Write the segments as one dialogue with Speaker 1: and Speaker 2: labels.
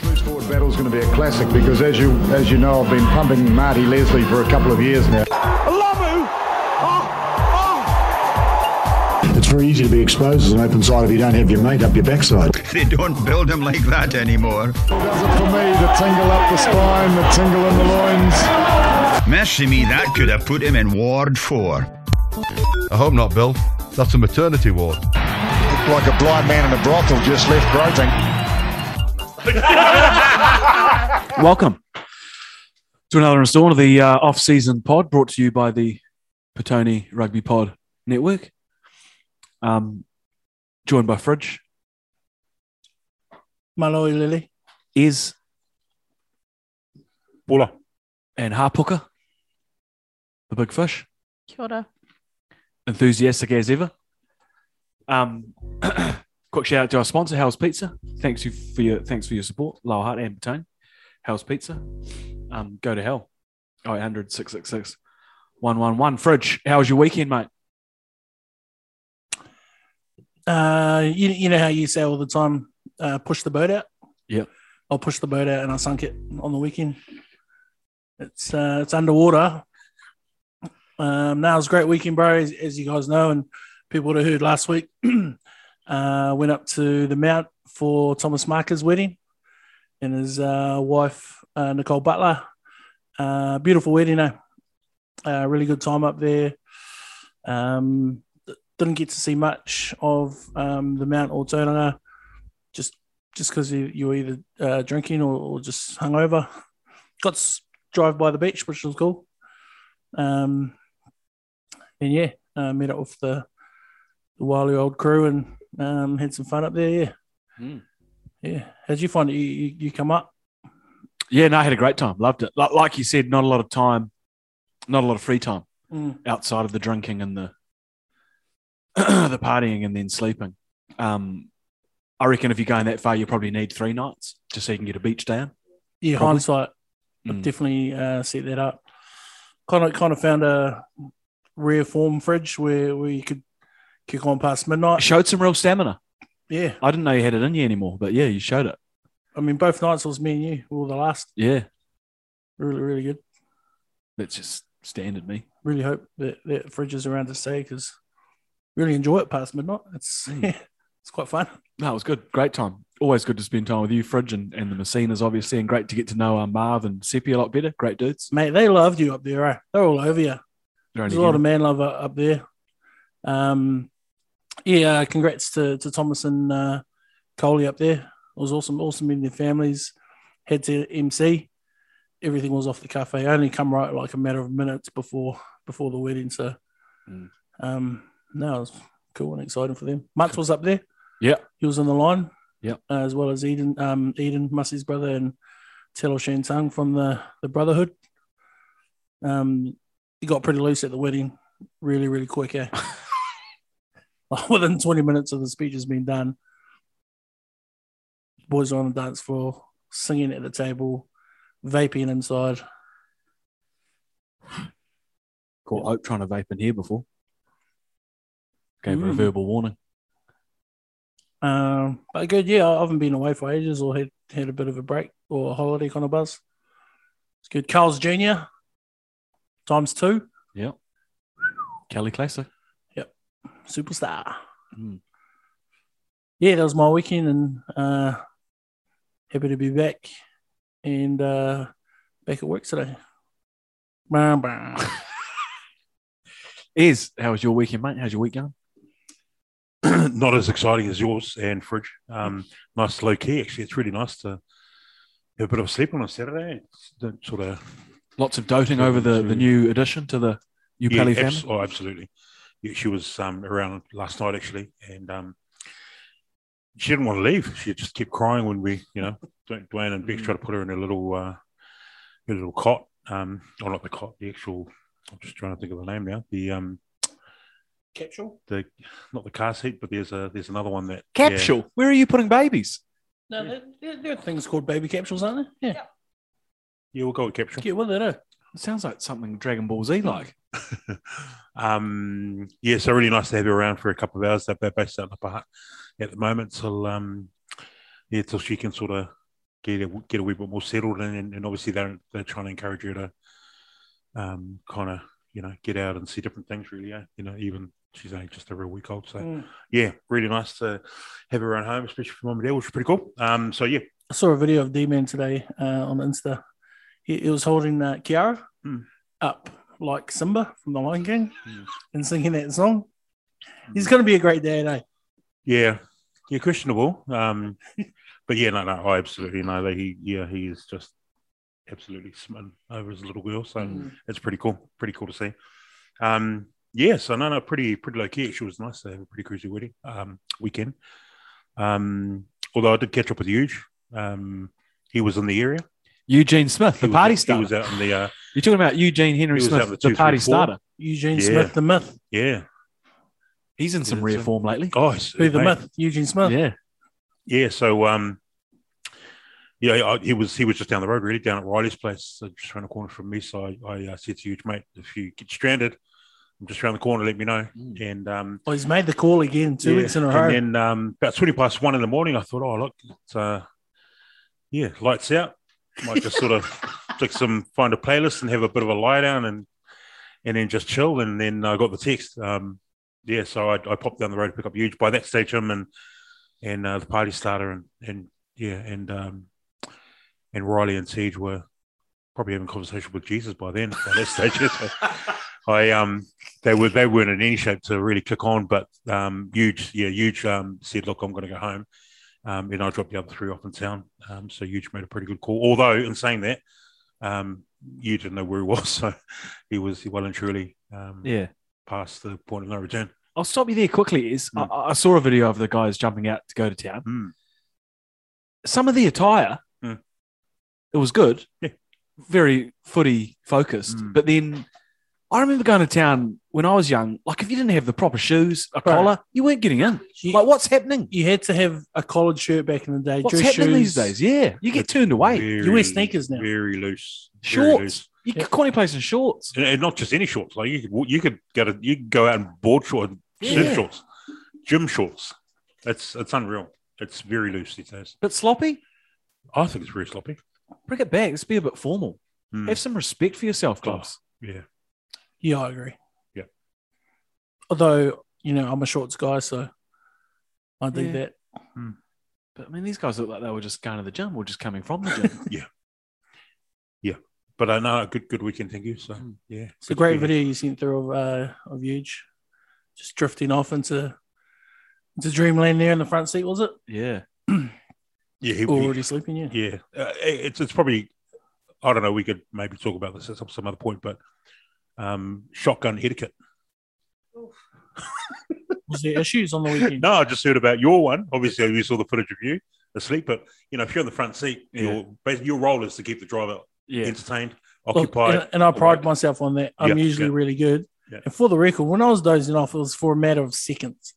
Speaker 1: battle's going to be a classic because, as you as you know, I've been pumping Marty Leslie for a couple of years now.
Speaker 2: Lamu! Oh,
Speaker 3: It's very easy to be exposed as an open side if you don't have your mate up your backside.
Speaker 4: They don't build them like that anymore.
Speaker 1: Does it for me? The tingle up the spine, the tingle in the loins.
Speaker 4: Mercy me, that could have put him in Ward 4.
Speaker 5: I hope not, Bill. That's a maternity ward.
Speaker 1: Looked like a blind man in a brothel just left groping.
Speaker 6: Welcome to another installment of the uh, off-season pod, brought to you by the Petone Rugby Pod Network. Um, joined by Fridge
Speaker 7: Malloy Lily.
Speaker 6: is
Speaker 8: Bula.
Speaker 6: and Harpooker, the big fish,
Speaker 9: Kia ora.
Speaker 6: enthusiastic as ever. Um, quick shout out to our sponsor, How's Pizza. Thanks you for your thanks for your support, Lower Heart and Petone. How's Pizza? Um, go to hell. 0800 666 111. Fridge, how was your weekend, mate?
Speaker 7: Uh, you, you know how you say all the time, uh, push the boat out?
Speaker 6: Yep.
Speaker 7: I'll push the boat out and I sunk it on the weekend. It's uh, it's underwater. Um, now it's a great weekend, bro, as, as you guys know, and people would have heard last week. uh, went up to the Mount for Thomas Marker's wedding and his uh, wife, uh, Nicole Butler. Uh, beautiful wedding, eh? Uh, really good time up there. Um, didn't get to see much of um, the Mount or Tauranga just just because you, you were either uh, drinking or, or just hungover. Got to drive by the beach, which was cool. Um, and yeah, uh, met up with the the wily old crew and um, had some fun up there. Yeah,
Speaker 6: Hmm.
Speaker 7: yeah. How'd you find it? You, you, you come up?
Speaker 6: Yeah, no, I had a great time. Loved it. Like, like you said, not a lot of time, not a lot of free time
Speaker 7: Mm.
Speaker 6: outside of the drinking and the the partying and then sleeping. Um, I reckon if you're going that far, you probably need three nights just so you can get a beach down.
Speaker 7: Yeah,
Speaker 6: Probably.
Speaker 7: hindsight. I've
Speaker 6: Mm.
Speaker 7: definitely uh, set that up. Kind of, kind of found a rare form fridge where, where you could kick on past midnight.
Speaker 6: Showed some real stamina.
Speaker 7: Yeah,
Speaker 6: I didn't know you had it in you anymore, but yeah, you showed it.
Speaker 7: I mean, both nights it was me and you. We were the last.
Speaker 6: Yeah,
Speaker 7: Really, really good.
Speaker 6: that's just standard me.
Speaker 7: Really hope that, that fridge is around to stay because really enjoy it past midnight. It's
Speaker 6: Mm.
Speaker 7: yeah, it's quite fun.
Speaker 6: No, it was good. Great time. Always good to spend time with you, Fridge, and, and the Messinas, obviously, and great to get to know uh, Marv and Seppi a lot better. Great dudes.
Speaker 7: Mate, they loved you up there. Eh? They're all over you.
Speaker 6: They're
Speaker 7: There's
Speaker 6: only
Speaker 7: a lot of
Speaker 6: human.
Speaker 7: man love up up there. Um, yeah, uh, congrats to, to Thomas and uh, Coley up there. It was awesome, awesome meeting their families. Head to MC. Everything was off the cuff. I only come right like a matter of minutes before before the wedding. So,
Speaker 6: Mm.
Speaker 7: um, no, it was cool and exciting for them. Mutz was up there.
Speaker 6: Yeah.
Speaker 7: he was on the line.
Speaker 6: Yep.
Speaker 7: uh, as well as Eden, um, Eden Mussey's brother and Telo Shantang from the the Brotherhood. Um, he got pretty loose at the wedding, really, really quick. Eh? Like, Within 20 minutes of the speech has been done, boys are on the dance floor, singing at the table, vaping inside.
Speaker 6: Caught Oak Oh, trying to vape in here before. Gave her a
Speaker 7: Mm.
Speaker 6: verbal warning.
Speaker 7: Um, but good, yeah, I haven't been away for ages or had, had a bit of a break or a holiday kind of buzz. It's good. Carl's Jr. times two,
Speaker 6: Kelly Classic.
Speaker 7: superstar.
Speaker 6: Mm.
Speaker 7: Yeah, that was my weekend and uh, happy to be back and uh, back at work today. Bah, bah.
Speaker 6: Is how was your weekend, mate? How's your week going?
Speaker 8: Not as exciting as yours and Fridge. Um, nice low key, actually. It's really nice to have a bit of sleep on a Saturday. It's the sort of
Speaker 6: Lots of doting over the, the new addition to the new
Speaker 8: yeah,
Speaker 6: Pally
Speaker 8: abs-
Speaker 6: family.
Speaker 8: oh, absolutely. Yeah, she was um, around last night actually, and um, she didn't want to leave. She just kept crying when we, you know, Dw- Dwayne and Bex
Speaker 6: Mm.
Speaker 8: tried to put her in a little, uh, her little cot. Um, or not the cot, the actual. I'm just trying to think of the name now. The um,
Speaker 7: Capsule?
Speaker 8: the not the car seat, but there's a there's another one that yeah.
Speaker 6: Capsule. Where are you putting babies?
Speaker 7: No, there, there, there are things called baby capsules, aren't there? Yeah.
Speaker 8: Yeah, we'll go with capsule.
Speaker 7: Get with it, eh?
Speaker 6: It sounds like something Dragon Ball Z like.
Speaker 8: um, yeah, so really nice to have her around for a couple of hours. They're based out in the park at the moment till um, yeah, till she can sort of get a, get a wee bit more settled, and, and obviously they're they're trying to encourage you to um, kind of you know get out and see different things. Really, yeah, you know, even she's only just over a week old, so
Speaker 7: Mm.
Speaker 8: yeah, really nice to have her around home, especially for mum and dad, which is pretty cool. Um, so yeah,
Speaker 7: I saw a video of D Man today uh, on Insta. He, he was holding uh, Kiara
Speaker 6: Hmm.
Speaker 8: Mm.
Speaker 7: up like Simba from The Lion King
Speaker 8: Mm.
Speaker 7: and singing that song.
Speaker 6: Hmm.
Speaker 7: It's going to be a great day, eh?
Speaker 8: Yeah, yeah, questionable. Um, but yeah, no, no, I absolutely know that he, yeah, he is just absolutely smitten over his little girl. So
Speaker 7: Mm.
Speaker 8: it's pretty cool, pretty cool to see. Um, yeah, so no, no, pretty, pretty low key. Actually, it was nice to have a pretty cruisy wedding um, weekend. Um, although I did catch up with Huge. Um, he was in the area.
Speaker 6: Eugene Smith,
Speaker 8: He
Speaker 6: the
Speaker 8: was-
Speaker 6: party
Speaker 8: He
Speaker 6: starter.
Speaker 8: was out in the uh,
Speaker 6: You're talking about Eugene Henry
Speaker 8: he was out
Speaker 6: Smith,
Speaker 8: with
Speaker 6: the
Speaker 8: two,
Speaker 6: party
Speaker 8: three, four.
Speaker 6: starter.
Speaker 7: Eugene
Speaker 8: Yeah.
Speaker 7: Smith, the myth.
Speaker 8: yeah.
Speaker 6: He's in some
Speaker 8: Yeah,
Speaker 6: rare
Speaker 8: so-
Speaker 6: form lately.
Speaker 8: Oh, he's-
Speaker 7: Who the
Speaker 8: mate.
Speaker 7: myth? Eugene Smith.
Speaker 6: Yeah.
Speaker 8: yeah so um yeah I, he was he was just down the road really down at riley's place so just around the corner from me so i, I uh, said to you mate if you get stranded i'm just around the corner let me know
Speaker 6: Mm.
Speaker 8: and um
Speaker 7: Well, Oh, he's made the call again two
Speaker 8: yeah,
Speaker 7: weeks in a row.
Speaker 8: and then um about 20 past one in the morning i thought oh look it's uh yeah lights out might just sort of flick some find a playlist and have a bit of a lie down and and then just chill and then i got the text um yeah so i, I popped down the road to pick up huge by that stage him and and uh, the party starter and and yeah and um and riley and siege were probably having a conversation with jesus by then by that stage So i um they were they weren't in any shape to really click on but um huge yeah huge um said look i'm going to go home um, and I dropped the other three off in town. Um, so Huge made a pretty good call. Although, in saying that, um, you didn't know where he was, so he was well and truly um,
Speaker 6: Yeah.
Speaker 8: past the point of no return.
Speaker 6: I'll stop you there quickly.
Speaker 7: Hmm.
Speaker 6: Is
Speaker 8: Mm.
Speaker 6: I, I saw a video of the guys jumping out to go to town.
Speaker 8: Mm.
Speaker 6: Some of the attire,
Speaker 7: Hmm.
Speaker 8: Mm.
Speaker 6: it was good,
Speaker 8: Yeah.
Speaker 6: very footy focused.
Speaker 7: Hmm.
Speaker 8: Mm.
Speaker 6: But then I remember going to town when I was young. Like if you didn't have the proper shoes, a collar, you weren't getting in.
Speaker 7: You,
Speaker 6: Like what's happening?
Speaker 7: you had to have a collared shirt back in the day.
Speaker 6: What's
Speaker 7: dress
Speaker 6: happening these
Speaker 7: shoes.
Speaker 6: days? Yeah, you get turned away.
Speaker 8: Very,
Speaker 7: You wear sneakers now.
Speaker 8: Very loose. very
Speaker 6: Shorts.
Speaker 8: loose.
Speaker 6: You can't play place in shorts.
Speaker 8: And, and not just any shorts. Like you could, you could go to, you could go out and board shorts, surf
Speaker 6: Yeah.
Speaker 8: shorts, gym shorts. It's it's unreal. It's very loose these days.
Speaker 6: But sloppy.
Speaker 8: I think it's very sloppy.
Speaker 6: Bring it back. Let's be a bit formal.
Speaker 7: Hmm.
Speaker 8: Mm.
Speaker 6: Have some respect for yourself, clubs.
Speaker 8: Yeah.
Speaker 7: Yeah, I agree.
Speaker 8: Yeah.
Speaker 7: Although, you know, I'm a shorts guy, so I think
Speaker 6: Yeah.
Speaker 7: that
Speaker 6: But I mean, these guys look like they were just going to the gym or just coming from the gym.
Speaker 8: But I know a good good weekend. Thank you. So
Speaker 6: Mm.
Speaker 8: yeah,
Speaker 7: it's a great video you sent through of uh of Huge just drifting off into into dreamland there in the front seat, was it?
Speaker 6: yeah.
Speaker 8: Yeah, he,
Speaker 7: Or
Speaker 8: he-
Speaker 7: already sleeping, yeah.
Speaker 8: Yeah, uh, it's it's probably I don't know. We could maybe talk about this at some, some other point, but um, shotgun etiquette.
Speaker 7: Was there issues on the weekend?
Speaker 8: No, I just heard about your one. Obviously, we saw the footage of you asleep, but you know, if you're in the front seat,
Speaker 6: Yeah.
Speaker 8: your basically your role is to keep the driver
Speaker 6: Yeah.
Speaker 8: entertained,
Speaker 7: Look,
Speaker 8: occupied.
Speaker 7: and, and I pride
Speaker 8: awake.
Speaker 7: myself on that. I'm
Speaker 8: Yeah,
Speaker 7: usually
Speaker 8: yeah.
Speaker 7: really good.
Speaker 8: Yeah.
Speaker 7: And for the record, when I was dozing off, it was for a matter of seconds.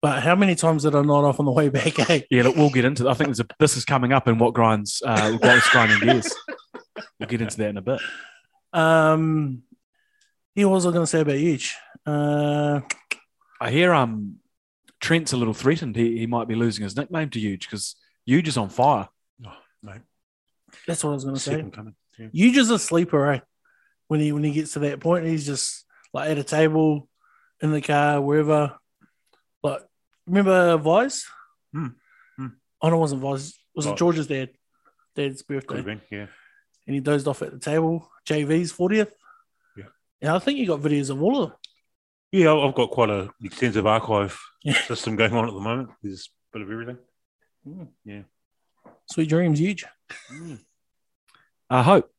Speaker 7: But how many times did I nod off on the way back? Eh?
Speaker 6: Yeah, look, we'll get into that. I think there's a, this is coming up in what grinds, uh, what's grinding gears. We'll get into that in a bit.
Speaker 7: Um, yeah, what was I going to say about Huge? Uh,
Speaker 6: I hear um, Trent's a little threatened. He, he might be losing his nickname to Huge because Huge is on fire.
Speaker 7: that's what I was going to say.
Speaker 8: Second coming. Yeah.
Speaker 7: Huge is a sleeper, eh? When he when he gets to that point, he's just like at a table, in the car, wherever. Like, remember uh, Vice?
Speaker 8: Hmm. Hmm.
Speaker 7: Oh, no, it wasn't Vice. It was
Speaker 8: Right.
Speaker 7: George's dad. Dad's birthday.
Speaker 8: Could have been, yeah.
Speaker 7: and he dozed off at the table. JV's 40th.
Speaker 8: Yeah.
Speaker 7: And I think you got videos of all of them.
Speaker 8: Yeah, I've got quite an extensive archive
Speaker 7: Yeah.
Speaker 8: system going on at the moment. There's a bit of everything.
Speaker 7: Sweet Dreams, huge.
Speaker 6: I Uh, hope.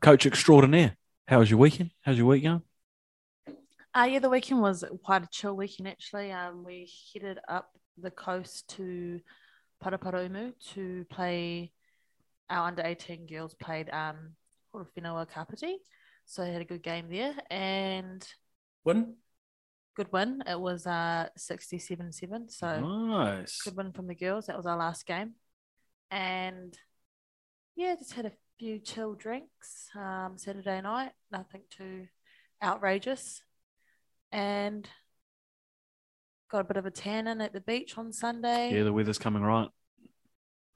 Speaker 6: Coach extraordinaire. How was your weekend? How's your week going?
Speaker 9: Uh, yeah, the weekend was quite a chill weekend actually. Um, we headed up the coast to Paraparumu to play our under 18 girls played um Horowhenua Kapiti. So I had a good game there and
Speaker 7: Win.
Speaker 9: good win. It was uh 67-7. So
Speaker 6: Nice.
Speaker 9: good win from the girls. That was our last game. And yeah, just had a few chill drinks um, Saturday night. Nothing too outrageous. And got a bit of a tan in at the beach on Sunday.
Speaker 6: Yeah, the weather's coming right.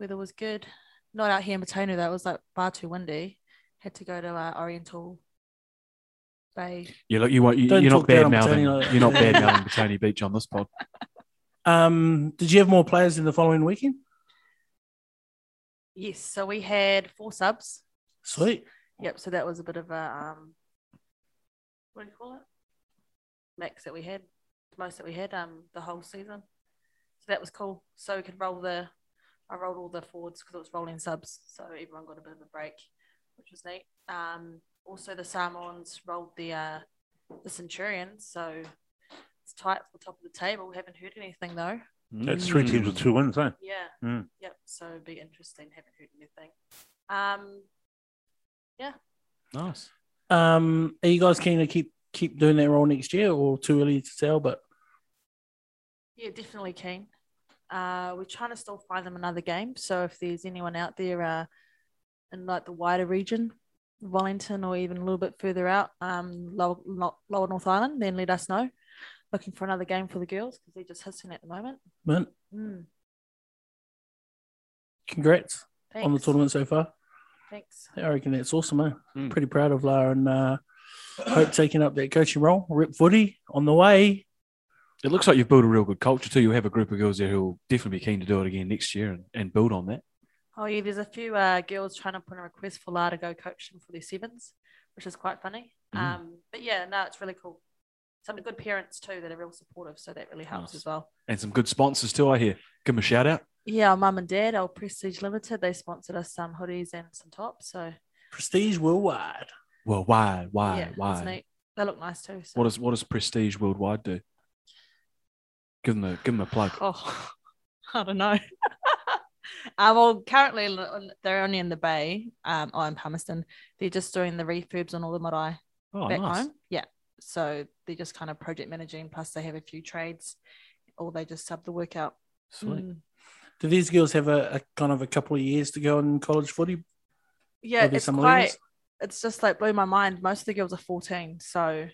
Speaker 9: Weather was good. not out here in Matanu though. It was like far too windy. Had to go to uh, Oriental Bay.
Speaker 6: You look, you won't, you,
Speaker 7: Don't
Speaker 6: you're not
Speaker 7: talk down
Speaker 6: bad
Speaker 7: on
Speaker 6: now. Then.
Speaker 7: Botany like that.
Speaker 6: You're not bad now in Batoni Beach on this pod.
Speaker 7: Um, did you have more players in the following weekend?
Speaker 9: Yes, so we had four subs.
Speaker 7: Sweet.
Speaker 9: Yep. So that was a bit of a um, what do you call it? Max that we had, the most that we had um the whole season. So that was cool. So we could roll the, I rolled all the forwards because it was rolling subs, so everyone got a bit of a break, which was neat. Um, also the Samoans rolled the uh, the Centurions, so it's tight for the top of the table. We haven't heard anything though.
Speaker 8: That's three
Speaker 6: Mm,
Speaker 8: teams with two wins, eh?
Speaker 9: Yeah.
Speaker 8: Mm.
Speaker 9: Yep. So it'd be interesting. Haven't heard anything. Um,
Speaker 6: Nice.
Speaker 7: Um, are you guys keen to keep keep doing that role next year, or too early to tell? But
Speaker 9: Yeah, definitely keen. Uh, we're trying to still find them another game. So if there's anyone out there uh, in like the wider region, Wellington or even a little bit further out, um, lower, Lo- lower North Island, then let us know. Looking for another game for the girls because they're just hissing at the moment.
Speaker 7: man,
Speaker 9: Mm,
Speaker 7: congrats on the
Speaker 9: thanks.
Speaker 7: tournament so far.
Speaker 9: Thanks.
Speaker 7: I reckon that's awesome. Eh?
Speaker 8: Hmm.
Speaker 6: Mm.
Speaker 7: Pretty proud of Lara and uh, Hope taking up that coaching role. Rip Footy on the way.
Speaker 6: It looks like you've built a real good culture too. You'll have a group of girls there who'll definitely be keen to do it again next year and, and build on that.
Speaker 9: Oh, yeah, there's a few uh, girls trying to put in a request for La to go coach them for their sevens, which is quite funny.
Speaker 6: Mm.
Speaker 9: Um, but yeah, no, it's really cool. Some good parents too that are real supportive. So that really helps
Speaker 6: Nice.
Speaker 9: as well.
Speaker 6: And some good sponsors too, I hear. Give them a shout out.
Speaker 9: Yeah, our mum and dad, our Prestige Limited, they sponsored us some hoodies and some tops. So
Speaker 7: Prestige worldwide.
Speaker 6: Well, why, why,
Speaker 9: yeah, it's
Speaker 6: why?
Speaker 9: neat. They look nice too. So.
Speaker 6: What does what does Prestige Worldwide do? Give them a give them a plug.
Speaker 9: Oh, I don't know. uh, well, currently l- they're only in the Bay. Um, oh, in Palmerston, they're just doing the refurbs on all the Marae
Speaker 6: Oh,
Speaker 9: back
Speaker 6: nice.
Speaker 9: home. Yeah. So they're just kind of project managing. Plus, they have a few trades, or they just sub the work out.
Speaker 6: Sweet.
Speaker 9: Mm.
Speaker 7: Do these girls have a, a kind of a couple of years to go in college footy?
Speaker 9: Yeah,
Speaker 7: Are there
Speaker 9: it's
Speaker 7: some
Speaker 9: quite.
Speaker 7: leavers?
Speaker 9: It's just like blew my mind. Most of the girls are fourteen, so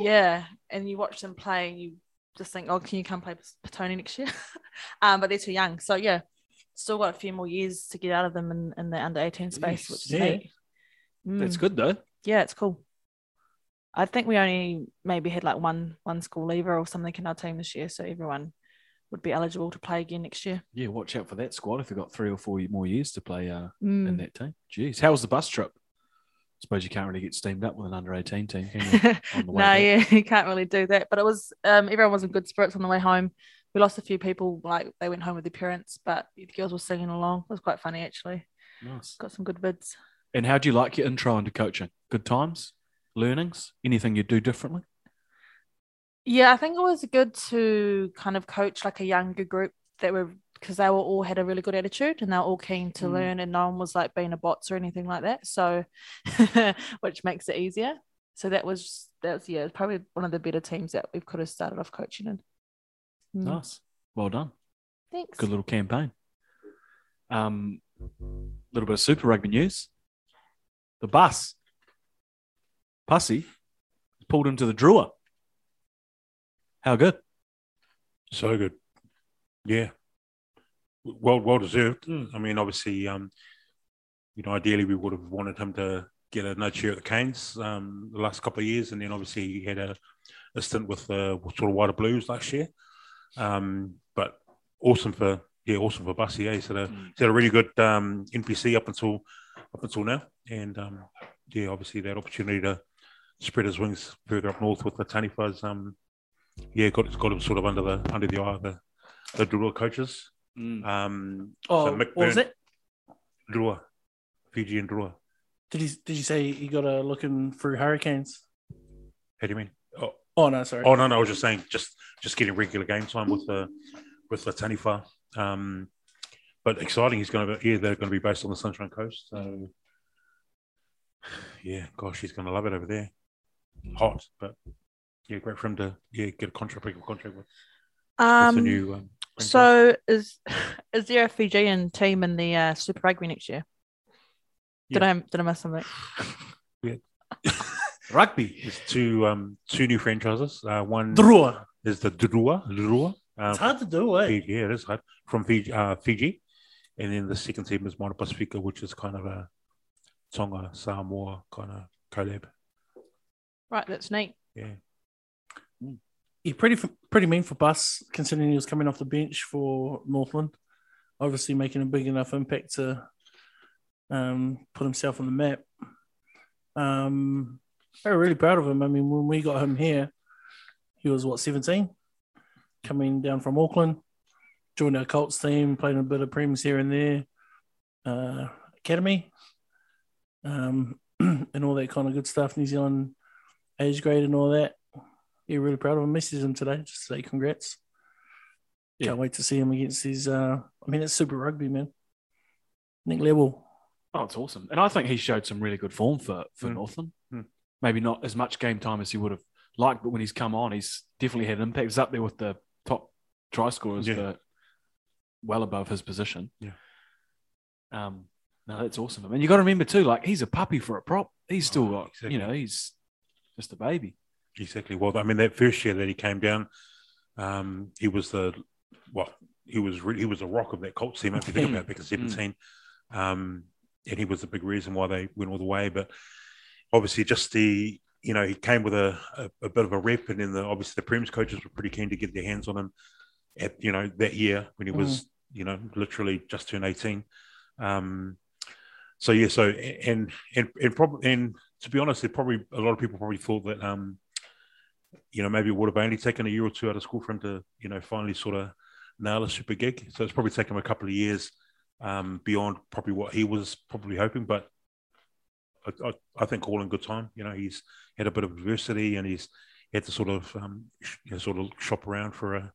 Speaker 9: yeah, and you watch them play, and you just think, oh, can you come play Petone next year? um, but they're too young, so yeah, still got a few more years to get out of them in, in the under eighteen space,
Speaker 6: Jeez,
Speaker 9: which is
Speaker 7: yeah.
Speaker 9: neat.
Speaker 6: That's
Speaker 9: Mm,
Speaker 6: good though.
Speaker 9: Yeah, it's cool. I think we only maybe had like one one school leaver or something in our team this year, so everyone would be eligible to play again next year.
Speaker 6: Yeah, watch out for that squad if they've got three or four more years to play uh, in
Speaker 9: Mm.
Speaker 6: that team. Jeez, how was the bus trip? suppose you can't really get steamed up with an under eighteen team, can you? on the way
Speaker 9: no,
Speaker 6: back.
Speaker 9: yeah, you can't really do that. But it was um, everyone was in good spirits on the way home. We lost a few people, like they went home with their parents, but the girls were singing along. It was quite funny actually.
Speaker 6: nice.
Speaker 9: Got some good vids.
Speaker 6: And how do you like your intro into coaching? Good times, learnings, anything you do differently?
Speaker 9: Yeah, I think it was good to kind of coach like a younger group that were because they were all had a really good attitude and they were all keen to
Speaker 7: Mm.
Speaker 9: learn and no one was like being a bots or anything like that. So, which makes it easier. So that was that was yeah probably one of the better teams that we could have started off coaching in. Mm.
Speaker 6: Nice. Well done.
Speaker 9: Thanks.
Speaker 6: Oh, Good little campaign. Um, little bit of Super Rugby news. The bus, Pussy, pulled into the drawer. How good?
Speaker 8: So good. Yeah. Well, well deserved. I mean, obviously, um, you know, ideally we would have wanted him to get another chair at the Canes um, the last couple of years, and then obviously he had a, a stint with the sort of wider Blues last year. Um, but awesome for yeah, awesome for Bussy. Yeah, he's had a he's had a really good um, NPC up until up until now, and um, yeah, obviously that opportunity to spread his wings further up north with the Tanifas um, yeah, got it's got him sort of under the under the eye of the the Drua coaches. Um,
Speaker 7: Oh,
Speaker 8: so
Speaker 7: what was
Speaker 8: McBurn-
Speaker 7: it?
Speaker 8: Drua, Fiji and Drua.
Speaker 7: Did he did you say he got a looking through hurricanes?
Speaker 8: How do you mean? Oh,
Speaker 7: Oh no, sorry.
Speaker 8: oh no, no, I was just saying, just just getting regular game time with the with the Tanifa. Um, but exciting, he's going to be yeah, they're going to be based on the Sunshine Coast. So yeah, gosh, he's going to love it over there. Hot, but yeah, great for him to yeah get a contract, break a contract with, with the new. Um, franchise.
Speaker 9: So is is there a Fijian team in the uh, Super Rugby next year? Did
Speaker 8: Yeah.
Speaker 9: I did I miss something?
Speaker 6: Rugby.
Speaker 8: There's two um two new franchises. Uh, one
Speaker 7: Drua.
Speaker 8: is the Drua, Drua.
Speaker 7: It's
Speaker 8: Um,
Speaker 7: hard to do, eh?
Speaker 8: Fiji, yeah, it is hard from Fiji, uh, Fiji, And then the second team is Mana Pasifika, which is kind of a Tonga, Samoa kind of collab.
Speaker 9: Right, that's neat.
Speaker 8: Yeah.
Speaker 7: He's pretty pretty mean for Bus, considering he was coming off the bench for Northland. Obviously, making a big enough impact to um, put himself on the map. Um, they were really proud of him. I mean, when we got him here, he was what seventeen, coming down from Auckland, joined our Colts team, played a bit of prems here and there, uh, academy, um, and all that kind of good stuff. New Zealand age grade and all that. Yeah, really proud of him. Misses him today. Just to say congrats. Can't wait to see him against his. Uh, I mean, it's Super Rugby, man. Nick Level.
Speaker 6: Oh, it's awesome. And I think he showed some really good form for, for
Speaker 8: Mm.
Speaker 6: Northland.
Speaker 8: Mm.
Speaker 6: Maybe not as much game time as he would have liked, but when he's come on, he's definitely had an impact. He's up there with the top try scorers
Speaker 8: Yeah.
Speaker 6: for well above his position.
Speaker 8: Yeah.
Speaker 6: Um, no, that's awesome. And you got to remember too, like he's a puppy for a prop. He's still
Speaker 8: Oh,
Speaker 6: got,
Speaker 8: exactly.
Speaker 6: you know, he's just a baby.
Speaker 8: Exactly. Well, I mean, that first year that he came down, um, he was the well, he was re- he was the rock of that Colts team. If you think about it, because seventeen, um, and he was the big reason why they went all the way. But obviously, just the you know he came with a, a, a bit of a rep, and then the, obviously the Prem's coaches were pretty keen to get their hands on him. At you know that year when he was you know literally just turned eighteen. Um, so yeah, so and and and probably and to be honest, there probably a lot of people probably thought that um, you know, maybe it would have only taken a year or two out of school for him to, you know, finally sort of nail a super gig. So it's probably taken him a couple of years um, beyond probably what he was probably hoping. But I, I, I think all in good time. You know, he's had a bit of adversity and he's had to sort of, um, sh- you know, sort of shop around for a,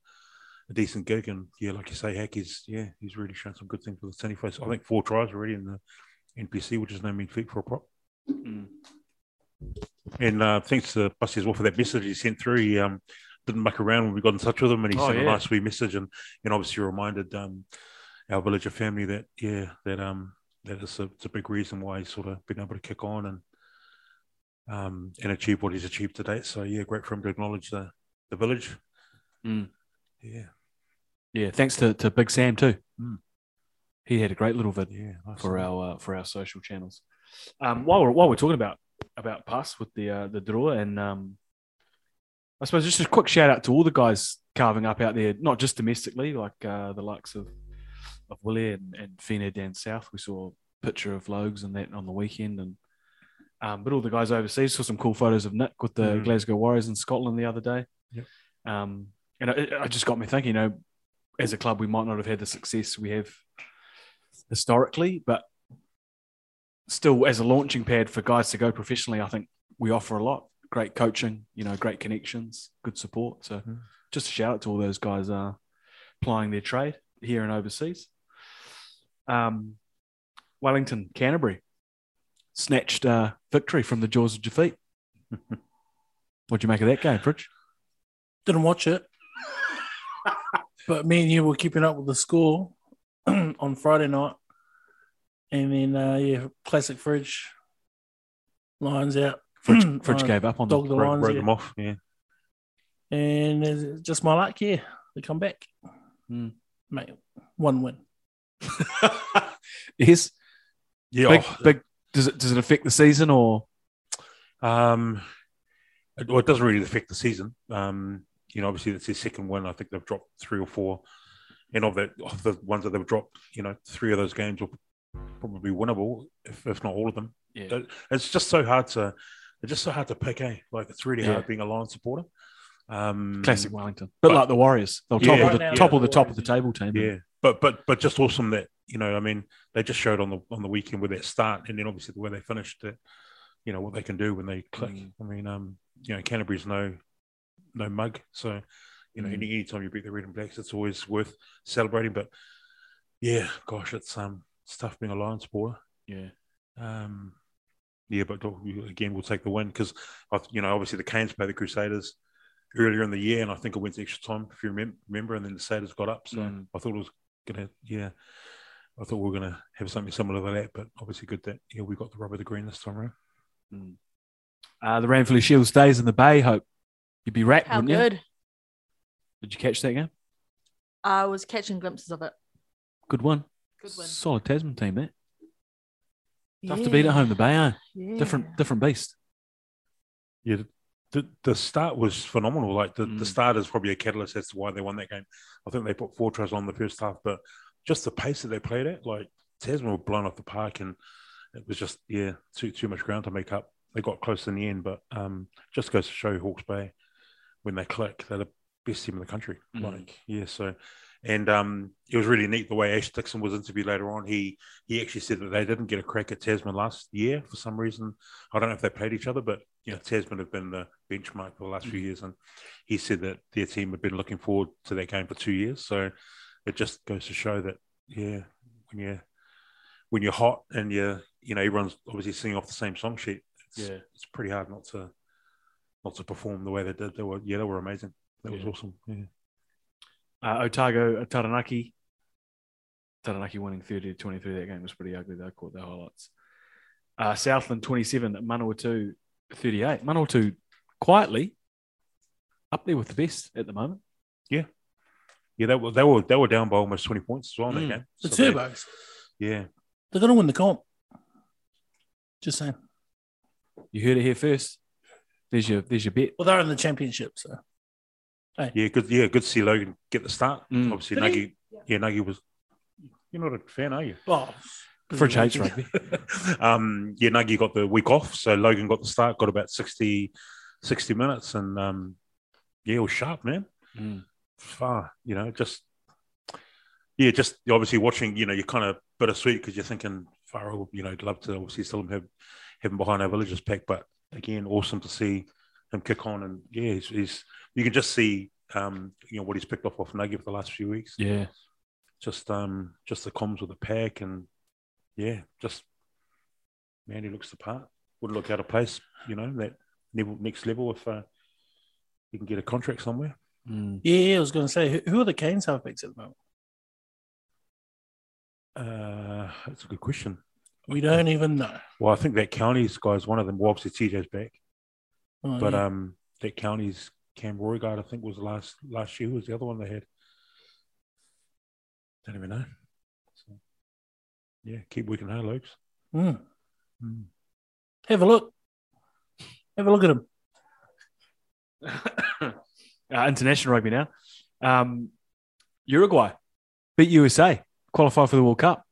Speaker 8: a decent gig. And yeah, like you say, Hack is, yeah, he's really shown some good things for the Sunny Face. I think four tries already in the NPC, which is no mean feat for a prop.
Speaker 6: Hmm.
Speaker 8: And uh, thanks to Bussy as well for that message he sent through. He um, didn't muck around when we got in touch with him, and he
Speaker 6: Oh,
Speaker 8: sent a
Speaker 6: yeah.
Speaker 8: nice wee message, and and obviously reminded um, our villager family that yeah that um that is a, it's a big reason why he's sort of been able to kick on and um and achieve what he's achieved to date. So yeah, great for him to acknowledge the the village.
Speaker 6: Mm.
Speaker 8: Yeah,
Speaker 6: Yeah. Thanks to, to Big Sam too.
Speaker 8: Mm.
Speaker 6: He had a great little vid.
Speaker 8: yeah, nice
Speaker 6: for our uh, for our social channels. Um, while we're while we're talking about about pass with the uh, the draw and um, I suppose just a quick shout out to all the guys carving up out there, not just domestically, like uh, the likes of of Willie and, and Fina down south. We saw a picture of Logs and that on the weekend, and um, but all the guys overseas saw some cool photos of Nick with the
Speaker 8: Mhm.
Speaker 6: Glasgow Warriors in Scotland the other day.
Speaker 8: Yep.
Speaker 6: Um, and it, it just got me thinking, you know, as a club, we might not have had the success we have historically, but still as a launching pad for guys to go professionally, I think we offer a lot. Great coaching, you know, great connections, good support. So
Speaker 8: Mhm.
Speaker 6: just a shout out to all those guys uh, plying their trade here and overseas. Um, Wellington, Canterbury snatched uh, victory from the jaws of defeat. What'd you make of that game, Fridge?
Speaker 7: Didn't watch it, but me and you were keeping up with the score on Friday night, and then uh, yeah, classic fridge. Lions out.
Speaker 6: Fridge, Fridge
Speaker 9: Oh,
Speaker 7: Uh,
Speaker 6: gave up on
Speaker 7: Dog
Speaker 6: the
Speaker 7: the
Speaker 8: wrote,
Speaker 7: Lions,
Speaker 8: wrote
Speaker 7: yeah.
Speaker 8: them off. Yeah,
Speaker 7: and it's just my luck. Yeah, they come back,
Speaker 6: Hmm.
Speaker 7: mate. One win.
Speaker 6: yes.
Speaker 8: yeah.
Speaker 6: Big,
Speaker 8: oh,
Speaker 6: big, does it does it affect the season or
Speaker 8: Um, it, well, it doesn't really affect the season. Um, you know, obviously that's his second win. I think they've dropped three or four, and of that, of the ones that they've dropped, you know, three of those games will probably be winnable, if, if not all of them.
Speaker 6: Yeah.
Speaker 8: It- it's just so hard to, it's just so hard to pick. Eh, like it's really
Speaker 6: Yeah.
Speaker 8: hard being a Lions supporter. Um,
Speaker 6: classic Wellington? But,
Speaker 8: But-
Speaker 6: like the Warriors, they'll
Speaker 8: Yeah.
Speaker 6: topple
Speaker 8: Right
Speaker 6: the
Speaker 7: now,
Speaker 6: topple
Speaker 7: the
Speaker 6: the top of the
Speaker 7: Warriors.
Speaker 6: table team.
Speaker 8: Yeah, but but but just awesome that you know. I mean, they just showed on the on the weekend with that start, and then obviously the way they finished it. You know what they can do when they click.
Speaker 6: Mm.
Speaker 8: I mean, um, you know, Canterbury's no no mug, so you know,
Speaker 6: Mm.
Speaker 8: any anytime you beat the Red and Blacks, it's always worth celebrating. But yeah, gosh, it's um, it's tough being a Lions supporter.
Speaker 6: yeah.
Speaker 8: Um, yeah, but again, we'll take the win because, you know, obviously the Canes played the Crusaders earlier in the year, and I think it went to extra time, if you remem- remember, and then the Crusaders got up. So
Speaker 6: Mm.
Speaker 8: I thought it was going to, yeah, I thought we were going to have something similar to that, but obviously good that, yeah, we got the rubber the green this time around.
Speaker 6: Uh, the Ranfurly Shield stays in the Bay. Hope you'd be wrapped,
Speaker 9: How
Speaker 6: wouldn't you?
Speaker 9: good.
Speaker 6: Did you catch that game?
Speaker 9: I was catching glimpses of it.
Speaker 6: Good one.
Speaker 9: Good win.
Speaker 6: Solid Tasman team, mate. Tough to beat at home, the Bay, eh?
Speaker 9: Yeah.
Speaker 6: Different, different beast.
Speaker 8: Yeah, the, the start was phenomenal. Like the,
Speaker 6: Mm.
Speaker 8: the start is probably a catalyst as to why they won that game. I think they put four tries on the first half, but just the pace that they played at, like Tasman were blown off the park, and it was just yeah too too much ground to make up. They got close in the end, but um, just goes to show Hawke's Bay when they click, they're the best team in the country.
Speaker 6: Mm.
Speaker 8: Like yeah, so. And um, it was really neat the way Ash Dixon was interviewed later on. He he actually said that they didn't get a crack at Tasman last year for some reason. I don't know if they played each other, but you know, Tasman have been the benchmark for the last
Speaker 6: Mm.
Speaker 8: few years, and he said that their team had been looking forward to that game for two years. So it just goes to show that, yeah, when you when you're hot and you you know everyone's obviously singing off the same song sheet, it's,
Speaker 6: Yeah.
Speaker 8: it's pretty hard not to not to perform the way they did. They were yeah, they were amazing. That was
Speaker 6: Yeah.
Speaker 8: awesome. Yeah.
Speaker 6: Uh, Otago, uh, Taranaki. Taranaki winning 30 to 23. That game was pretty ugly. though. I caught the highlights. Uh, Southland 27, Manawatu 38. Manawatu quietly up there with the best at the moment.
Speaker 8: Yeah, they were they were they were down by almost twenty points as well in
Speaker 6: Mm.
Speaker 8: that game.
Speaker 7: The
Speaker 8: So they-
Speaker 7: Turbos.
Speaker 8: yeah,
Speaker 7: They're going to win the comp. Just saying.
Speaker 6: You heard it here first. There's your there's your bet.
Speaker 7: Well, they're in the championship, so
Speaker 8: yeah, good. Yeah, good to see Logan get the start.
Speaker 6: Mm.
Speaker 8: Obviously,
Speaker 7: Did he?
Speaker 8: Nuggie. Yeah, Nuggie was. You're not a fan, are you?
Speaker 7: well,
Speaker 6: Fridge hates rugby.
Speaker 8: um, yeah, Nuggie got the week off, so Logan got the start, got about 60, 60 minutes, and um, yeah, it was sharp, man.
Speaker 6: Mm.
Speaker 8: Far, you know, just yeah, just obviously watching, you know, you're kind of bittersweet because you're thinking, far, you know, I'd love to obviously still have him behind our villages pack, but again, awesome to see him kick on, and yeah, he's, he's you can just see. Um, you know what he's picked up off Nuggie for the last few weeks
Speaker 6: Yeah.
Speaker 8: just um just the comms with the pack and yeah, just man, he looks the part. Wouldn't look out of place, you know, that level, next level if uh, he can get a contract somewhere.
Speaker 6: Mm.
Speaker 7: yeah, yeah, I was going to say, who, who are the Canes halfbacks at the moment?
Speaker 8: Uh, that's a good question.
Speaker 7: We don't even know.
Speaker 8: Well, I think that county's guy's one of them. Well, obviously TJ's back,
Speaker 7: Oh,
Speaker 8: but
Speaker 7: yeah.
Speaker 8: um, that county's Cam Roygaard, I think, was the last last year was the other one they had. Don't even know. So, yeah, keep working hard, Luke's.
Speaker 7: Mm. have a look. Have a look at him.
Speaker 6: Uh, international rugby now. Um, Uruguay beat USA, qualify for the World Cup.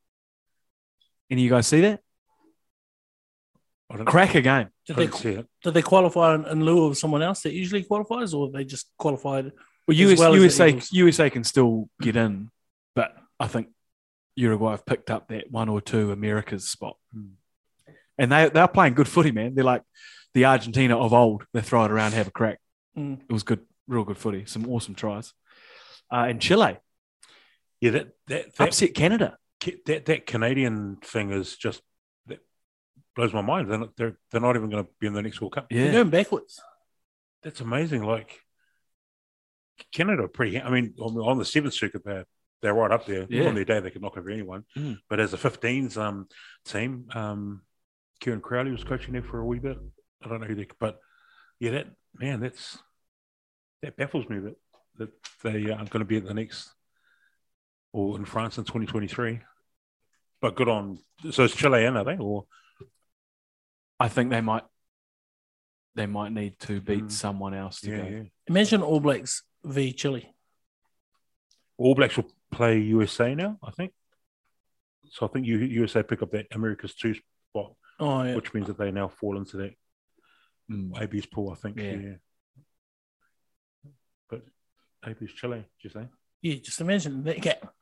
Speaker 6: Any of you guys see that?
Speaker 8: I don't,
Speaker 6: Cracker game.
Speaker 8: I
Speaker 7: Did they,
Speaker 8: didn't see it.
Speaker 7: did they qualify in, in lieu of someone else that usually qualifies, or they just qualified?
Speaker 6: Well,
Speaker 7: As
Speaker 6: US,
Speaker 7: well as the
Speaker 6: USA,
Speaker 7: Eagles.
Speaker 6: USA can still get in, but I think Uruguay have picked up that one or two America's spot,
Speaker 7: Hmm.
Speaker 6: and they they're playing good footy, man. They're like the Argentina of old. They throw it around, have a crack.
Speaker 7: Mm.
Speaker 6: It was good, real good footy. Some awesome tries. Uh, and Chile
Speaker 8: Yeah, that that, that
Speaker 6: upset Canada.
Speaker 8: Ca- that that Canadian thing is just that blows my mind. They're not, they're, they're not even going to be in the next World Cup.
Speaker 7: They're
Speaker 6: Yeah,
Speaker 7: going backwards.
Speaker 8: That's amazing. Like Canada, are pretty. I mean, on, on the seventh circuit, they're they're right up there.
Speaker 6: Yeah.
Speaker 8: On their day, they could knock over anyone.
Speaker 6: Mm.
Speaker 8: But as a 15s um, team, um, Kieran Crowley was coaching there for a wee bit. I don't know who they, but yeah, that man, that's that baffles me that that they are going to be at the next or in France in 2023. But good on. So it's Chilean, are they? Or
Speaker 6: I think they might they might need to beat
Speaker 7: Hmm.
Speaker 8: Mm.
Speaker 6: someone else to
Speaker 8: yeah,
Speaker 6: go.
Speaker 8: yeah.
Speaker 7: Imagine All Blacks v Chile.
Speaker 8: All Blacks will play USA now, I think. So I think U- USA pick up that America's two spot,
Speaker 7: Oh, yeah.
Speaker 8: which means that they now fall into that
Speaker 6: Mm.
Speaker 8: AB's pool, I think.
Speaker 6: Yeah.
Speaker 8: Yeah. But AB's Chile, do you say?
Speaker 7: yeah, just imagine that gap.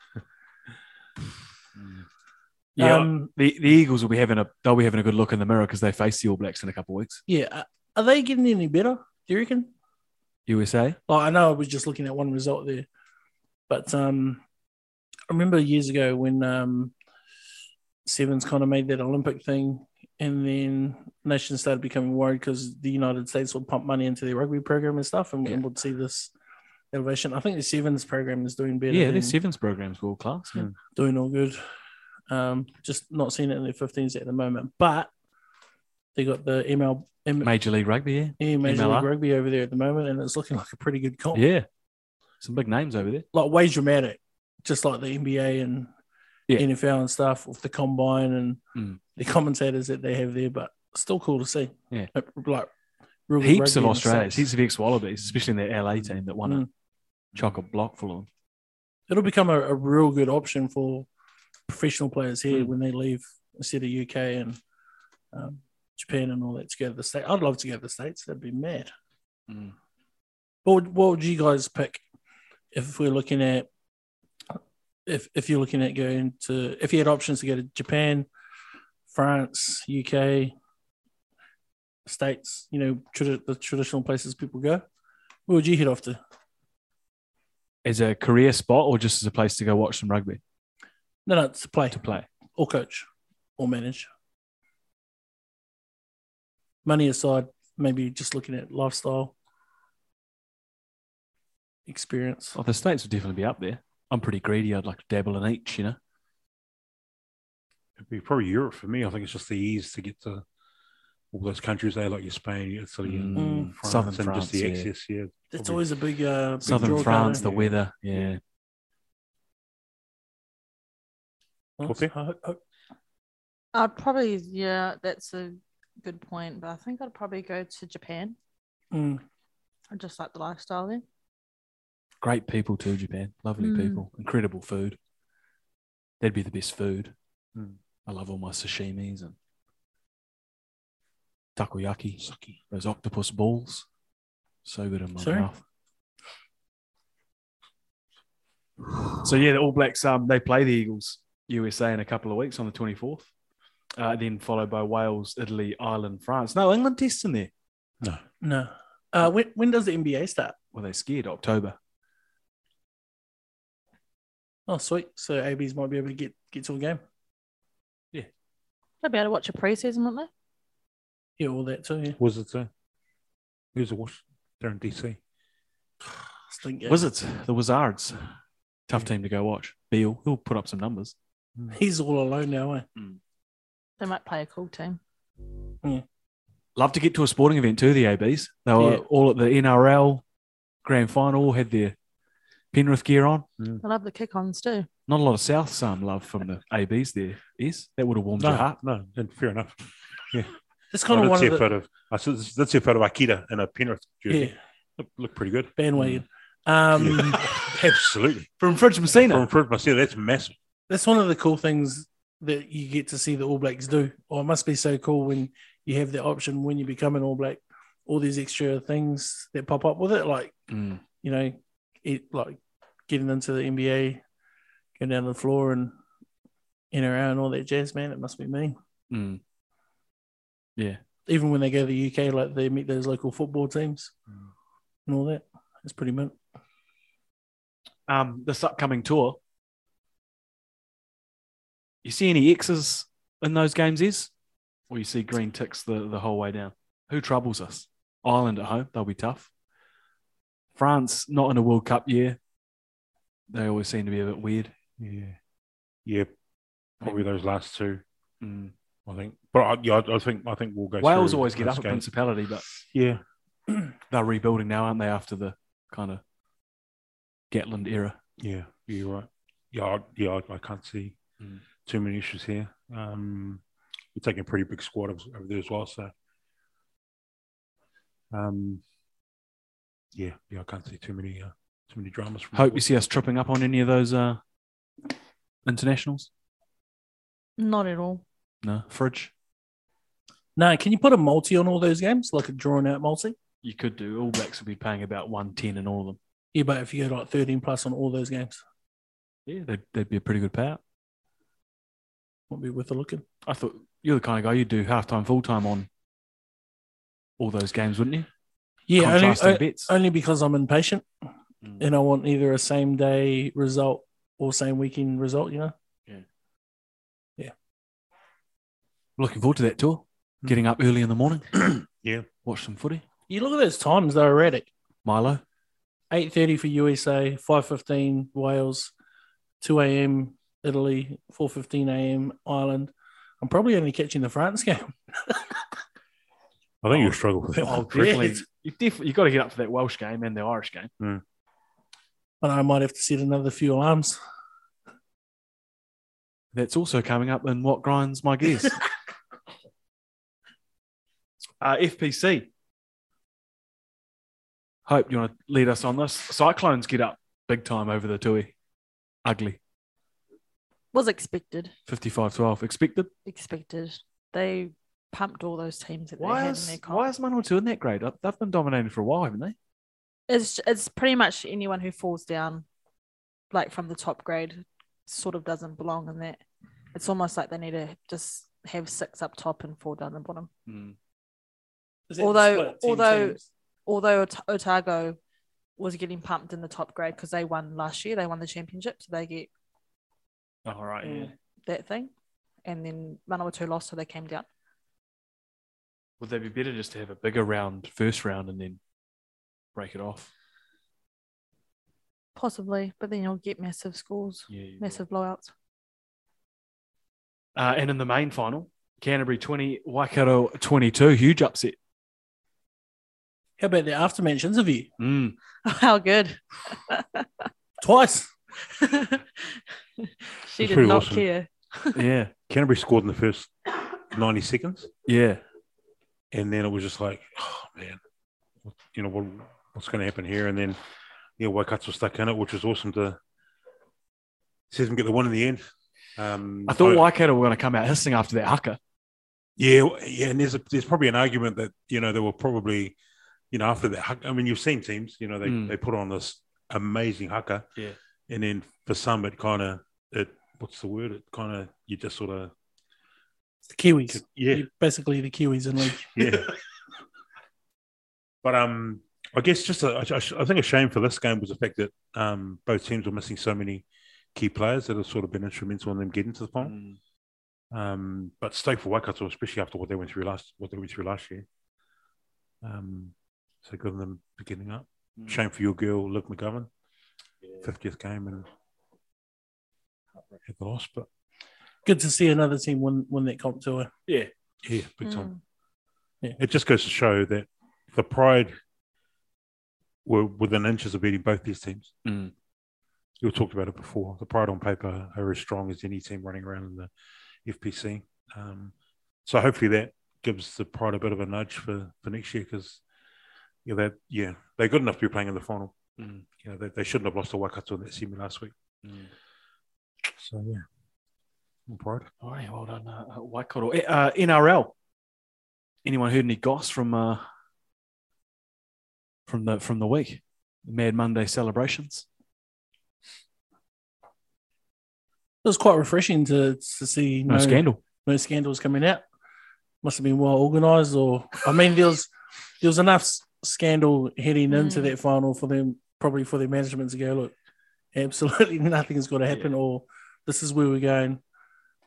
Speaker 6: Yeah,
Speaker 7: Hmm. Um,
Speaker 6: the, the Eagles will be having a they'll be having a good look in the mirror because they face the All Blacks in a couple of weeks.
Speaker 7: yeah. uh, Are they getting any better? Do you reckon?
Speaker 6: USA.
Speaker 7: Like I know I was just looking at one result there, but um, I remember years ago when um, Sevens kind of made that Olympic thing, and then nations started becoming worried because the United States would pump money into their rugby program and stuff, and,
Speaker 6: Yeah.
Speaker 7: and would see this elevation. I think the Sevens program is doing better.
Speaker 6: Yeah,
Speaker 7: than
Speaker 6: their sevens program's world class. man.
Speaker 7: doing all good. Um, just not seeing it in their 15s at the moment, but they got the ML, M-
Speaker 6: Major League Rugby, yeah.
Speaker 7: yeah, Major
Speaker 6: MLR.
Speaker 7: League Rugby over there at the moment, and it's looking like a pretty good comp.
Speaker 6: Yeah. Some big names over there.
Speaker 7: like way dramatic, just like the NBA and
Speaker 6: Yeah.
Speaker 7: NFL and stuff with the combine and
Speaker 6: Mm.
Speaker 7: the commentators that they have there, but still cool to see.
Speaker 6: Yeah.
Speaker 7: Like, like real good
Speaker 6: heaps
Speaker 7: rugby in
Speaker 6: of
Speaker 7: the
Speaker 6: Australians, Mm.
Speaker 7: States.
Speaker 6: heaps of ex Wallabies, especially in the LA team that won it. Chocolate block full of them.
Speaker 7: It'll become a, a real good option for professional players here when they leave instead of UK and um, Japan and all that to go to the States. I'd love to go to the States. That'd be mad.
Speaker 6: Mm.
Speaker 7: What would, what would you guys pick if we're looking at if if you're looking at going to if you had options to go to Japan, France, UK, States, you know, tradi- the traditional places people go, where would you head off to?
Speaker 6: As a career spot or just as a place to go watch some rugby
Speaker 7: No, no, to play
Speaker 6: to play?
Speaker 7: or coach or manage. Money aside, maybe just looking at lifestyle, experience.
Speaker 6: Well, Oh, the States would definitely be up there. I'm pretty greedy. I'd like to dabble in each, you know.
Speaker 8: It'd be probably Europe for me. I think it's just the ease to get to all those countries there, like your Spain, your Italy, and
Speaker 7: Mm.
Speaker 8: France,
Speaker 6: Southern
Speaker 8: and just
Speaker 6: France,
Speaker 8: the
Speaker 6: yeah.
Speaker 8: access. Yeah,
Speaker 7: That's
Speaker 8: Probably.
Speaker 7: always a big, uh, big
Speaker 6: Southern
Speaker 7: draw
Speaker 6: France, the
Speaker 7: card.
Speaker 6: weather. Yeah.
Speaker 8: Okay.
Speaker 7: I hope- hope-
Speaker 9: I'd probably, yeah, that's a good point, but I think I'd probably go to Japan.
Speaker 7: Mm.
Speaker 9: I just like the lifestyle there.
Speaker 6: Great people too, Japan. Lovely
Speaker 9: Mm.
Speaker 6: people. Incredible food. That'd be the best food.
Speaker 8: Mm.
Speaker 6: I love all my sashimis and takoyaki. Those octopus balls. So good in my
Speaker 7: Sorry?
Speaker 6: mouth. So yeah, the All Blacks um they play the Eagles USA in a couple of weeks on the 24th. Uh, then followed by Wales, Italy, Ireland, France. No England test in there.
Speaker 7: No. Uh, when, when does the NBA start?
Speaker 6: Were they scared? October.
Speaker 7: Oh, sweet. So ABs might be able to get get to a game.
Speaker 9: I'd be able to watch a preseason, wouldn't I?
Speaker 7: Yeah, all that too. Yeah.
Speaker 8: was it? Uh, who's the watch? They're in DC.
Speaker 7: Stink, yeah.
Speaker 6: Wizards, the Wizards. Tough team to go watch. Beal, he'll put up some numbers.
Speaker 7: He's all alone now. Eh?
Speaker 9: They might play a cool team.
Speaker 6: Love to get to a sporting event too, the ABs. They were
Speaker 7: Yeah.
Speaker 6: all at the NRL grand final, all had their Penrith gear on.
Speaker 9: I love the kick ons too.
Speaker 6: Not a lot of South Sam love from the ABs there, is that would have warmed your heart.
Speaker 8: no, and fair enough.
Speaker 7: That's kind of
Speaker 8: I did
Speaker 7: Uh, one
Speaker 8: see
Speaker 7: of
Speaker 8: a
Speaker 7: the
Speaker 8: photo. Of, I saw, did see a photo of Akita in a Penrith jersey.
Speaker 7: yeah,
Speaker 8: Look, look pretty good.
Speaker 7: bandwagon. Um,
Speaker 8: Absolutely.
Speaker 6: From Fridge
Speaker 8: From
Speaker 6: Messina.
Speaker 8: Fred Marcelo, that's massive.
Speaker 7: that's one of the cool things that you get to see the All Blacks do. Or it must be so cool when you have the option when you become an All Black, all these extra things that pop up with it, like
Speaker 6: Mm.
Speaker 7: you know, it like getting into the NBA, going down the floor and in and around all that jazz, man. It must be mean.
Speaker 6: Mm.
Speaker 7: Even when they go to the UK, like they meet those local football teams and all that. It's pretty mint.
Speaker 6: Um, this upcoming tour. You see any X's in those games, is? Or you see green ticks the, the whole way down? Who troubles us? Ireland at home, they'll be tough. France, not in a World Cup year. They always seem to be a bit weird.
Speaker 8: Yeah. Yeah. Probably those last two,
Speaker 6: Mm.
Speaker 8: I think. But I, yeah, I, I think I think we'll go.
Speaker 6: Wales
Speaker 8: through
Speaker 6: always get
Speaker 8: those
Speaker 6: up at
Speaker 8: games.
Speaker 6: Principality, but
Speaker 8: Yeah.
Speaker 6: they're rebuilding now, aren't they, after the kind of Gatland era?
Speaker 8: Yeah. You're right. Yeah. I, yeah. I, I can't see
Speaker 6: Mm.
Speaker 8: too many issues here. Um, we're taking a pretty big squad over over there as well. So. Um. Yeah. Yeah. I can't see too many. Uh, too many dramas. From
Speaker 6: Hope you see us tripping up on any of those uh, internationals.
Speaker 9: Not at all.
Speaker 6: No, fridge.
Speaker 7: No, can you put a multi on all those games, like a drawn out multi?
Speaker 6: You could do. All Blacks will be paying about 110 in all of them.
Speaker 7: Yeah, but if you go like 13 plus on all those games,
Speaker 6: Yeah, that'd, that'd be a pretty good payout.
Speaker 7: won't be worth a looking.
Speaker 6: I thought you're the kind of guy you'd do halftime, full time on all those games, wouldn't you?
Speaker 7: Yeah, only,
Speaker 6: Contrasting
Speaker 7: o-
Speaker 6: bits.
Speaker 7: only because I'm impatient
Speaker 6: Mm.
Speaker 7: and I want either a same day result or same weekend result, you know?
Speaker 6: Looking forward to that tour.
Speaker 7: Hmm.
Speaker 6: Getting up early in the morning.
Speaker 8: Yeah.
Speaker 6: Watch some footy.
Speaker 7: You look at those times, they're erratic.
Speaker 6: Milo.
Speaker 7: eight thirty for USA, five fifteen Wales, two a.m. Italy, four fifteen a.m. Ireland. I'm probably only catching the France game.
Speaker 8: I think you'll struggle with that.
Speaker 7: Oh,
Speaker 6: Definitely.
Speaker 7: dear.
Speaker 6: You def- you've got to get up for that Welsh game and the Irish game.
Speaker 7: But I might have to set another few alarms.
Speaker 6: That's also coming up in What Grinds My Gears. uh, FPC. Hope you want to lead us on this. Cyclones get up big time over the Tui. Ugly.
Speaker 9: Was expected.
Speaker 6: 55 12. Expected.
Speaker 9: Expected. They pumped all those teams that they
Speaker 6: Why
Speaker 9: had in
Speaker 6: is,
Speaker 9: their comp.
Speaker 6: why is Manawatu in that grade? They've been dominating for a while, haven't they?
Speaker 9: It's it's pretty much anyone who falls down, like from the top grade, sort of doesn't belong in that. It's almost like they need to just have six up top and four down the bottom.
Speaker 6: Hmm.
Speaker 7: Is it
Speaker 9: Although-
Speaker 7: split team
Speaker 9: although-
Speaker 7: teams?
Speaker 9: although Ot- Otago was getting pumped in the top grade because they won last year, they won the championship, so they get
Speaker 6: Oh, All right.
Speaker 7: Yeah.
Speaker 9: that thing. And then Manawatu lost, so they came down.
Speaker 6: Would they be better just to have a bigger round, first round, and then break it off?
Speaker 9: Possibly, but then you'll get massive scores,
Speaker 6: Yeah. you will.
Speaker 9: massive blowouts.
Speaker 6: Uh, and in the main final, Canterbury 20, Waikato 22. Huge upset.
Speaker 7: How about the aftermatch interview?
Speaker 9: Hmm.
Speaker 6: Mm.
Speaker 9: How good.
Speaker 7: Twice.
Speaker 9: she did
Speaker 8: pretty
Speaker 9: not
Speaker 8: awesome.
Speaker 9: care.
Speaker 6: Yeah.
Speaker 8: Canterbury scored in the first 90 seconds.
Speaker 6: Yeah.
Speaker 8: And then it was just like, oh, man, you know, what, what's going to happen here? And then, yeah, Waikato stuck in it, which was awesome to see them get the win in the end. Um,
Speaker 6: I thought
Speaker 9: Oh.
Speaker 8: don't-
Speaker 6: Waikato were going to come out hissing after that haka.
Speaker 8: Yeah, w- yeah, and there's a, there's probably an argument that you know they were probably, you know, after that. huck- I mean, you've seen teams, you know, they,
Speaker 6: Mm.
Speaker 8: they put on this amazing haka,
Speaker 6: Yeah.
Speaker 8: and then for some it kind of it what's the word? It kind of you just sort of
Speaker 7: The Kiwis.
Speaker 8: yeah
Speaker 7: You're basically the Kiwis in league.
Speaker 8: yeah. but um, I guess just a, I, I think a shame for this game was the fact that um both teams were missing so many key players that have sort of been instrumental in them getting to the final.
Speaker 9: Hmm.
Speaker 8: Um, but Stoke for Waikato, especially after what they went through last, what they went through last year. Um, so good on them for getting up. Shame for your girl, Luke McGovern, fiftieth game and had the loss, but
Speaker 7: Good to see another team win, win that comp tour.
Speaker 8: yeah, big time.
Speaker 9: Mm.
Speaker 8: It just goes to show that the Pride were within inches of beating both these teams.
Speaker 6: Mm.
Speaker 8: You talked about it before. The Pride on paper are as strong as any team running around in the FPC. Um, so hopefully that gives the Pride a bit of a nudge for, for next year because yeah, that yeah they're good enough to be playing in the final.
Speaker 6: Mm.
Speaker 8: You know they, they shouldn't have lost to Waikato in that semi last week. So yeah, All Pride.
Speaker 6: All right. Well done, uh, uh, Waikato. Eh, Uh, NRL. Anyone heard any goss from uh, from the from the week? Mad Monday celebrations.
Speaker 7: It was quite refreshing to, to see
Speaker 6: No, scandal.
Speaker 7: no scandals coming out. Must have been well organised, or I mean, there was there was enough s- scandal heading into
Speaker 9: Mm.
Speaker 7: that final for them, probably for their management to go, look, absolutely nothing is going to happen, or this is where we're going.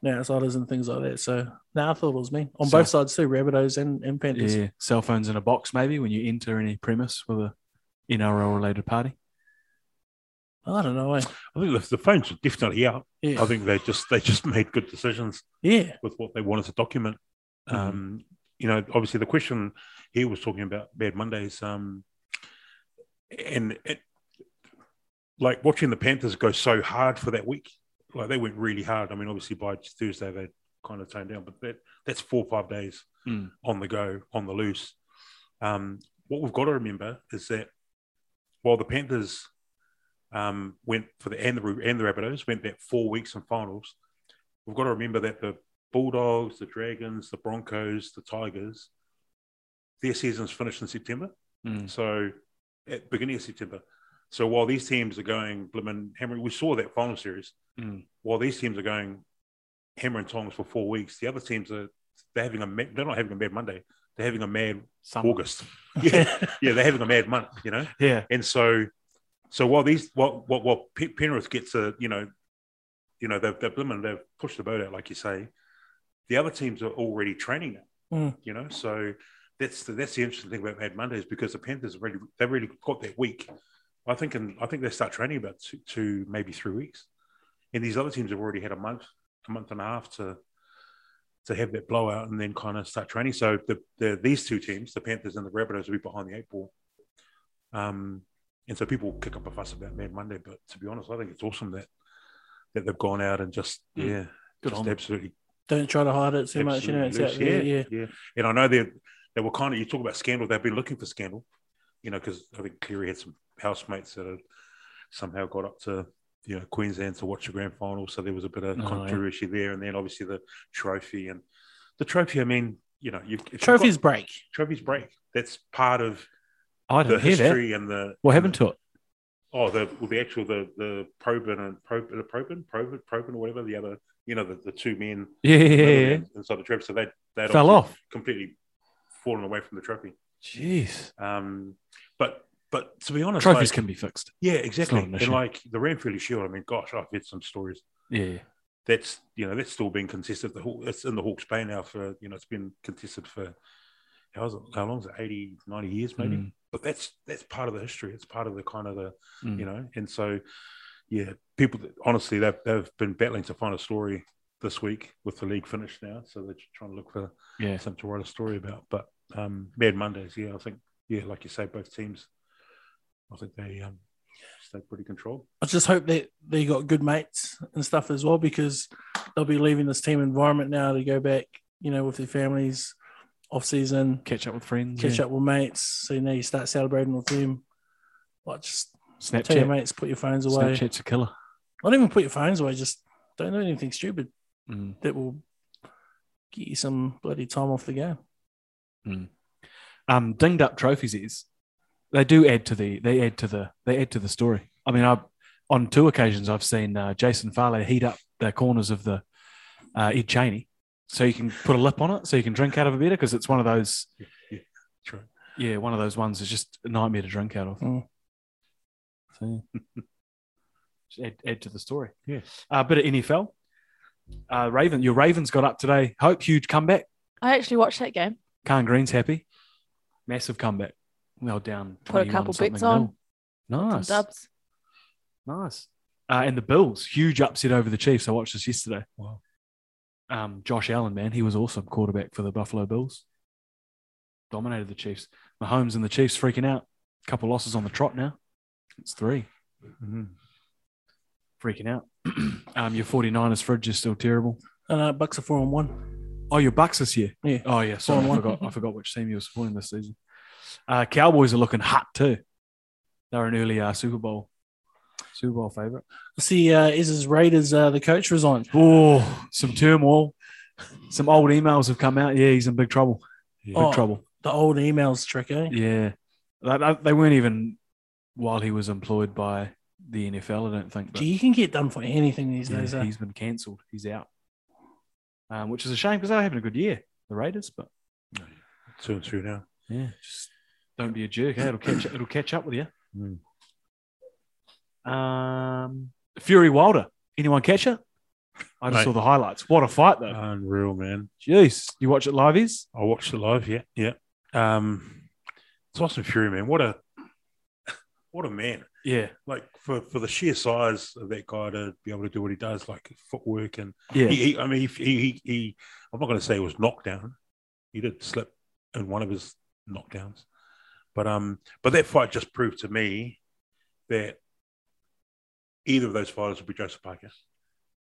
Speaker 7: The outsiders and things like that. So, no, I thought it was me on
Speaker 6: So-
Speaker 7: both sides too, Rabbitohs and, and Panthers.
Speaker 6: Yeah. Cell phones in a box, maybe when you enter any premise with a NRL related party.
Speaker 7: I don't know. eh?
Speaker 8: I think the, the phones were definitely out.
Speaker 7: Yeah,
Speaker 8: I think they just they just made good decisions.
Speaker 7: yeah,
Speaker 8: with what they wanted to document. Um, you know, obviously the question he was talking about Bad Mondays, um, and it, like watching the Panthers go so hard for that week, like they went really hard. I mean, obviously by Thursday they kind of toned down, but that that's four or five days
Speaker 6: Mm.
Speaker 8: on the go, on the loose. Um, what we've got to remember is that while the Panthers um, went for the and the Ra- and the Rabbitohs went that four weeks in finals, we've got to remember that the Bulldogs, the Dragons, the Broncos, the Tigers, their seasons finished in September.
Speaker 6: Mm.
Speaker 8: So at the beginning of September. So while these teams are going blimmin' hammer, we saw that final series.
Speaker 6: Mm.
Speaker 8: While these teams are going hammer and tongs for four weeks, the other teams are they're having a ma- they're not having a mad Monday. They're having a mad
Speaker 6: Summer.
Speaker 8: August. Yeah, yeah, they're having a mad month. You know.
Speaker 6: Yeah.
Speaker 8: And so, so while these, what, what, what Pe- Penrith gets a, you know, you know, they've, they've blooming, they've pushed the boat out, like you say. The other teams are already training it,
Speaker 7: Mm.
Speaker 8: you know. So that's the, that's the interesting thing about Mad Mondays because the Panthers have really they've really got that week. I think, and I think they start training about two, two, maybe three weeks, and these other teams have already had a month, a month and a half to to have that blowout and then kind of start training. So the, the these two teams, the Panthers and the Rabbitohs, will be behind the eight ball. Um, and so people kick up a fuss about Mad Monday, but to be honest, I think it's awesome that that they've gone out and just
Speaker 6: Mm.
Speaker 8: yeah
Speaker 7: Good
Speaker 8: just
Speaker 7: on them.
Speaker 8: absolutely
Speaker 7: Don't try to hide it too much. You know, it's out
Speaker 8: Absolutely
Speaker 7: there.
Speaker 8: loose,
Speaker 7: Yeah.
Speaker 8: yeah, And I know they they were kind of you talk about scandal. They've been looking for scandal, you know, because I think Cleary had some housemates that had somehow got up to you know Queensland to watch the grand final, so there was a bit of
Speaker 6: Oh, yeah.
Speaker 8: controversy there. And then obviously the trophy and the trophy. I mean, you know, you've, if you've
Speaker 7: Trophies
Speaker 8: got-
Speaker 7: break.
Speaker 8: trophies break. That's part of
Speaker 6: I
Speaker 8: the
Speaker 6: didn't hear that.
Speaker 8: history and the
Speaker 6: What happened to it?
Speaker 8: oh the well, the actual the the Probin and Probin, the Probin, Probin, Probin, or whatever the other you know the, the two men
Speaker 6: Yeah, yeah, yeah, yeah.
Speaker 8: and inside the trophy. So they they
Speaker 6: Fell off.
Speaker 8: completely fallen away from the trophy.
Speaker 6: Jeez.
Speaker 8: Um, but but to be honest,
Speaker 6: Trophies
Speaker 8: like-
Speaker 6: can be fixed.
Speaker 8: yeah, exactly.
Speaker 6: not an
Speaker 8: And
Speaker 6: issue.
Speaker 8: like the Ramfurly Shield, I mean, gosh, I've heard some stories.
Speaker 6: Yeah.
Speaker 8: That's you know that's still being contested. The Haw- it's in the Hawke's Bay now for you know it's been contested for how, is it, how long is it 80, 90 years maybe.
Speaker 6: Mm.
Speaker 8: But that's that's part of the history. It's part of the kind of the
Speaker 6: Mm.
Speaker 8: you know. And so yeah, people honestly they've they've been battling to find a story this week with the league finished now, so they're just trying to look for
Speaker 6: Yeah.
Speaker 8: something to write a story about. But um, Mad Mondays, yeah, I think, yeah, like you say, both teams, I think they um, stay pretty controlled.
Speaker 7: I just hope that they got good mates and stuff as well because they'll be leaving this team environment now to go back, you know, with their families off season,
Speaker 6: Catch up with friends.
Speaker 7: catch
Speaker 6: yeah.
Speaker 7: up with mates. So you know you start celebrating with them. Like just tell your
Speaker 6: Snapchat.
Speaker 7: mates, put your phones away.
Speaker 6: Snapchat's a killer.
Speaker 7: Not even put your phones away, just don't do anything stupid
Speaker 6: Mm.
Speaker 7: that will get you some bloody time off the game.
Speaker 6: um, dinged up trophies is they do add to the they add to the they add to the story. I mean, I on two occasions I've seen uh, Jason Farley heat up the corners of the uh, Ed Cheney, so you can put a lip on it, so you can drink out of it better because it's one of those
Speaker 8: True.
Speaker 6: yeah one of those ones that's just a nightmare to drink out of.
Speaker 7: Mm.
Speaker 6: So yeah. Just add, add to the story.
Speaker 8: Yeah.
Speaker 6: a bit of NFL. Uh, Raven, your Ravens got up today. Hope huge comeback.
Speaker 9: I actually watched that game.
Speaker 6: Khan Green's happy. Massive comeback. They were down.
Speaker 9: Put
Speaker 6: 21
Speaker 9: a couple
Speaker 6: something
Speaker 9: bets on.
Speaker 6: nil. Nice.
Speaker 9: Some dubs.
Speaker 6: Nice. Uh, and the Bills, huge upset over the Chiefs. I watched this yesterday. Wow. Um, Josh Allen, man, he was awesome quarterback for the Buffalo Bills. Dominated the Chiefs. Mahomes and the Chiefs freaking out. Couple losses on the trot now. It's three. Freaking out. um, your 49ers fridge is still terrible.
Speaker 7: And uh, Bucks are four and one.
Speaker 6: Oh, your Bucks this year.
Speaker 7: Yeah.
Speaker 6: Oh yeah. Sorry, I
Speaker 7: Four and
Speaker 6: forgot. I forgot which team you were supporting this season. Uh, Cowboys are looking hot too. They're an early uh, Super Bowl Super Bowl favorite.
Speaker 7: I see uh Iz's Raiders uh, the coach resigned.
Speaker 6: Oh, some turmoil. Some old emails have come out. Yeah, he's in big trouble. Big
Speaker 7: Oh,
Speaker 6: trouble.
Speaker 7: The old emails trick, eh?
Speaker 6: Yeah. They- They they weren't even while he was employed by the NFL. I don't think. but-
Speaker 7: Gee, you can get done for anything these
Speaker 6: Yeah,
Speaker 7: days. eh?
Speaker 6: he's been cancelled. He's out. Um, which is a shame because they're having a good year, the Raiders. But
Speaker 8: Two and through now.
Speaker 6: Yeah, just don't be a jerk. eh? It'll catch it'll catch up with you.
Speaker 8: Mm.
Speaker 6: Hmm. Um, Fury Wilder. Anyone catch it? I just
Speaker 8: Mate.
Speaker 6: saw the highlights. What a fight though!
Speaker 8: Unreal, man.
Speaker 6: Jeez, you watch it live? Is
Speaker 8: I watched it live. Yeah, yeah. Um, it's Austin Fury, man. What a what a man.
Speaker 6: yeah,
Speaker 8: Like for, for the sheer size of that guy to be able to do what he does, like footwork and
Speaker 6: yeah,
Speaker 8: he, he, I mean, he, he, he, I'm not going to say it was knockdown. He did slip in one of his knockdowns, but um, but that fight just proved to me that either of those fighters would be Joseph Parker.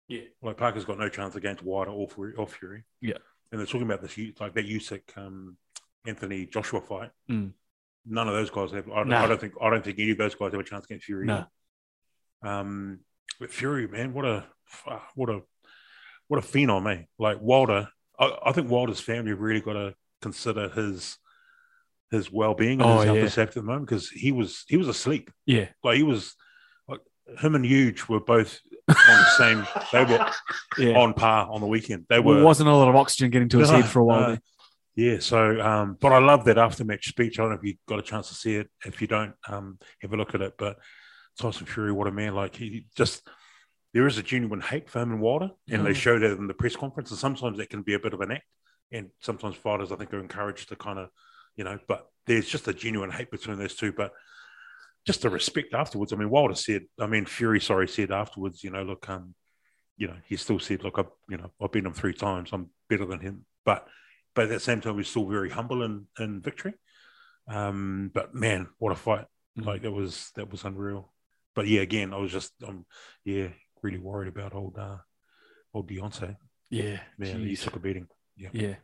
Speaker 6: Yeah.
Speaker 8: like Parker's got no chance against Wilder or Fury. Or Fury.
Speaker 6: Yeah.
Speaker 8: and they're talking about this U- like that Usyk, um, Anthony Joshua fight.
Speaker 6: Mm.
Speaker 8: None of those guys have. I don't,
Speaker 6: Nah.
Speaker 8: I don't think. I don't think any of those guys have a chance against Fury.
Speaker 6: Nah.
Speaker 8: Um, but Fury, man, what a ah, what a what a phenom, eh? Like Wilder, I, I think Wilder's family have really got to consider his his well being and
Speaker 6: Oh,
Speaker 8: his health
Speaker 6: yeah.
Speaker 8: and safety at the moment because he was he was asleep.
Speaker 6: yeah.
Speaker 8: Like he was, like him and Huge were both on the same. They were
Speaker 6: yeah.
Speaker 8: on par on the weekend. They
Speaker 6: Well,
Speaker 8: were
Speaker 6: wasn't a lot of oxygen getting to his
Speaker 8: No,
Speaker 6: head for a while.
Speaker 8: no.
Speaker 6: there.
Speaker 8: yeah. So, um, but I love that after match speech. I don't know if you got a chance to see it. If you don't, um, have a look at it. But Tyson Fury, what a man! Like he just there is a genuine hate for him and Wilder, and they
Speaker 7: Mm.
Speaker 8: show that in the press conference. And sometimes that can be a bit of an act. And sometimes fighters, I think, are encouraged to kind of, you know. But there's just a genuine hate between those two. But just the respect afterwards. I mean, Wilder said, I mean, Fury, sorry, said afterwards, you know, look, um, you know, he still said, look, I've, you know, I've beaten him three times. I'm better than him. But, but at the same time, he's still very humble in, in victory. Um, but man, what a fight.
Speaker 6: Mm.
Speaker 8: Like that was, that was unreal. But yeah, again, I was just, um, yeah, really worried about old, uh, old Beyonce.
Speaker 6: Yeah.
Speaker 8: Yeah, he
Speaker 6: jeez.
Speaker 8: took a beating. Yeah.
Speaker 6: Yeah.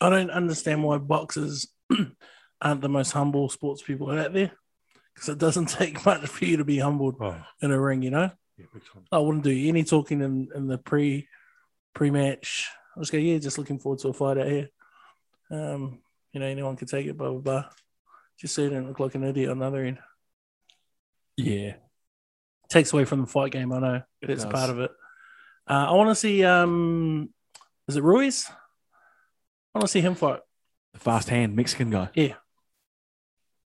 Speaker 7: I don't understand why boxers aren't the most humble sports people out there because it doesn't take much for you to be humbled
Speaker 8: Oh,
Speaker 7: in a ring, you know?
Speaker 8: yeah, big time.
Speaker 7: I wouldn't do any talking in, in the pre pre match. I just go, yeah, just looking forward to a fight out here. Um, you know, anyone can take it, blah blah blah. Just so you don't look like an idiot on the other end.
Speaker 6: Yeah.
Speaker 7: Takes away from the fight game, I know.
Speaker 6: It
Speaker 7: That's
Speaker 6: does.
Speaker 7: part of it. Uh, I wanna see um is it Ruiz? I wanna see him fight.
Speaker 6: The fast hand Mexican guy.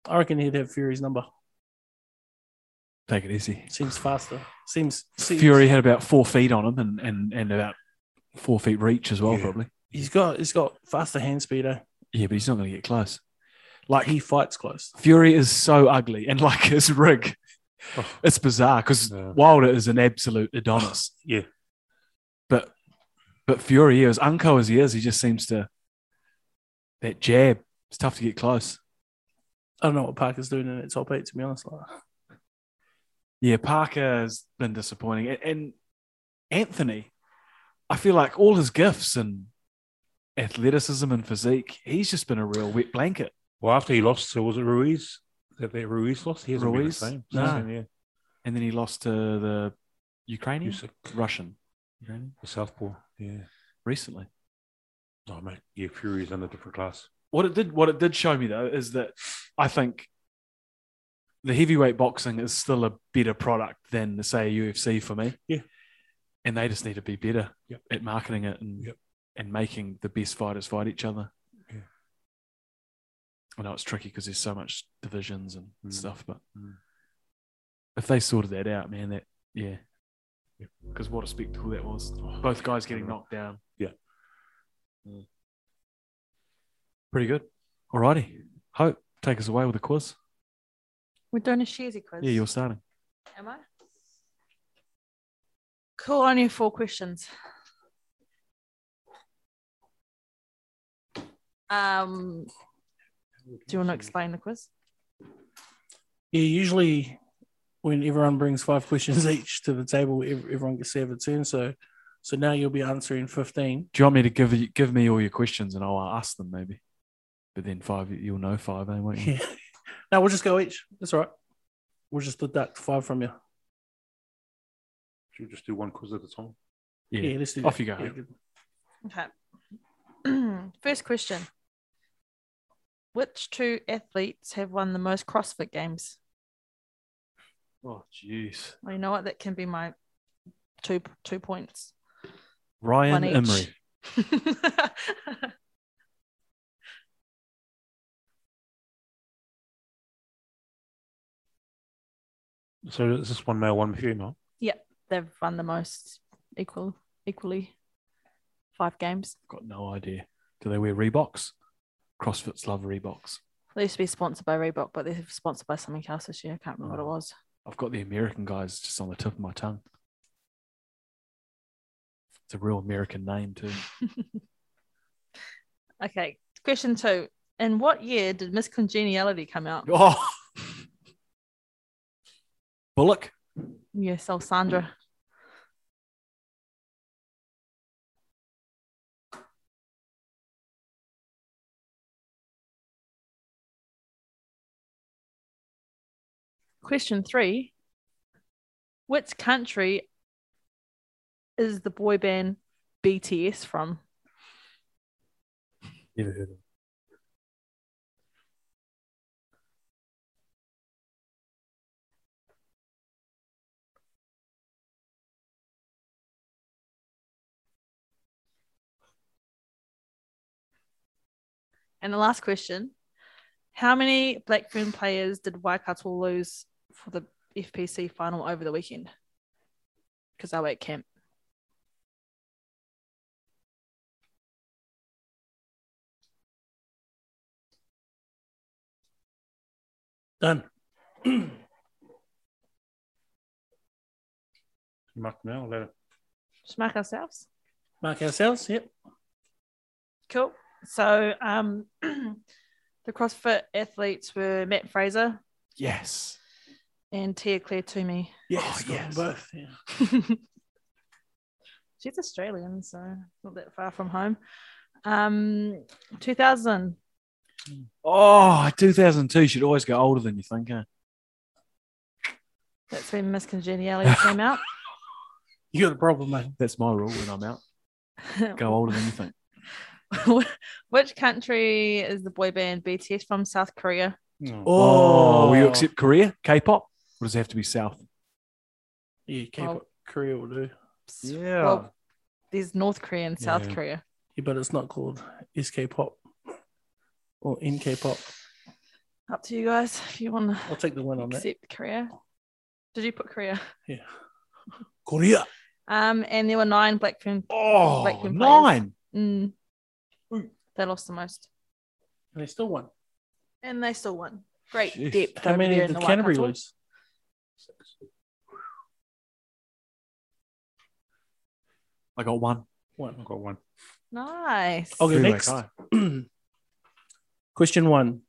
Speaker 7: I reckon he'd have Fury's number.
Speaker 6: Take it easy.
Speaker 7: Seems faster. Seems, seems
Speaker 6: Fury had about four feet on him and, and, and about four feet reach as well,
Speaker 8: Yeah.
Speaker 6: probably.
Speaker 7: He's got he's got faster hand speed. Eh?
Speaker 6: Yeah, but he's not going to get close.
Speaker 7: Like he fights close.
Speaker 6: Fury is so ugly and like his rig,
Speaker 8: Oh.
Speaker 6: it's bizarre because
Speaker 8: Yeah.
Speaker 6: Wilder is an absolute Adonis.
Speaker 8: Yeah.
Speaker 6: But but Fury is unco as he is, he just seems to that jab. It's tough to get close.
Speaker 7: I don't know what Parker's doing in that top eight. To be honest, like
Speaker 6: Yeah, Parker has been disappointing, and, and Anthony, I feel like all his gifts and athleticism and physique, he's just been a real wet blanket.
Speaker 8: Well, after he lost, so was it Ruiz? That that Ruiz lost? He hasn't
Speaker 6: Ruiz?
Speaker 8: been the same.
Speaker 6: No.
Speaker 8: Same, yeah.
Speaker 6: And then he lost to the Ukrainian,
Speaker 8: Usyk,
Speaker 6: Russian, Ukrainian
Speaker 8: the Southpaw. Yeah.
Speaker 6: recently.
Speaker 8: Oh, mate. Yeah, Fury's in a different class.
Speaker 6: what it did what it did show me though is that I think the heavyweight boxing is still a better product than say UFC for me.
Speaker 8: Yeah.
Speaker 6: And they just need to be better
Speaker 8: Yep.
Speaker 6: at marketing it and
Speaker 8: Yep.
Speaker 6: and making the best fighters fight each other.
Speaker 8: Yeah.
Speaker 6: I know it's tricky because there's so much divisions and
Speaker 8: Mm.
Speaker 6: stuff, but
Speaker 8: Mm.
Speaker 6: if they sorted that out, man, that yeah. Oh,
Speaker 8: Yep.
Speaker 6: Because what a spectacle that was. Both guys getting knocked down.
Speaker 8: Yeah.
Speaker 6: Mm. Pretty good. Alrighty. Hope, take us away with a quiz.
Speaker 9: We're doing a Shazy quiz.
Speaker 6: Yeah, you're starting.
Speaker 9: Am I? Cool. Only four questions. Um, do you want to explain the quiz?
Speaker 7: yeah, usually when everyone brings five questions each to the table, ev- everyone gets to have a turn. So, so now you'll be answering fifteen.
Speaker 6: Do you want me to give you, give me all your questions and I'll uh, ask them maybe? But then five, you'll know five, eh, won't you?
Speaker 7: Yeah. No, we'll just go each. That's all right. We'll just deduct five from you.
Speaker 8: Should we just do one quiz at a time?
Speaker 6: Yeah.
Speaker 7: Yeah, let's do
Speaker 6: Off
Speaker 7: that.
Speaker 6: you go.
Speaker 7: Yeah, good.
Speaker 9: Okay. First question. Which two athletes have won the most CrossFit games?
Speaker 6: Oh, jeez.
Speaker 9: Well, you know what? That can be my two two points.
Speaker 6: Ryan
Speaker 9: One each.
Speaker 6: Emery.
Speaker 8: So is this one male, one female?
Speaker 9: They've won the most equal equally five games.
Speaker 6: Got no idea. Do they wear Reeboks? CrossFit's love Reeboks.
Speaker 9: They used to be sponsored by Reebok, but they're sponsored by something else this year. I can't remember what it was.
Speaker 6: I've got the American guys just on the tip of my tongue. It's a real American name too.
Speaker 9: Okay. Question two. In what year did Miss Congeniality come out?
Speaker 6: Oh, Bullock.
Speaker 9: Yes, Alessandra. Question three Which country is the boy band BTS from?
Speaker 6: Never heard of. him.
Speaker 9: And the last question How many Blackburn players did Waikato lose for the FPC final over the weekend? Because I were at camp.
Speaker 7: Done.
Speaker 8: You mark now or later?
Speaker 9: Just mark ourselves.
Speaker 7: Mark ourselves. Yep.
Speaker 9: Cool. So um, the CrossFit athletes were Matt Fraser
Speaker 6: Yes.
Speaker 9: and Tia Claire Toomey.
Speaker 6: Oh,
Speaker 7: Yes. got them
Speaker 6: yes.
Speaker 7: Both. Yeah.
Speaker 9: Did she's Australian, so not that far from home. Um, 2000.
Speaker 6: Oh, 2002 should always get older than you think. eh? Huh?
Speaker 9: That's when Miss Congeniality came out.
Speaker 7: You got a problem, mate.
Speaker 6: That's my rule when I'm out. Go older than you think.
Speaker 9: Which country is the boy band BTS from? South Korea.
Speaker 6: Oh, will you accept Korea? K-pop? Or does it have to be South?
Speaker 7: Yeah,
Speaker 9: Um,
Speaker 7: K-pop Korea will do.
Speaker 6: Yeah.
Speaker 9: Well, there's North Korea and South
Speaker 8: Yeah.
Speaker 9: Korea.
Speaker 7: Yeah, but it's not called SK Pop or NK Pop.
Speaker 9: Up to you guys if you want
Speaker 7: I'll take the win
Speaker 9: to
Speaker 7: on that.
Speaker 9: accept Korea. Did you put Korea?
Speaker 7: Korea.
Speaker 9: Um, and there were nine Blackpink.
Speaker 6: oh,
Speaker 9: Like when players-
Speaker 6: nine.
Speaker 9: Mm, they lost the most,
Speaker 7: And they still won.
Speaker 9: and they still won. Great
Speaker 6: Jeez.
Speaker 9: depth.
Speaker 7: How
Speaker 9: over
Speaker 7: many
Speaker 9: there in
Speaker 7: did
Speaker 9: the white
Speaker 7: Canterbury
Speaker 9: couple.
Speaker 7: lose?
Speaker 6: I got one.
Speaker 7: One.
Speaker 8: Got one.
Speaker 9: Nice.
Speaker 7: Okay,
Speaker 6: Three-way
Speaker 7: next.
Speaker 6: tie.
Speaker 7: Question one.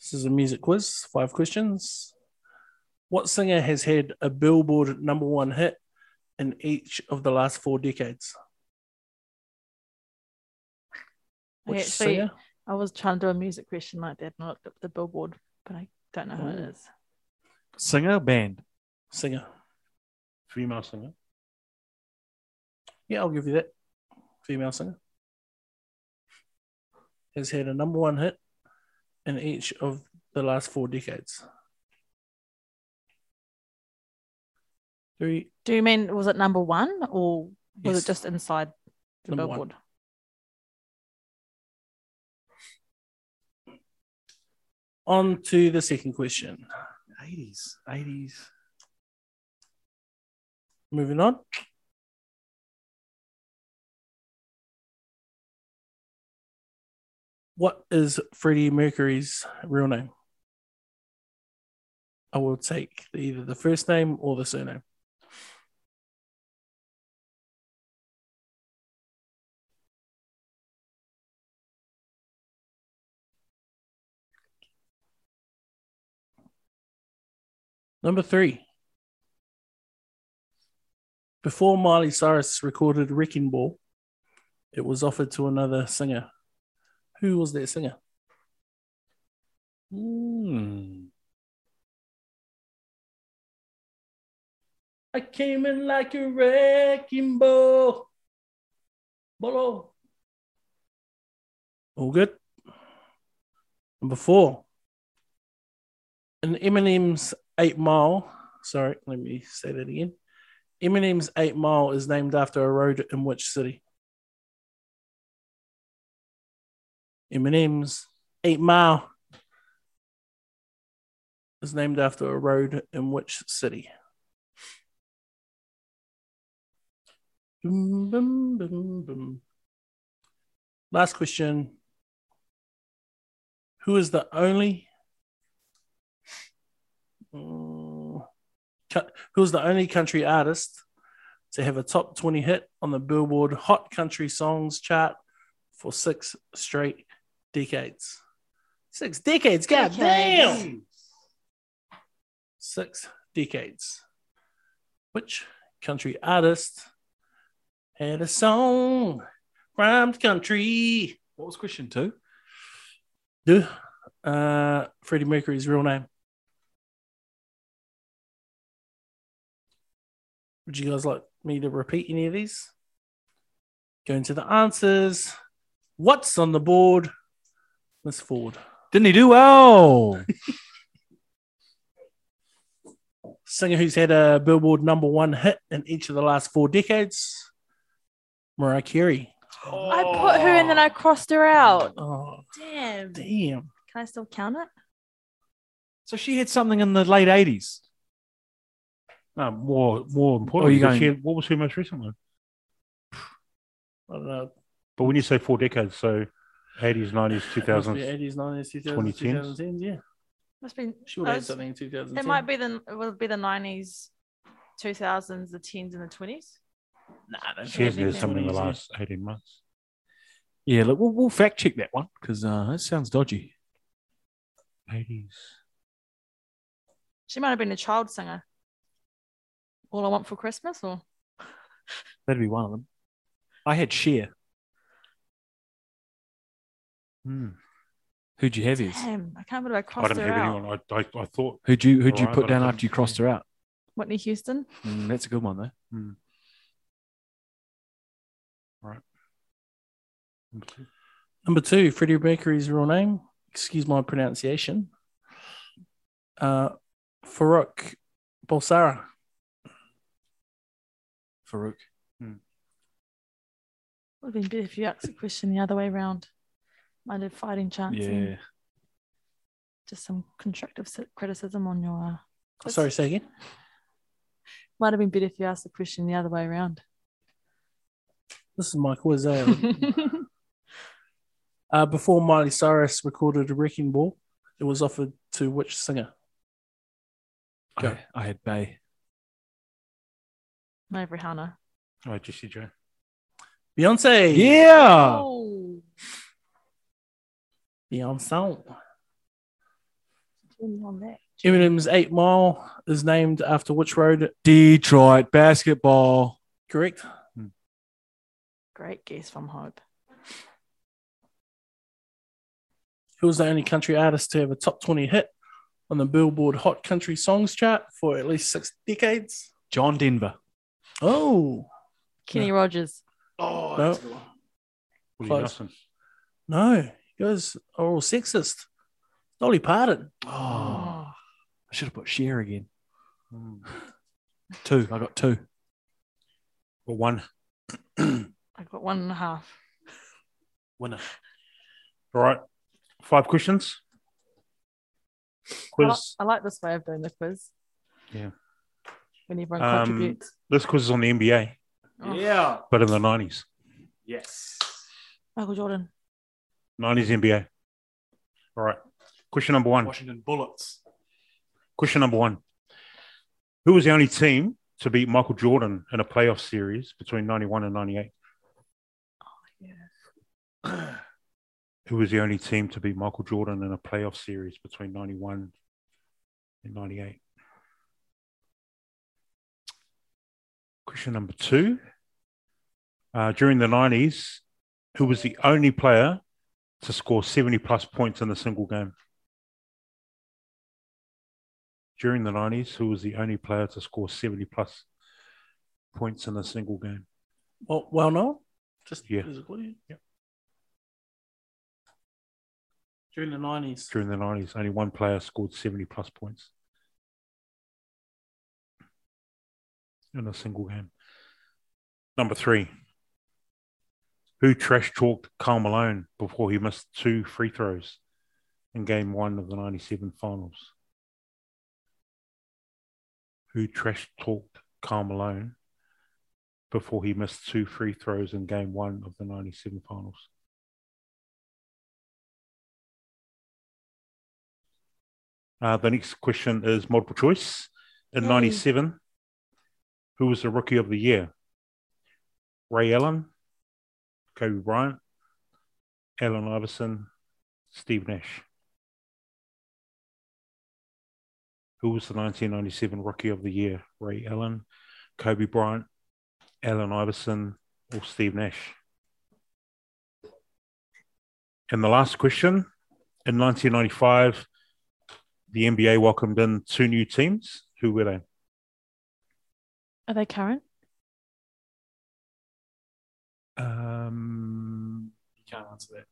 Speaker 7: This is a music quiz, five questions. What singer has had a Billboard number one hit in each of the last four decades?
Speaker 9: I
Speaker 7: Which
Speaker 9: actually-
Speaker 7: singer?
Speaker 9: I was trying to do a music question like that, and I looked up the Billboard, but I don't know who it
Speaker 7: Oh.
Speaker 9: is.
Speaker 6: Singer, band.
Speaker 7: Singer.
Speaker 8: Female singer.
Speaker 7: Yeah, I'll give you that. Female singer has had a number one hit in each of the last four decades. Three,
Speaker 9: Do you mean was it number one or was
Speaker 7: Yes.
Speaker 9: it just inside the
Speaker 7: Number one.
Speaker 9: Billboard?
Speaker 7: On to the second question.
Speaker 6: 80s. 80s.
Speaker 7: Moving on. What is Freddie Mercury's real name? I will take either the first name or the surname. Number three. Before Miley Cyrus recorded Wrecking Ball, it was offered to another singer. Who was that singer? Hmm. I came in like a wrecking ball. Bolo. All good. Number four. In Eminem's Eight Mile, sorry, let me say that again. Eminem's Eight Mile is named after a road in which city? Eminem's Eight Mile is named after a road in which city? Boom, boom, boom, boom. Last question. Who is the only Mm. Cu- who was the only country artist to have a top 20 hit on the Billboard Hot Country Songs chart for six straight decades. Six decades, god damn! Six decades. Which country artist had a song rhymed country?
Speaker 6: What was question two?
Speaker 7: Do uh, Freddie Mercury's real name? Would you guys like me to repeat any of these? Go into the answers. What's on the board? Miss Ford.
Speaker 6: Didn't he do well?
Speaker 7: Singer who's had a Billboard number one hit in each of the last four decades. Mariah Carey.
Speaker 9: I put her and then I crossed her out.
Speaker 7: Oh,
Speaker 9: Damn. Can
Speaker 7: damn.
Speaker 9: I still count it?
Speaker 6: so she had something in the late 80s.
Speaker 8: No, more more
Speaker 6: Oh,
Speaker 8: importantly,
Speaker 6: you're
Speaker 8: she
Speaker 6: going-
Speaker 8: had- what was her most recent one?
Speaker 7: I don't know.
Speaker 8: But when you say four decades, so eighties, nineties, two
Speaker 7: Must be
Speaker 8: thousands.
Speaker 7: 80s, 90s, 2000s,
Speaker 8: 2010s.
Speaker 7: 2010s. Yeah.
Speaker 9: Must be.
Speaker 7: She would
Speaker 9: I
Speaker 7: have had
Speaker 9: was-
Speaker 7: something in 2010.
Speaker 9: It might be the it would be the nineties, two thousands, the tens, and the twenties.
Speaker 7: Nah,
Speaker 8: She hasn't had
Speaker 9: Yeah.
Speaker 8: something in the last eighteen months.
Speaker 6: Yeah, look, we'll, we'll fact check that one because uh, that sounds dodgy.
Speaker 8: Eighties.
Speaker 9: She might have been a child singer. All I want for Christmas, or
Speaker 6: That'd be one of them. I had Cher.
Speaker 8: Hmm.
Speaker 6: Who'd you have? Is
Speaker 9: Damn, I can't believe I
Speaker 8: I
Speaker 9: crossed
Speaker 8: don't
Speaker 9: her
Speaker 8: have
Speaker 9: out.
Speaker 8: anyone. I, I, I thought
Speaker 6: who'd you who'd you
Speaker 8: Alright,
Speaker 6: put
Speaker 8: but I
Speaker 6: down
Speaker 8: couldn't-
Speaker 6: after you crossed her out?
Speaker 9: Whitney Houston.
Speaker 6: Mm, that's a good one though.
Speaker 7: Number two, Freddie Mercury's real name. Excuse my pronunciation. Uh, Farouk Balsara.
Speaker 6: Farouk.
Speaker 9: Would have been better if you asked the question the other way around. Might have fighting chance. and
Speaker 6: Yeah.
Speaker 9: Just some constructive si- criticism on your. Uh, quiz.
Speaker 7: Sorry, say again.
Speaker 9: Might have been better if you asked the question the other way around.
Speaker 7: This is my quiz. eh? uh, before Miley Cyrus recorded Wrecking Ball, it was offered to which singer?
Speaker 6: I, I had Bay.
Speaker 9: No, Rihanna.
Speaker 8: I oh, just said Joe.
Speaker 7: Beyonce.
Speaker 6: Yeah.
Speaker 9: Oh.
Speaker 7: Beyonce.
Speaker 9: On that.
Speaker 7: Eminem's Eight Mile is named after which road?
Speaker 6: Detroit basketball.
Speaker 7: Correct.
Speaker 9: Great guess from Hope.
Speaker 7: Who was the only country artist to have a top 20 hit on the Billboard Hot Country Songs chart for at least six decades?
Speaker 6: John Denver.
Speaker 7: Oh,
Speaker 9: Kenny Rogers.
Speaker 6: Oh,
Speaker 7: no.
Speaker 8: Willie
Speaker 7: Close.
Speaker 8: Nelson.
Speaker 7: No, you guys are all sexist. Dolly Parton.
Speaker 8: Oh.
Speaker 6: I
Speaker 9: Oh,
Speaker 6: should have put Cher again.
Speaker 8: Hmm.
Speaker 6: Two. I got two.
Speaker 8: Well, one.
Speaker 9: I got one and a half.
Speaker 6: Winner.
Speaker 8: All right. Five questions.
Speaker 9: I li-
Speaker 8: Quiz.
Speaker 9: I like this way of doing the quiz.
Speaker 8: Yeah.
Speaker 9: When everyone
Speaker 8: Um,
Speaker 9: contributes. Oh.
Speaker 8: This quiz is on the NBA,
Speaker 6: Yeah.
Speaker 8: but in the 90s.
Speaker 6: Yes.
Speaker 9: Michael Jordan.
Speaker 8: 90s NBA. All right. Question number one.
Speaker 6: Washington Bullets.
Speaker 8: Question number one. Who was the only team to beat Michael Jordan in a playoff series between 91 and 98?
Speaker 9: yeah.
Speaker 8: Who was the only team to beat Michael Jordan in a playoff series between 91 and 98? Question number two. Uh, during the 90s, who was the only player to score 70 plus points in a single game? During the 90s, who was the only player to score 70 plus points in a single game?
Speaker 7: Well, well no. Just
Speaker 8: Yeah.
Speaker 7: physically.
Speaker 8: Yep.
Speaker 7: During the 90s.
Speaker 8: During the 90s, only one player scored 70 plus points in a single game. Number three, who trash talked Carl Malone before he missed two free throws in game one of the 97 finals? Who trash talked Carl Malone before he missed two free throws in game one of the 97 finals? Uh, the next question is multiple choice. In
Speaker 9: Yay.
Speaker 8: 97, who was the rookie of the year? Ray Allen, Kobe Bryant, Allen Iverson, Steve Nash. Who was the 1997 rookie of the year? Ray Allen, Kobe Bryant, Allen Iverson, or Steve Nash? And the last question in 1995, the NBA welcomed in two new teams. Who were they?
Speaker 9: Are they current?
Speaker 8: Um,
Speaker 6: Can't answer that.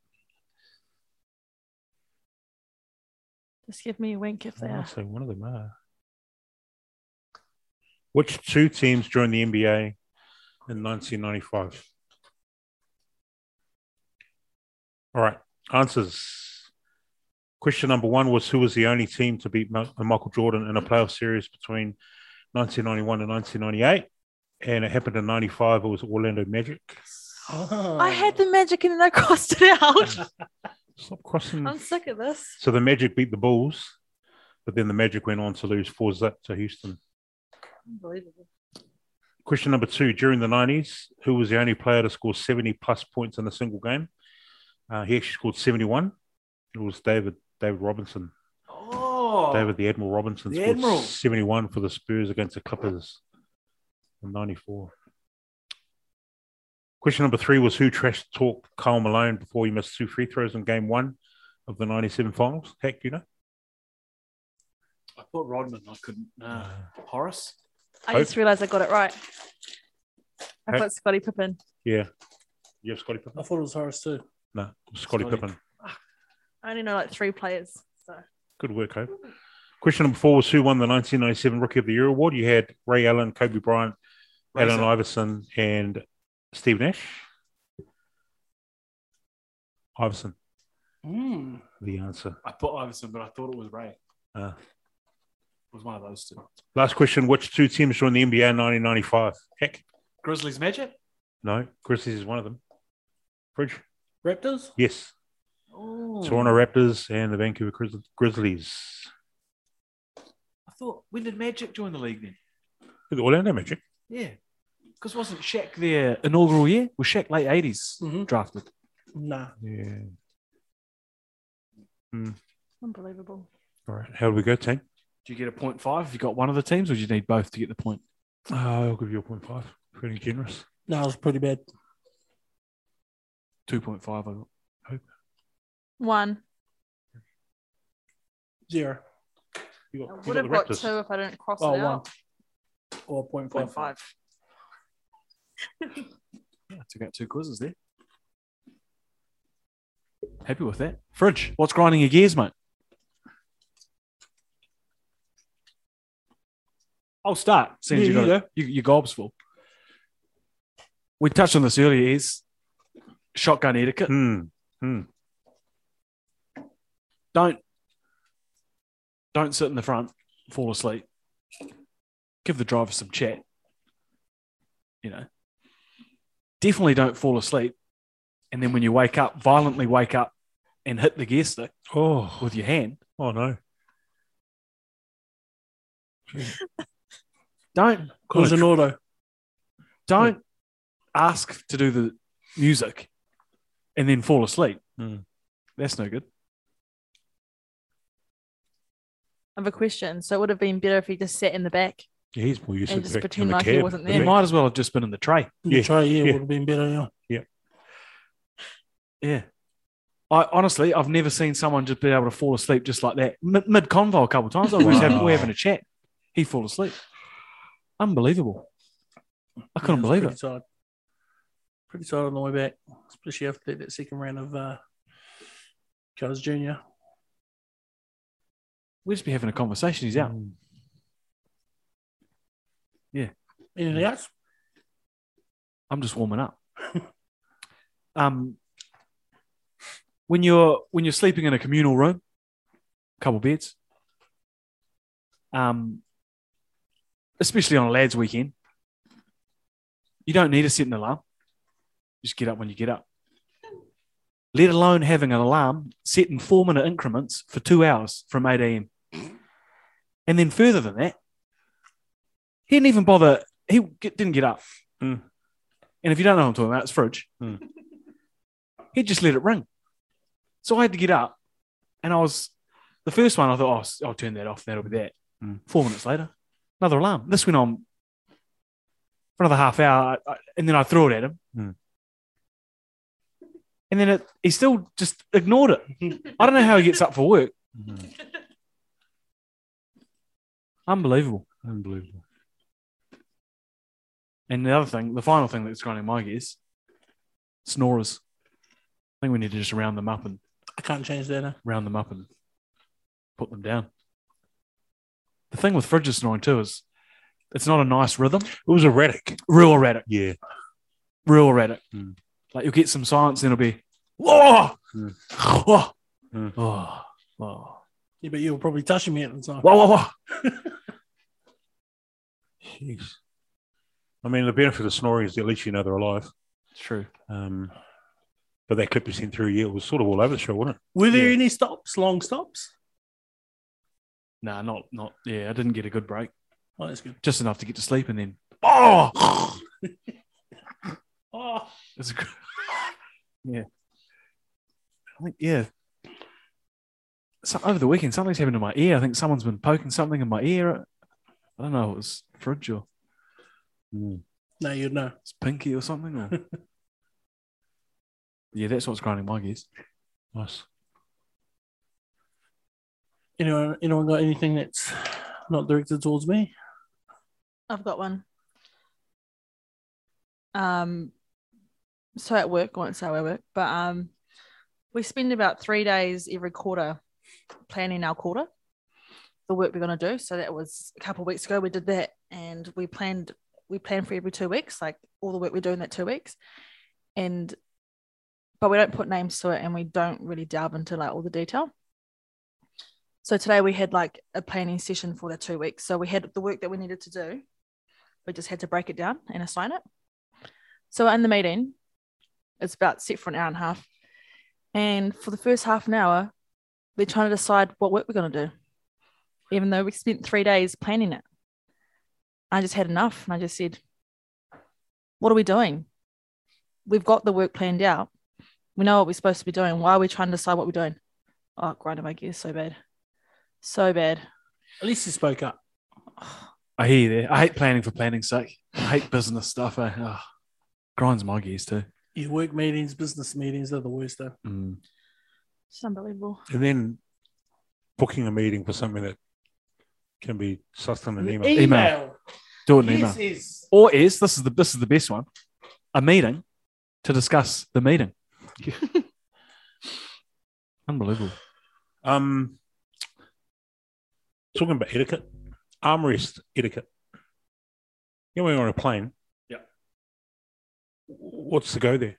Speaker 9: Just give me a wink if they
Speaker 8: I'll
Speaker 9: are.
Speaker 8: say one of them are. Which two teams joined the NBA in 1995? All right, answers. Question number one was Who was the only team to beat Ma- Michael Jordan in a playoff series between 1991 and 1998? And it happened in 95. It was Orlando Magic. Oh.
Speaker 9: I had the magic and then I crossed it out.
Speaker 8: Stop crossing.
Speaker 9: I'm sick of this.
Speaker 8: So the Magic beat the Bulls, but then the Magic went on to lose four zip to Houston.
Speaker 9: Unbelievable.
Speaker 8: Question number two: During the nineties, who was the only player to score seventy plus points in a single game? Uh, he actually scored seventy-one. It was David David Robinson.
Speaker 6: Oh.
Speaker 8: David the Admiral Robinson
Speaker 6: The
Speaker 8: scored
Speaker 6: Admiral.
Speaker 8: seventy-one for the Spurs against the Clippers in ninety-four. Question number three was who trash talked Kyle Malone before he missed two free throws in game one of the 97 finals? Heck, do you know?
Speaker 6: I thought Rodman. I couldn't. Uh, Horace.
Speaker 9: I just realized I got it right. I
Speaker 8: Hey.
Speaker 9: thought Scotty Pippen.
Speaker 8: Yeah. You have Scotty Pippen?
Speaker 7: I thought it was Horace too.
Speaker 8: No, Scotty
Speaker 6: Scottie.
Speaker 8: Pippen.
Speaker 9: I only know like three players. So
Speaker 8: Good work, Hope. Question number four was who won the 1997 Rookie of the Year award? You had Ray Allen, Kobe Bryant, Allen Iverson, and Steve Nash. Iverson,
Speaker 6: Mm.
Speaker 8: the answer.
Speaker 6: I thought Iverson, but I thought it was Ray.
Speaker 8: Uh.
Speaker 6: Ah. It was one of those two.
Speaker 8: Last question Which two teams joined the NBA in 1995? Heck,
Speaker 6: Grizzlies Magic.
Speaker 8: no. Grizzlies is one of them. Fridge?
Speaker 7: Raptors?
Speaker 8: Yes. Toronto Raptors and the Vancouver Grizz- Grizzlies.
Speaker 6: I thought when did Magic join the league then?
Speaker 8: The Orlando Magic.
Speaker 6: Yeah, because wasn't Shaq their inaugural year? Was Shaq late 80s
Speaker 7: Mhm.
Speaker 6: drafted?
Speaker 7: Nah.
Speaker 8: Yeah.
Speaker 9: unbelievable.
Speaker 8: All right. How do we go, team?
Speaker 6: Do you get a point five if you got one of the teams, or do you need both to get the point?
Speaker 8: Uh, I'll give you a point five. Feeling generous.
Speaker 7: No, it was pretty bad.
Speaker 6: Two point five. I got.
Speaker 9: One.
Speaker 7: Zero
Speaker 8: You
Speaker 9: I
Speaker 8: got, you
Speaker 9: would
Speaker 8: got
Speaker 9: have
Speaker 8: the
Speaker 9: got
Speaker 8: Raptors.
Speaker 9: two Uh, if I didn't cross
Speaker 7: Oh,
Speaker 9: it out.
Speaker 7: or point
Speaker 9: Point
Speaker 7: five.
Speaker 9: five.
Speaker 6: Yeah, I took out two quizzes there. Happy with that. Fridge, what's grinding your gears, mate? I'll start. Seeing as you
Speaker 7: Yeah,
Speaker 6: got
Speaker 7: you
Speaker 6: it. You, your gob's full. We touched on this earlier. Is shotgun etiquette?
Speaker 8: Hmm.
Speaker 6: Don't don't sit in the front, fall asleep. Give the driver some chat. You know. Definitely don't fall asleep. And then when you wake up, violently wake up and hit the gear stick
Speaker 8: Oh,
Speaker 6: with your hand.
Speaker 8: oh no.
Speaker 6: Don't
Speaker 7: It was an auto.
Speaker 6: don't ask to do the music and then fall asleep.
Speaker 8: Hmm.
Speaker 6: That's no good.
Speaker 9: I have a question. So it would have been better if he just sat in the back.
Speaker 8: Yeah, he's more used
Speaker 9: And
Speaker 8: to
Speaker 9: just
Speaker 8: the back-
Speaker 9: pretend
Speaker 8: in the
Speaker 9: like he
Speaker 8: cab
Speaker 9: wasn't
Speaker 8: than
Speaker 9: there.
Speaker 6: You
Speaker 8: me.
Speaker 6: might as well have just been in the tray.
Speaker 7: Yeah,
Speaker 8: Yeah,
Speaker 7: try, yeah,
Speaker 8: yeah.
Speaker 7: would have been better. Yeah.
Speaker 6: Yeah. I honestly, I've never seen someone just be able to fall asleep just like that mid convo a couple of times. Like, we're, just having, we're having a chat. He fall asleep. Unbelievable. I couldn't
Speaker 7: Yeah, was
Speaker 6: believe
Speaker 7: pretty
Speaker 6: it.
Speaker 7: Tired. Pretty tired on the way back, especially after that second round of uh, Carlos Junior.
Speaker 6: We'd just be having a conversation. He's out.
Speaker 7: Anything
Speaker 6: Mm.
Speaker 7: else?
Speaker 6: I'm just warming up. um, when you're when you're sleeping in a communal room, couple beds, um, especially on a lads' weekend, you don't need to set an alarm. Just get up when you get up. Let alone having an alarm set in four minute increments for two hours from 8 a.m. And then further than that, he didn't even bother. He get- didn't get up. And if you don't know what I'm talking about, it's fridge.
Speaker 8: Hmm.
Speaker 6: He just let it ring. So I had to get up and I was the first one. I thought, oh, s- I'll turn that off. That'll be that.
Speaker 8: Hmm.
Speaker 6: Four minutes later, another alarm. This went on for another half hour. I- I- And then I threw it at him.
Speaker 8: Hmm.
Speaker 6: And then it, he still just ignored it. I don't know how he gets up for work.
Speaker 8: Mm,
Speaker 6: Unbelievable.
Speaker 8: Unbelievable.
Speaker 6: And the other thing, the final thing that's grinding my gears, snorers. I think we need to just round them up and
Speaker 7: I can't change that. Huh?
Speaker 6: round them up and put them down. The thing with fridges snoring too is it's not a nice rhythm.
Speaker 8: It was erratic.
Speaker 6: Real erratic,
Speaker 8: Yeah.
Speaker 6: real erratic.
Speaker 8: Mm.
Speaker 6: Like you'll get some silence and it'll be, whoa,
Speaker 8: Mm.
Speaker 6: whoa,
Speaker 8: Mm.
Speaker 6: whoa, whoa,
Speaker 7: Yeah, but you were probably touching me at the time.
Speaker 6: whoa, whoa.
Speaker 8: Jeez. I mean, the benefit of snoring is at least you know they're alive.
Speaker 6: It's true.
Speaker 8: Um, but that clip you sent through, yeah, it was sort of all over the show, wasn't
Speaker 7: Were there
Speaker 8: Yeah.
Speaker 7: any stops? Long stops?
Speaker 6: Nah, not, not, yeah, I didn't get a good break.
Speaker 7: Oh, that's good.
Speaker 6: Just enough to get to sleep and then, oh,
Speaker 7: Oh,
Speaker 6: It's a good. yeah. I think, yeah. So over the weekend, something's happened to my ear. I think someone's been poking something in my ear. I don't know. It was fridge or
Speaker 8: it? Mm.
Speaker 7: no, you'd know.
Speaker 6: it's pinky or something. Or Yeah, that's what's grinding my gears.
Speaker 8: Nice.
Speaker 7: Anyone, anyone got anything that's not directed towards me?
Speaker 9: I've got one. Um, so at work, I won't say where I work, but um, we spend about three days every quarter planning our quarter, the work we're gonna do. So that was a couple of weeks ago. We did that, and we planned we plan for every two weeks, like all the work we do in that two weeks, and but we don't put names to it, and we don't really delve into like all the detail. So today we had like a planning session for the two weeks. So we had the work that we needed to do. We just had to break it down and assign it. So in the meeting, it's about set for an hour and a half. And for the first half an hour, we're trying to decide what work we're going to do, even though we spent three days planning it. I just had enough. And I just said, What are we doing? We've got the work planned out. We know what we're supposed to be doing. Why are we trying to decide what we're doing? Oh, grind my gears so bad. So bad.
Speaker 7: At least you spoke up.
Speaker 6: I hear you there. I hate planning for planning's sake. I hate business stuff. I, oh, grinds my gears too.
Speaker 7: Your work meetings, business meetings are the worst though.
Speaker 6: Mm.
Speaker 9: It's unbelievable.
Speaker 8: And then booking a meeting for something that can be sussed in an
Speaker 9: E-
Speaker 8: email.
Speaker 6: Email. Do it in email.
Speaker 7: This is
Speaker 6: Or is this is the this is the best one? A meeting to discuss the meeting. Unbelievable.
Speaker 8: Um, talking about etiquette, armrest etiquette. You know, when you're on a plane.
Speaker 6: Yeah.
Speaker 8: What's the go there?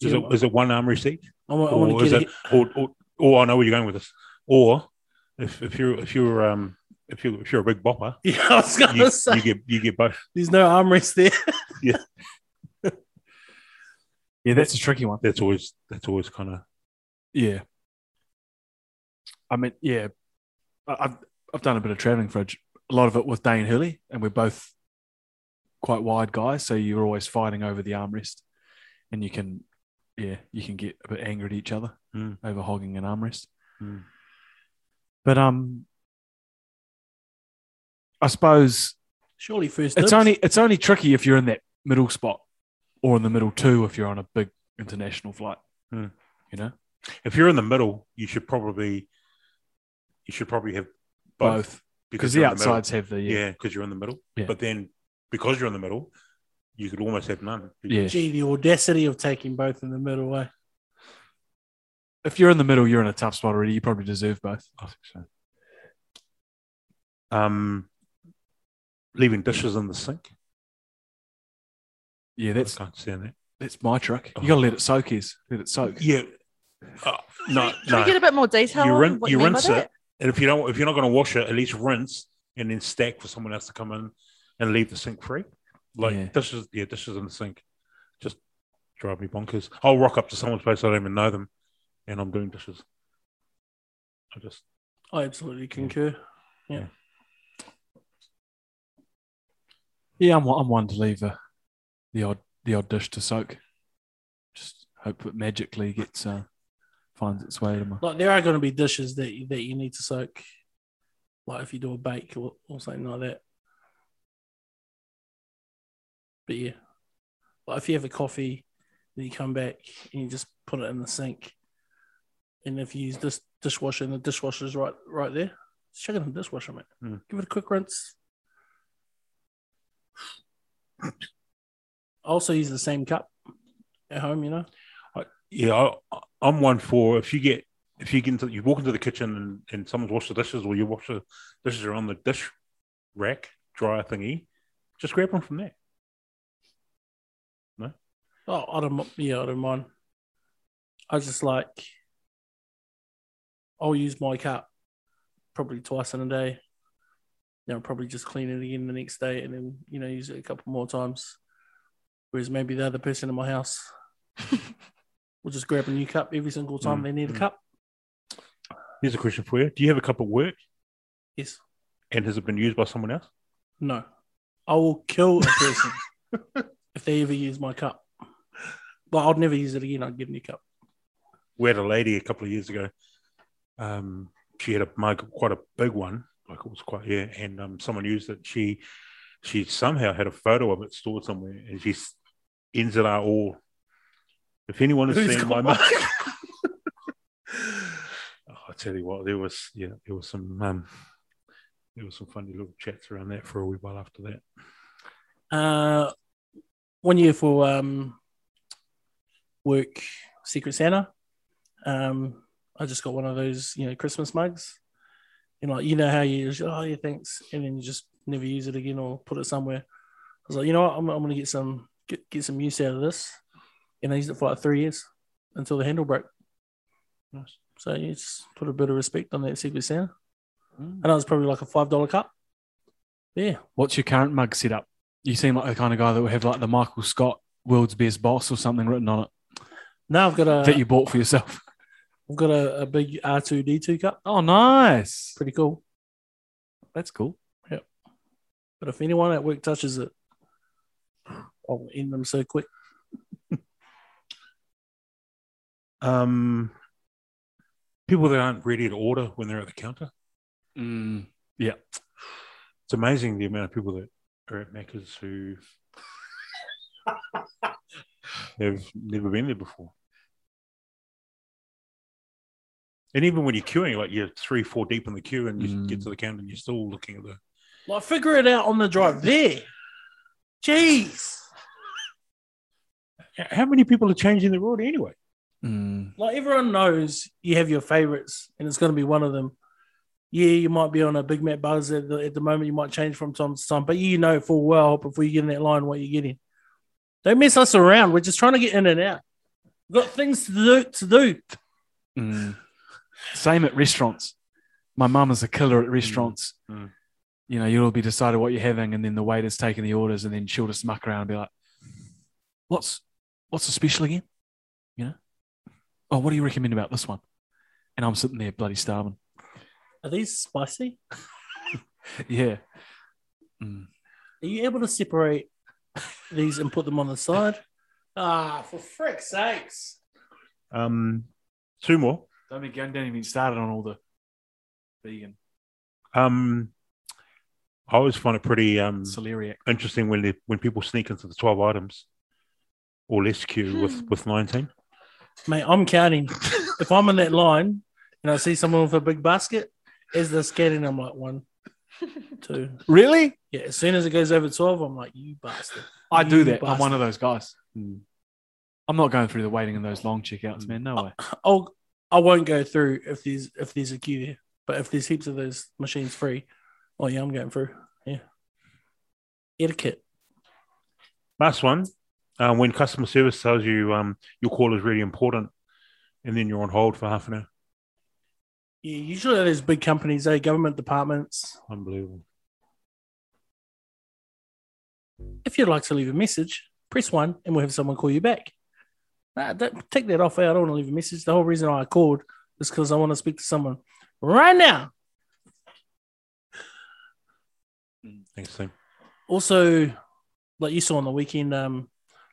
Speaker 8: Is
Speaker 7: Yeah.
Speaker 8: it, is it one armrest each,
Speaker 7: I want, I
Speaker 8: or
Speaker 7: want to
Speaker 8: Oh, is
Speaker 7: get
Speaker 8: it, or, or, or I know where you're going with this, or if, if you're if you're um if you if you're a big bopper,
Speaker 7: a- Yeah, I was gonna
Speaker 8: you,
Speaker 7: say
Speaker 8: you get you get both.
Speaker 7: there's no armrest there.
Speaker 6: Yeah, that's a tricky one.
Speaker 8: That's always that's always kind of
Speaker 6: Yeah. I mean, yeah, I- I've I've done a bit of traveling for a, j- a lot of it with Dane Hurley, and we're both quite wide guys, so you're always fighting over the armrest, and you can, yeah, you can get a bit angry at each other
Speaker 8: Mm.
Speaker 6: over hogging an armrest.
Speaker 8: Mm.
Speaker 6: But um, I suppose
Speaker 7: Surely first.
Speaker 6: it's
Speaker 7: dibs.
Speaker 6: only it's only tricky if you're in that middle spot, or in the middle two if you're on a big international flight.
Speaker 8: Mm.
Speaker 6: You know,
Speaker 8: if you're in the middle, you should probably you should probably have both,
Speaker 6: both
Speaker 8: because
Speaker 6: because the
Speaker 8: you're in middle.
Speaker 6: outsides have the yeah
Speaker 8: Yeah, because you're in the middle.
Speaker 6: Yeah.
Speaker 8: But then because you're in the middle, you could almost have none.
Speaker 6: yeah.
Speaker 7: Gee, the audacity of taking both in the middle eh? way.
Speaker 6: if you're in the middle, you're in a tough spot already. You probably deserve both.
Speaker 8: I think so. Um, leaving dishes in the sink.
Speaker 6: Yeah,
Speaker 8: That's,
Speaker 6: that's
Speaker 8: I can't stand that.
Speaker 6: that's my trick. You gotta let it soak, is let it soak.
Speaker 8: Oh. Yeah. Uh, no,
Speaker 9: Can
Speaker 8: no.
Speaker 9: we get a bit more detail?
Speaker 8: You
Speaker 9: on
Speaker 8: rin-
Speaker 9: what
Speaker 8: you
Speaker 9: you mean by
Speaker 8: rinse
Speaker 9: that?
Speaker 8: it. and if you don't, if you're not going to wash it, at least rinse and then stack for someone else to come in and leave the sink free. Like
Speaker 6: Yeah.
Speaker 8: dishes, yeah, dishes in the sink. Just drive me bonkers. I'll rock up to someone's place I don't even know them, and I'm doing dishes. I just
Speaker 7: I absolutely concur. Yeah.
Speaker 6: Yeah, I'm one- I'm one to leave the the odd the odd dish to soak. Just hope it magically gets uh, finds its way to my.
Speaker 7: Like there are going to be dishes that you, that you need to soak, like if you do a bake or, or something like that. But yeah, like if you have a coffee, then you come back and you just put it in the sink, and if you use this dishwasher and the dishwasher's right right there, just chuck it in the dishwasher, mate.
Speaker 8: Mm.
Speaker 7: Give it a quick rinse. I also use the same cup at home, you know.
Speaker 8: yeah, I, I- I'm one for if you get if you get into you walk into the kitchen and, and someone's washed the dishes or you wash the dishes are on the dish rack dryer thingy, just grab them from there.
Speaker 7: Oh, I don't. mi- Yeah, I don't mind. I just like. I'll use my cup probably twice in a day. Then I'll probably just clean it again the next day, and then you know use it a couple more times. Whereas maybe the other person in my house will just grab a new cup every single time
Speaker 8: Mm,
Speaker 7: they need a
Speaker 8: mm.
Speaker 7: cup.
Speaker 8: Here's a question for you: Do you have a cup at work
Speaker 7: Yes.
Speaker 8: and has it been used by someone else?
Speaker 7: No. I will kill a person if they ever use my cup. But I'd never use it again. I'd get a new cup.
Speaker 8: we had a lady a couple of years ago. Um, she had a mug, quite a big one, like it was quite yeah, and um, someone used it. She she somehow had a photo of it stored somewhere, and she s- ends it out all If anyone has
Speaker 7: Who's
Speaker 8: seen my
Speaker 7: got
Speaker 8: mug, oh, I tell you what, there was yeah, there was some um, there was some funny little chats around that for a wee while after that.
Speaker 7: Uh, one year for um, work Secret Santa. Um, I just got one of those, you know, Christmas mugs. You know, like, you know how you just, oh yeah, thanks, and then you just never use it again or put it somewhere. I was like, you know what, I'm, I'm gonna get some get, get some use out of this, and I used it for like three years until the handle broke.
Speaker 8: Nice.
Speaker 7: So you just put a bit of respect on that Secret Santa. And it was probably like a five dollar cup. Yeah,
Speaker 6: What's your current mug setup? You seem like the kind of guy that would have like the Michael Scott World's Best Boss or something written on it
Speaker 7: now I've got a
Speaker 8: Uh,
Speaker 6: that you bought for yourself.
Speaker 7: I've got a, a big R two D two cup.
Speaker 6: Oh, nice.
Speaker 7: Pretty cool.
Speaker 6: That's cool.
Speaker 7: But if anyone at work touches it, I'll end them so quick.
Speaker 8: Um, people that aren't ready to order when they're at the counter.
Speaker 6: Mm.
Speaker 8: It's amazing the amount of people that are at Macca's who have never been there before. And even when you're queuing, like you're three, four deep in the queue, and you
Speaker 6: Mm.
Speaker 8: get to the counter, and you're still looking at the
Speaker 7: Like figure it out on the drive there. Jeez.
Speaker 8: How many people are changing their order anyway?
Speaker 6: Mm.
Speaker 7: Like everyone knows you have your favorites and it's gonna be one of them. Yeah, you might be on a Big Mac buzz at the, at the moment. You might change from time to time, but you know full well before you get in that line what you're getting. Don't mess us around. We're just trying to get in and out. We've got things to do. To do.
Speaker 6: Mm. Same at restaurants. My mum is a killer at restaurants.
Speaker 8: Mm.
Speaker 6: You know, you'll be decided what you're having, and then the waiter's taking the orders, and then she'll just muck around and be like, "What's what's the special again?" You know, oh, what do you recommend about this one? And I'm sitting there bloody starving.
Speaker 7: Are these spicy?
Speaker 6: Yeah,
Speaker 7: Are you able to separate these and put them on the side? Ah, for frick's sakes.
Speaker 8: Um, two more.
Speaker 6: don't be going down even started on all the vegan
Speaker 8: Um, I always find it pretty
Speaker 6: Mm.
Speaker 8: um,
Speaker 6: celeriac.
Speaker 8: interesting when they, when people sneak into the twelve items or less queue with with nineteen.
Speaker 7: Mate, I'm counting. if I'm in that line and I see someone with a big basket, as they're scanning, I'm like, one, two.
Speaker 6: Really?
Speaker 7: Yeah, as soon as it goes over 12, I'm like, you bastard.
Speaker 6: I do
Speaker 7: You
Speaker 6: that. I'm one
Speaker 7: bastard.
Speaker 6: of those guys. Mm. I'm not going through the waiting in those long checkouts, man. No way.
Speaker 7: I'll, I won't go through if there's if there's a queue there, but if there's heaps of those machines free, oh yeah, I'm going through. Yeah, etiquette.
Speaker 8: Last one. Uh, when customer service tells you um, your call is really important, and then you're on hold for half an hour.
Speaker 7: Yeah, usually those big companies, they government departments,
Speaker 8: Unbelievable.
Speaker 7: If you'd like to leave a message, press one and we'll have someone call you back. Nah, that, take that off. eh? I don't want to leave a message. The whole reason I called is because I want to speak to someone right now.
Speaker 8: Thanks, Tim.
Speaker 7: Also, like you saw on the weekend, um,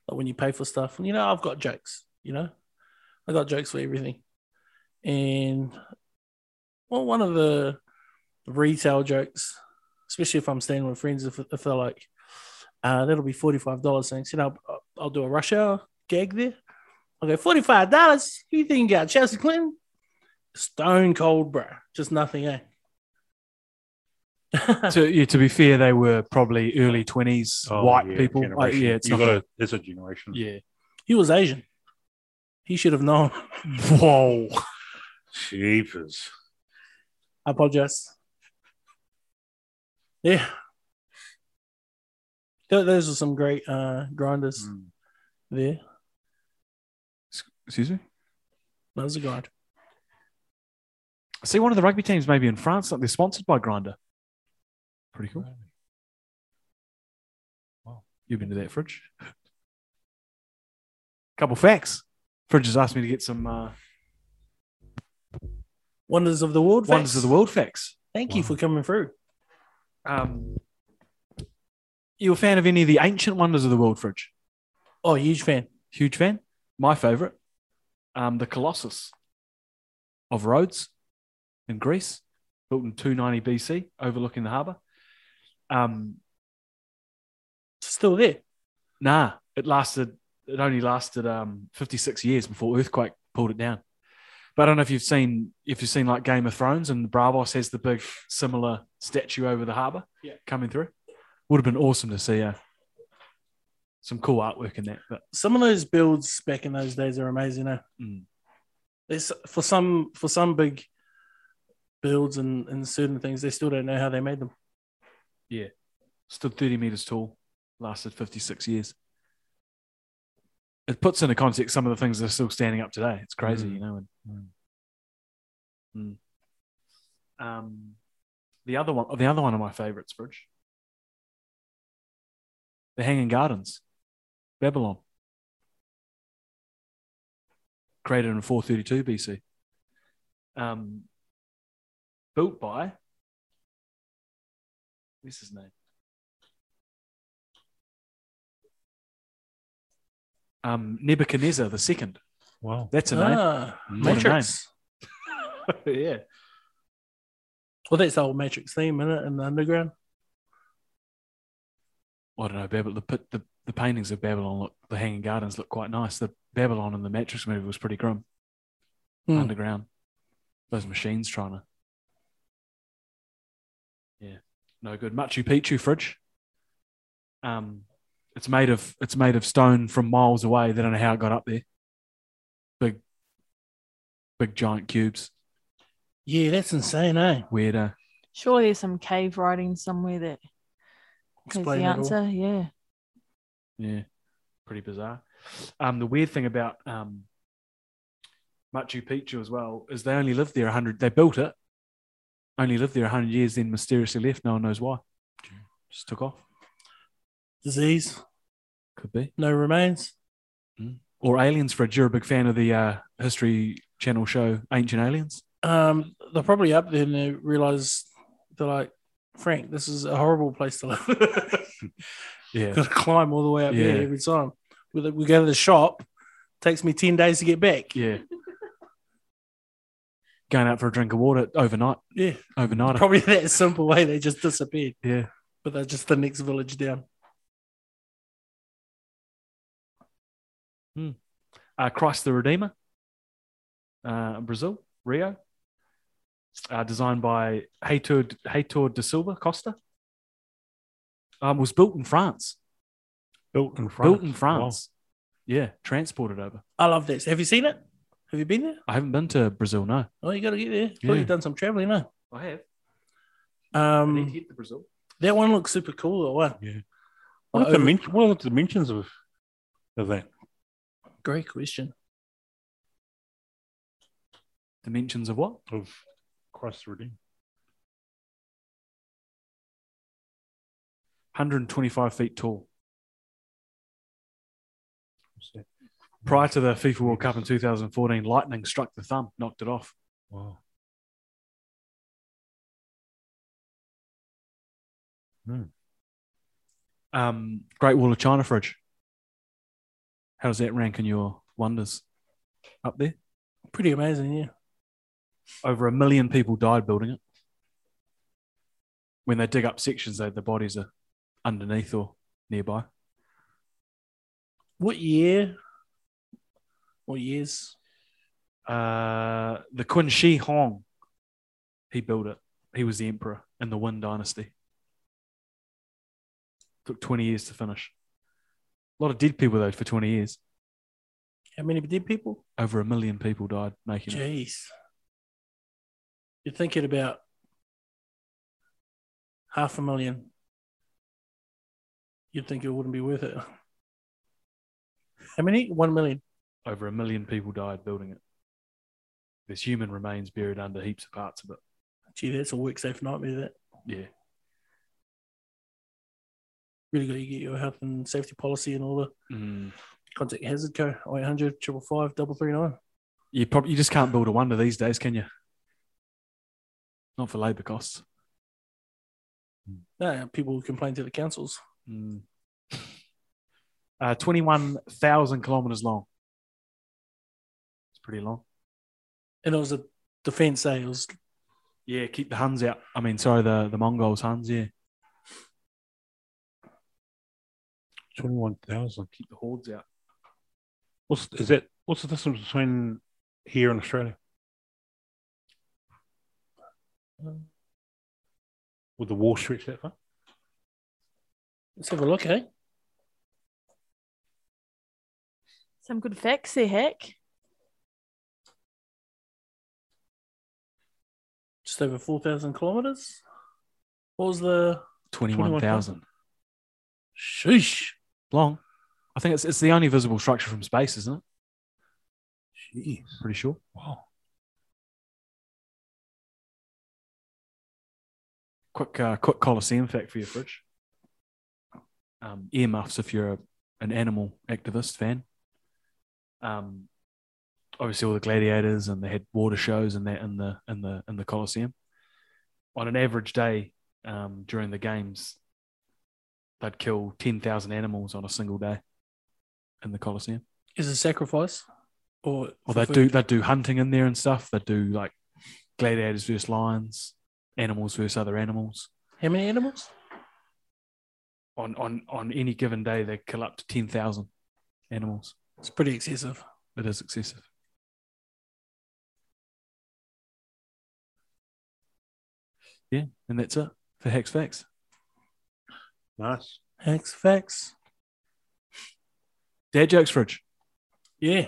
Speaker 7: like when you pay for stuff, and you know, I've got jokes, you know, I got jokes for everything. And well, one of the retail jokes, especially if I'm staying with friends, if, if they're like, uh, that'll be $45. Thanks. You know, I'll, I'll do a rush hour gag there. Okay, $45. Who you think you got? Chelsea Clinton? Stone cold, bro. Just nothing, eh?
Speaker 6: to, yeah, to be fair, they were probably early 20s,
Speaker 8: Oh,
Speaker 6: white
Speaker 8: yeah,
Speaker 6: people. Like,
Speaker 8: generation.
Speaker 6: yeah, it's
Speaker 8: you
Speaker 6: not.
Speaker 8: got to. There's a generation.
Speaker 6: yeah.
Speaker 7: he was Asian. He should have known.
Speaker 6: Whoa.
Speaker 8: Jeepers.
Speaker 7: I apologize. Yeah. Tho- Those are some great uh, grinders
Speaker 6: Hmm.
Speaker 8: Mm.
Speaker 7: there.
Speaker 6: Excuse me?
Speaker 7: That was a grind.
Speaker 6: I see one of the rugby teams maybe in France, like they're sponsored by Grinder. Pretty cool. Wow. You've been to that fridge. Couple facts. Fridge has asked me to get some uh,
Speaker 7: Wonders of the world.
Speaker 6: Wonders of the World facts.
Speaker 7: Thank you for coming through.
Speaker 6: Um, you a fan of any of the ancient Wonders of the World, Fridge?
Speaker 7: Oh, huge fan.
Speaker 6: Huge fan. My favorite, um, the Colossus of Rhodes in Greece, built in 290 BC, overlooking the harbor. Um,
Speaker 7: Still there.
Speaker 6: nah, it lasted it only lasted um, 56 years before earthquake pulled it down. But I don't know if you've seen if you've seen like Game of Thrones and Bravos has the big similar statue over the harbour
Speaker 7: Yeah.
Speaker 6: coming through. Would have been awesome to see uh, some cool artwork in that. But
Speaker 7: Some of those builds back in those days are amazing. Eh?
Speaker 6: Mm.
Speaker 7: There's for some for some big builds and, and certain things, they still don't know how they made them.
Speaker 6: stood 30 meters tall, lasted 56 years. It puts into context some of the things that are still standing up today. It's crazy, you know. And, Mm. Um, the other one, the other one of my favorites, Bridge, the Hanging Gardens, Babylon, created in 432 BC, um, built by. What's his name? um, Nebuchadnezzar the second.
Speaker 8: Wow.
Speaker 6: That's a name.
Speaker 7: Ah,
Speaker 6: What a
Speaker 7: Matrix.
Speaker 6: yeah.
Speaker 7: Well, that's the whole Matrix theme, isn't it? In the underground.
Speaker 6: I don't know. Babylon, the, pit- the the paintings of Babylon look, the Hanging Gardens look quite nice. The Babylon in the Matrix movie was pretty grim.
Speaker 7: Hmm.
Speaker 6: Underground, those machines trying to. Yeah, no good. Machu Picchu fridge. Um, it's made of it's made of stone from miles away. They don't know how it got up there. Big, big giant cubes.
Speaker 7: Yeah, that's insane, eh?
Speaker 6: Weird. Uh,
Speaker 9: Surely there's some cave writing somewhere that has the
Speaker 7: Explain it all.
Speaker 9: answer. Yeah.
Speaker 6: Yeah, pretty bizarre. Um, the weird thing about um, Machu Picchu as well is they only lived there 100. They built it, only lived there 100 years, then mysteriously left. No one knows why. Just took off.
Speaker 7: Disease,
Speaker 6: Could be.
Speaker 7: no remains.
Speaker 6: Or aliens, Fred. You're a big fan of the uh, History Channel show Ancient Aliens.
Speaker 7: Um, they're probably up there and they realize they're like, Frank, this is a horrible place to live.
Speaker 6: Yeah.
Speaker 7: Got to climb all the way up
Speaker 6: Yeah.
Speaker 7: here every time. We, we go to the shop, takes me 10 days to get back.
Speaker 6: Yeah. Going out for a drink of water overnight.
Speaker 7: Yeah.
Speaker 6: Overnight.
Speaker 7: Probably that simple way they just disappeared,
Speaker 6: yeah.
Speaker 7: but they're just the next village down.
Speaker 6: uh, Christ the Redeemer, uh, Brazil, Rio, uh, designed by Heitor, Heitor de Silva Costa, um, was built in France.
Speaker 8: Built in France.
Speaker 6: Built in France. Yeah, transported over.
Speaker 7: I love this. Have you seen it? Have you been there?
Speaker 6: I haven't been to Brazil, no.
Speaker 7: Oh, you got to get there.
Speaker 6: Yeah.
Speaker 7: Oh, you've done some traveling, no?
Speaker 6: I have.
Speaker 7: Um,
Speaker 6: hit the Brazil.
Speaker 7: That one looks super cool. That one.
Speaker 8: Yeah. Wow.
Speaker 7: Like
Speaker 8: What, are the
Speaker 6: Uh,
Speaker 7: over-
Speaker 8: men- what are the dimensions of, of that?
Speaker 7: Great question.
Speaker 6: Dimensions of what?
Speaker 8: Of Christ the Redeemer?
Speaker 6: 125 feet tall. Prior to the FIFA World Cup in 2014, lightning struck the thumb, knocked it off.
Speaker 8: Wow. Hmm.
Speaker 6: Um, Great Wall of China fridge. How does that rank in your wonders? Up there,
Speaker 7: Pretty amazing, yeah.
Speaker 6: over a million people died building it. When they dig up sections, they, the bodies are underneath or nearby.
Speaker 7: What year? What years?
Speaker 6: Uh, the Qin Shi Huang, he built it. He was the emperor in the Wen Dynasty. Took twenty years to finish. A lot of dead people though for twenty years.
Speaker 7: How many dead people?
Speaker 6: Over a million people died making it.
Speaker 7: Jeez. You're thinking about half a million. You'd think it wouldn't be worth it. How many? One million.
Speaker 6: over a million people died building it. There's human remains buried under heaps of parts of it.
Speaker 7: Gee, that's a work safe nightmare. That
Speaker 6: Yeah.
Speaker 7: really got to get your health and safety policy and all the contact hazard code 800 555 339.
Speaker 6: You probably you just can't build a wonder these days, can you? Not for labour costs.
Speaker 7: No, people complain to the councils.
Speaker 6: Hmm. Uh, Twenty-one thousand kilometres long. It's pretty long.
Speaker 7: And it was a defense eh? It was
Speaker 6: Yeah, keep the Huns out. I mean, sorry, the the Mongols, Huns. Yeah,
Speaker 8: 21,000.
Speaker 6: keep the hordes out.
Speaker 8: What's is that? What's the distance between here and Australia? Would the wall stretch that far?
Speaker 7: Let's have a look, eh?
Speaker 9: Some good facts there, Heck.
Speaker 7: Just over 4,000 kilometers. What was the.
Speaker 6: 21,000.
Speaker 7: Sheesh.
Speaker 6: Long. I think it's, it's the only visible structure from space, isn't it?
Speaker 8: Jeez,
Speaker 6: Pretty sure.
Speaker 8: wow.
Speaker 6: Quick, uh, quick Colosseum fact for your fridge. Um, earmuffs, if you're a, an animal activist fan. Um, obviously, all the gladiators and they had water shows and that in the in the in the Colosseum. On an average day um, during the games, they'd kill ten thousand animals on a single day in the Colosseum.
Speaker 7: Is it sacrifice? Or
Speaker 6: Well, they
Speaker 7: for
Speaker 6: do
Speaker 7: food?
Speaker 6: they do hunting in there and stuff. They do like gladiators versus lions, animals versus other animals.
Speaker 7: How many animals?
Speaker 6: On on on any given day, they kill up to ten thousand animals.
Speaker 7: It's pretty excessive.
Speaker 6: It is excessive. Yeah, and that's it for Hex Facts.
Speaker 8: Nice.
Speaker 7: Hex facts.
Speaker 6: Dad jokes, fridge.
Speaker 7: Yeah.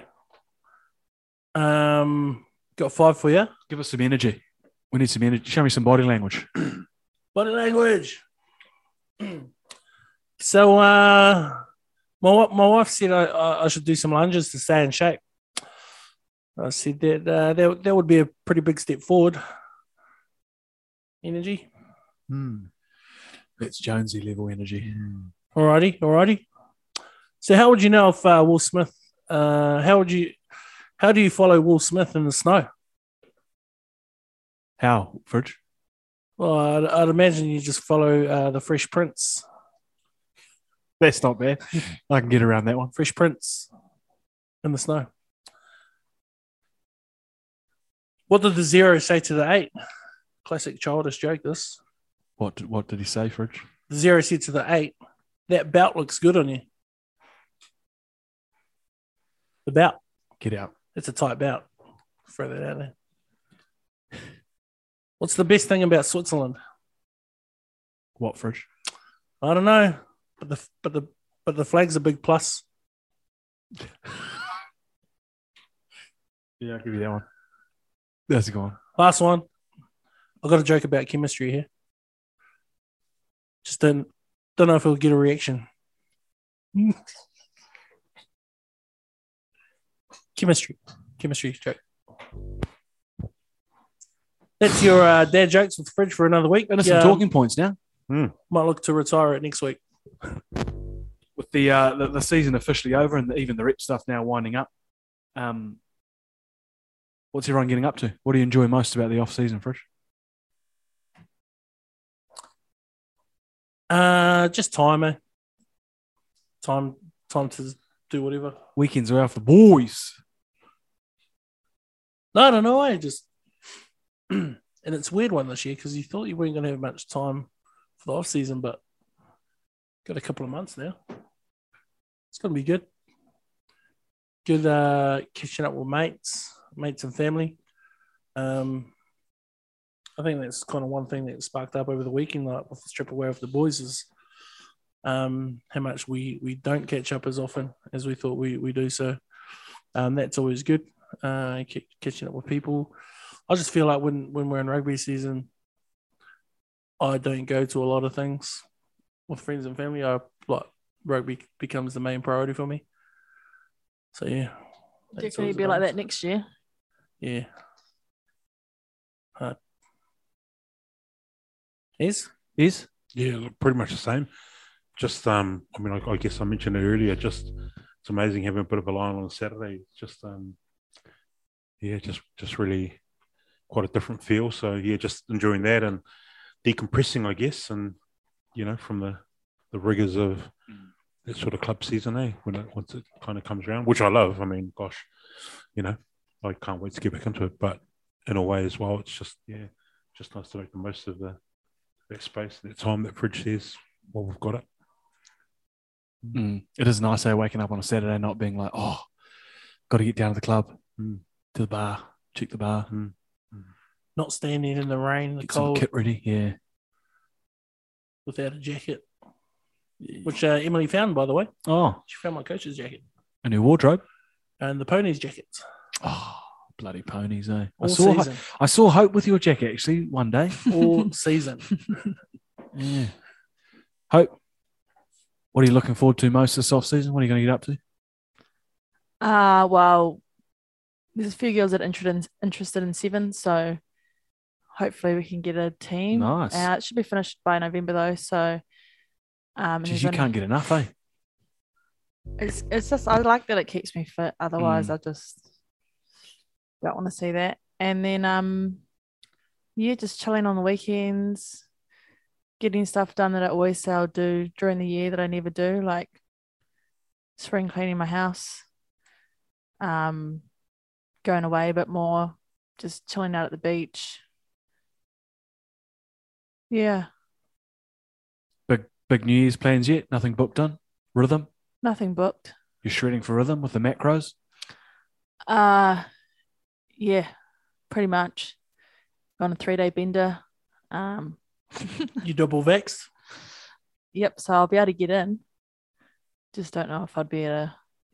Speaker 7: Um, got five for you.
Speaker 6: Give us some energy. We need some energy. Show me some body language.
Speaker 7: Body language. so, uh, my wi- my wife said I, I I should do some lunges to stay in shape. I said that uh, that that would be a pretty big step forward. Energy. Hmm.
Speaker 6: That's Jonesy level energy.
Speaker 7: Alrighty, alrighty. So, how would you know if uh, Will Smith? Uh, how would you? How do you follow Will Smith in the snow?
Speaker 6: How, fridge?
Speaker 7: Well, I'd, I'd imagine you just follow uh, the Fresh Prince.
Speaker 6: That's not bad. I can get around that one.
Speaker 7: Fresh Prince in the snow. What did the zero say to the eight? Classic childish joke. This
Speaker 6: What did, what did he say, fridge?
Speaker 7: the zero said to the eight, "That belt looks good on you." The belt.
Speaker 6: Get out.
Speaker 7: It's a tight belt. Throw that out there. What's the best thing about Switzerland?
Speaker 6: What fridge?
Speaker 7: I don't know, but the but the but the flag's a big plus.
Speaker 6: Yeah, I'll give you that one. That's a good one.
Speaker 7: Last one. I got a joke about chemistry here. Just don't don't know if it'll get a reaction. chemistry, chemistry joke. That's your uh, dad jokes with fridge for another week.
Speaker 6: And
Speaker 7: Yeah,
Speaker 6: some talking points now.
Speaker 7: Might look to retire it next week.
Speaker 6: With the, uh, the the season officially over and even the rep stuff now winding up, um, what's everyone getting up to? What do you enjoy most about the off season, Frisch?
Speaker 7: Uh, just timer. Time, time to do whatever.
Speaker 6: Weekends are out for the boys.
Speaker 7: No, no, no. I just, and it's a weird one this year because you thought you weren't going to have much time for the off season, but got a couple of months now. It's going to be good. Good uh, catching up with mates, mates and family. Um, I think that's kind of one thing that sparked up over the weekend, like with the trip away with the boys, is um, how much we we don't catch up as often as we thought we we do. So um, that's always good uh, ca- catching up with people. I just feel like when when we're in rugby season, I don't go to a lot of things with friends and family. I like rugby becomes the main priority for me. So yeah, that's
Speaker 9: Definitely
Speaker 7: always a
Speaker 9: be like
Speaker 7: bonus.
Speaker 9: that next year.
Speaker 7: Yeah. Right. Is
Speaker 6: Is
Speaker 8: Yeah, look, pretty much the same. Just, um, I mean, I, I guess I mentioned it earlier. Just, it's amazing having a bit of a line on a Saturday. It's Just, um, yeah, just, just really quite a different feel. So yeah, just enjoying that and decompressing, I guess, and you know, from the the rigors of that sort of club season, eh? When it once it kind of comes around, which I love. I mean, gosh, you know, I can't wait to get back into it. But in a way as well, it's just yeah, just nice to make the most of the that space, that time, that fridge says, well, we've got it.
Speaker 6: Mm, it is nice though waking up on a Saturday not being like, oh, Got to get down to the club,
Speaker 8: Mm.
Speaker 6: to the bar, check the bar,
Speaker 7: Not standing in the rain, the
Speaker 6: get
Speaker 7: cold,
Speaker 6: some kit ready. Yeah.
Speaker 7: without a jacket, which uh, Emily found, by the way.
Speaker 6: Oh,
Speaker 7: She found my coach's jacket
Speaker 6: a new wardrobe.
Speaker 7: and the ponies' jackets
Speaker 6: Oh, bloody ponies, eh? I
Speaker 7: all
Speaker 6: saw,
Speaker 7: season.
Speaker 6: I saw Hope with your jacket actually one day.
Speaker 7: all season.
Speaker 6: Yeah. Hope, what are you looking forward to most this off season? What are you going to get up to?
Speaker 9: Uh, well, there's a few girls that are interested in, interested in seven, so hopefully we can get a team.
Speaker 6: Nice.
Speaker 9: Uh, it should be finished by November though, so um, and
Speaker 6: Jeez,
Speaker 9: there's
Speaker 6: you
Speaker 9: only-
Speaker 6: can't get enough, eh?
Speaker 9: It's it's just I like that it keeps me fit. Otherwise, I just don't want to see that. And then um, yeah, just chilling on the weekends, getting stuff done that I always say I'll do during the year that I never do, like spring cleaning my house, um, going away a bit more, just chilling out at the beach. Yeah,
Speaker 6: Big big New Year's plans yet? Nothing booked done? Rhythm?
Speaker 9: nothing booked.
Speaker 6: You're shredding for rhythm with the macros?
Speaker 9: Uh yeah, pretty much. Gone a three day bender. Um
Speaker 7: you double vexed.
Speaker 9: yep, so I'll be able to get in. Just don't know if I'd be able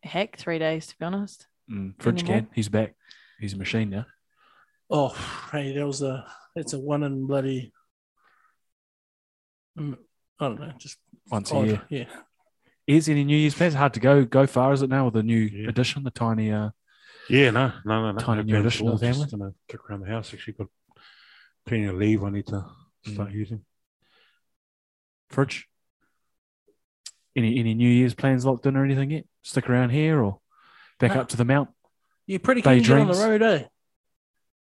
Speaker 9: to hack three days to be honest.
Speaker 6: Mm, fridge
Speaker 9: Anymore.
Speaker 6: can. He's back. He's a machine now.
Speaker 7: Oh, hey, that was a it's a one and bloody. Mm, I don't know, just
Speaker 6: Once a
Speaker 7: odd.
Speaker 6: year.
Speaker 7: Yeah,
Speaker 6: Is any New Year's plans? Hard to go go far, is it now, with the new
Speaker 8: Yeah.
Speaker 6: addition, the tiny uh
Speaker 8: Yeah, no, no, no, no.
Speaker 6: Tiny
Speaker 8: no
Speaker 6: new
Speaker 8: plans
Speaker 6: addition
Speaker 8: at
Speaker 6: to
Speaker 8: all,
Speaker 6: the
Speaker 8: Just gonna kick around the house. Actually, got plenty of leave. I need to start using.
Speaker 6: fridge? Any any New Year's plans locked in or anything yet? Stick around here or back
Speaker 7: No.
Speaker 6: up to the mount?
Speaker 7: you're pretty keen to get on the
Speaker 6: Daydreams.
Speaker 7: road, eh?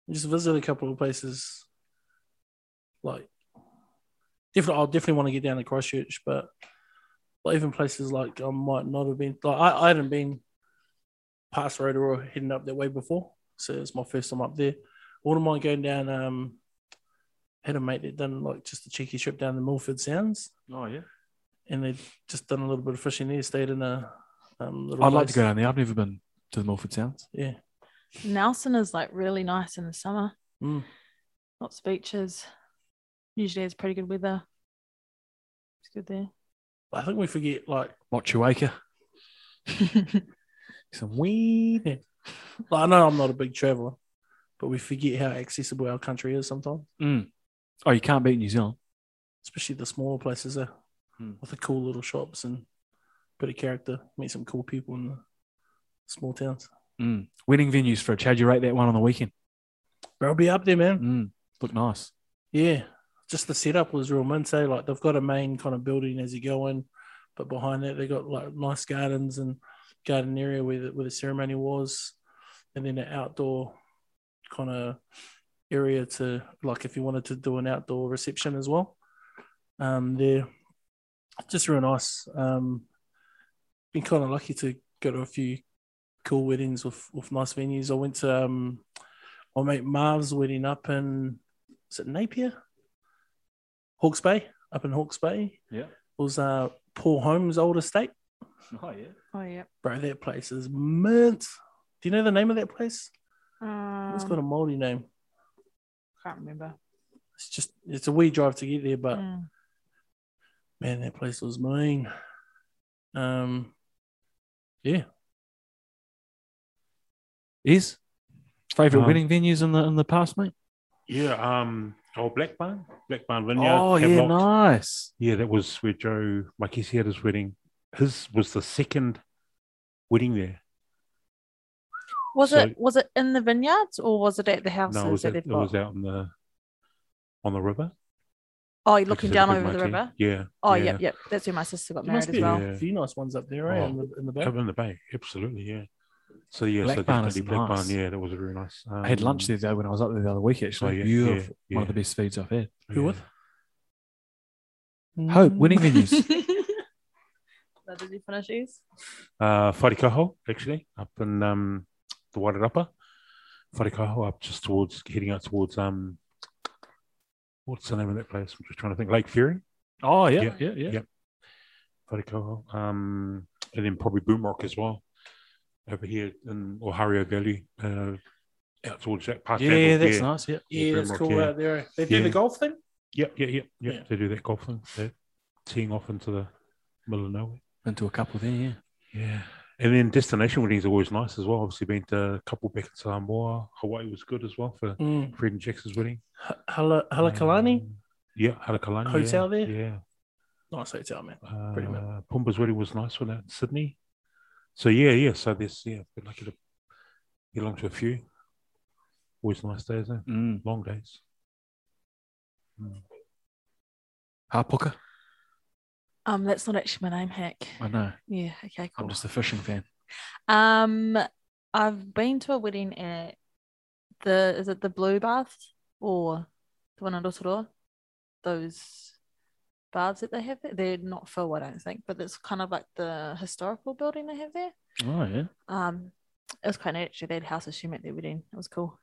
Speaker 7: Just visit a couple of places. Like, definitely, I'll definitely want to get down to Christchurch, but like even places like I might not have been. Like, I, I hadn't been past Rotorua heading up that way before, so it's my first time up there. I wouldn't mind going down. Um, had a mate that done like just a cheeky trip down the Milford Sounds.
Speaker 6: Oh yeah.
Speaker 7: and they just done a little bit of fishing there, stayed in a um, little.
Speaker 6: I'd like to go
Speaker 7: place.
Speaker 6: down there. I've never been to the Milford Sounds.
Speaker 7: Yeah,
Speaker 9: Nelson is like really nice in the summer.
Speaker 7: Mm.
Speaker 9: Lots of beaches. Usually it's pretty good weather. It's good there.
Speaker 7: I think we forget like,
Speaker 6: Mochuaker. Some weed.
Speaker 7: like I know I'm not a big traveler, but we forget how accessible our country is sometimes,
Speaker 6: Mm. Oh, you can't beat New Zealand.
Speaker 7: especially the smaller places there,
Speaker 6: Mm.
Speaker 7: with the cool little shops and bit of character. Meet some cool people in the small towns.
Speaker 6: Mm. Wedding venues, Fridge. How'd you rate that one on the weekend?
Speaker 7: But I'll be up there, man.
Speaker 6: Mm. Look nice.
Speaker 7: Yeah, just the setup was real mint. eh? like they've got a main kind of building as you go in, but behind that they got like nice gardens and garden area where the, where the ceremony was, and then an outdoor kind of area to like if you wanted to do an outdoor reception as well. Um, there, just real nice. Um, been kind of lucky to go to a few cool weddings with with nice venues. I went to um, my mate Marv's wedding up in is it Napier? Hawke's Bay, up in Hawke's Bay.
Speaker 6: Yeah.
Speaker 7: Was uh Paul Holmes' old estate.
Speaker 6: Oh yeah.
Speaker 9: Oh yeah.
Speaker 7: Bro, that place is mint. Do you know the name of that place?
Speaker 9: Um,
Speaker 7: it's got a moldy name.
Speaker 9: can't remember.
Speaker 7: It's just it's a wee drive to get there,
Speaker 8: Uh,
Speaker 7: but
Speaker 9: Mm.
Speaker 7: man, that place was mean. Um yeah.
Speaker 6: Is favorite
Speaker 8: Um,
Speaker 6: wedding venues in the in the past, mate?
Speaker 8: Yeah. Um. Oh, Black Barn, Black Barn Vineyard.
Speaker 6: oh yeah,
Speaker 8: Havelock.
Speaker 6: nice.
Speaker 8: Yeah, that was where Joe Mikesi had his wedding. His was the second wedding there.
Speaker 9: Was
Speaker 8: So-
Speaker 9: it was it in the vineyards or was it at the houses
Speaker 8: no, it was,
Speaker 9: that
Speaker 8: out,
Speaker 9: they've
Speaker 8: it
Speaker 9: got?
Speaker 8: was out on the on the river.
Speaker 9: Oh, you're
Speaker 8: Mikesi
Speaker 9: looking
Speaker 8: had a
Speaker 9: down
Speaker 8: big
Speaker 9: over the
Speaker 8: monkey.
Speaker 9: river.
Speaker 8: Yeah.
Speaker 9: Oh,
Speaker 8: yeah.
Speaker 9: yep, yep. That's where my sister got
Speaker 7: There must
Speaker 9: married
Speaker 7: be
Speaker 9: as well.
Speaker 8: Yeah.
Speaker 7: a few nice ones up there, eh?
Speaker 8: Oh.
Speaker 7: In the in the back.
Speaker 8: Up in the bay, absolutely, yeah. So yeah,
Speaker 6: Black
Speaker 8: so
Speaker 6: Barn
Speaker 8: definitely
Speaker 6: is
Speaker 8: Black
Speaker 6: nice.
Speaker 8: Barn, yeah, that was a very nice. Um,
Speaker 6: I had lunch there though when I was up there the other week.
Speaker 8: oh,
Speaker 6: Actually,
Speaker 8: yeah, yeah,
Speaker 6: beautiful. One of the best feeds I've had.
Speaker 8: yeah,
Speaker 7: Who
Speaker 8: yeah.
Speaker 7: with? Mm.
Speaker 6: Hope winning venues.
Speaker 9: So did you finish these?
Speaker 8: Uh, Wharikaho, actually, up in um, the Wairarapa. Wharikaho, up just towards, heading out towards, um, what's the name of that place? I'm just trying to think. Lake Ferry,
Speaker 6: Oh
Speaker 8: Yeah,
Speaker 6: yeah, yeah.
Speaker 8: Wharikaho. Um, and then probably Boom Rock as well. over here in Ohio Valley, uh, out towards that park.
Speaker 6: Yeah, that's nice. Yeah.
Speaker 8: Yeah,
Speaker 7: Yeah, that's
Speaker 8: Brimrock,
Speaker 7: cool
Speaker 8: yeah.
Speaker 7: out there. eh? They do
Speaker 8: Yeah.
Speaker 7: the golf thing.
Speaker 8: Yep, yeah, yep, yep.
Speaker 7: Yeah.
Speaker 8: They do that golf thing. They're teeing off into the middle of nowhere.
Speaker 6: Been to a couple there, yeah.
Speaker 8: Yeah. And then destination weddings are always nice as well. Obviously, been to a couple back in Samoa. Hawaii was good as well for
Speaker 7: Mm.
Speaker 8: Fred and Jackson's wedding.
Speaker 7: H- Hala Halakalani,
Speaker 8: Um, yeah, Halakalani.
Speaker 7: Hotel
Speaker 8: yeah,
Speaker 7: there?
Speaker 8: Yeah.
Speaker 7: nice hotel, man.
Speaker 8: Uh,
Speaker 7: Pretty much.
Speaker 8: Pumba's wedding was nice one out in Sydney. So yeah, yeah. So there's yeah, been lucky to get along to a few. Always nice days, isn't it?
Speaker 6: Mm.
Speaker 8: long days.
Speaker 6: Hapuka?
Speaker 9: Um, that's not actually my name, Hack.
Speaker 6: I know.
Speaker 9: Yeah, okay, cool.
Speaker 6: I'm just a fishing fan.
Speaker 9: Um, I've been to a wedding at the is it the Blue Bath or the one in Rotorua? Those baths that they have there. They're not full, I don't think, but it's kind of like the historical building they have there.
Speaker 6: Oh, yeah.
Speaker 9: Um, it was quite neat actually. They had house assume at their wedding. It was cool.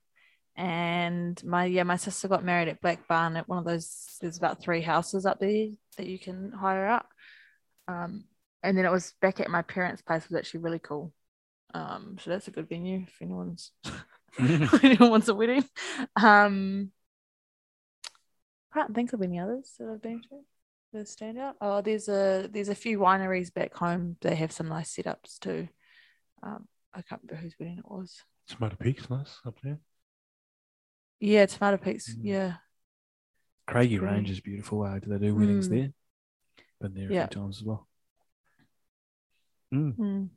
Speaker 9: And my yeah, my sister got married at Black Barn at one of those. There's about three houses up there that you can hire out. Um, and then it was back at my parents' place. was actually really cool. Um, so that's a good venue if anyone's anyone wants a wedding. Um, I can't think of any others that I've been to. that stand out. Oh, there's a there's a few wineries back home. They have some nice setups too. Um, I can't remember whose wedding it was.
Speaker 8: Tomato Peak's nice up there.
Speaker 9: Yeah, Tomato Peaks.
Speaker 8: Mm.
Speaker 9: Yeah,
Speaker 6: Craigie
Speaker 9: Mm.
Speaker 6: Range is beautiful. Uh, do they do weddings
Speaker 9: Mm.
Speaker 6: there? Been there a
Speaker 9: Yeah.
Speaker 6: few times as well.
Speaker 9: Mm.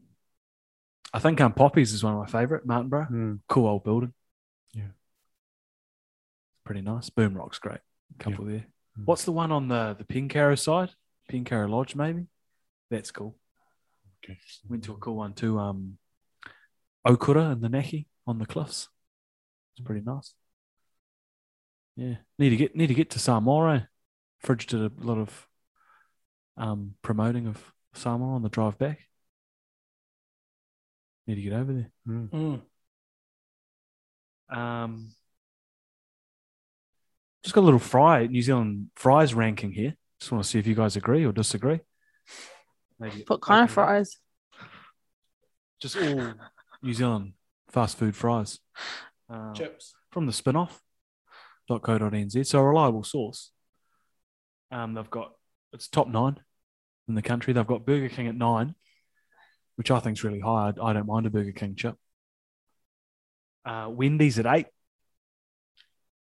Speaker 6: I think um, Poppies is one of my favourite. Martinborough,
Speaker 8: Mm.
Speaker 6: cool old building.
Speaker 8: Yeah.
Speaker 6: pretty nice. Boom Rock's great. Couple there.
Speaker 8: Mm.
Speaker 6: What's the one on the the Pincarrow side? Pincarrow Lodge, maybe. That's cool.
Speaker 8: Okay.
Speaker 6: Went to a cool one too. Um, Okura and the Naki on the cliffs. It's pretty nice. Yeah, need to get need to get to Samoa. eh? Fridge did a lot of um, promoting of Samoa on the drive back. Need to get over there.
Speaker 7: Mm.
Speaker 6: Um, just got a little fry New Zealand fries ranking here. Just want to see if you guys agree or disagree. Maybe
Speaker 9: What kind of
Speaker 6: open it up.
Speaker 9: fries?
Speaker 6: Just all New Zealand fast food fries uh,
Speaker 7: Chips.
Speaker 6: from the spinoff. .co.nz. So a reliable source. Um, they've got it's top nine in the country. They've got Burger King at nine, which I think's really high. I, I don't mind a Burger King chip. Uh, Wendy's at eight.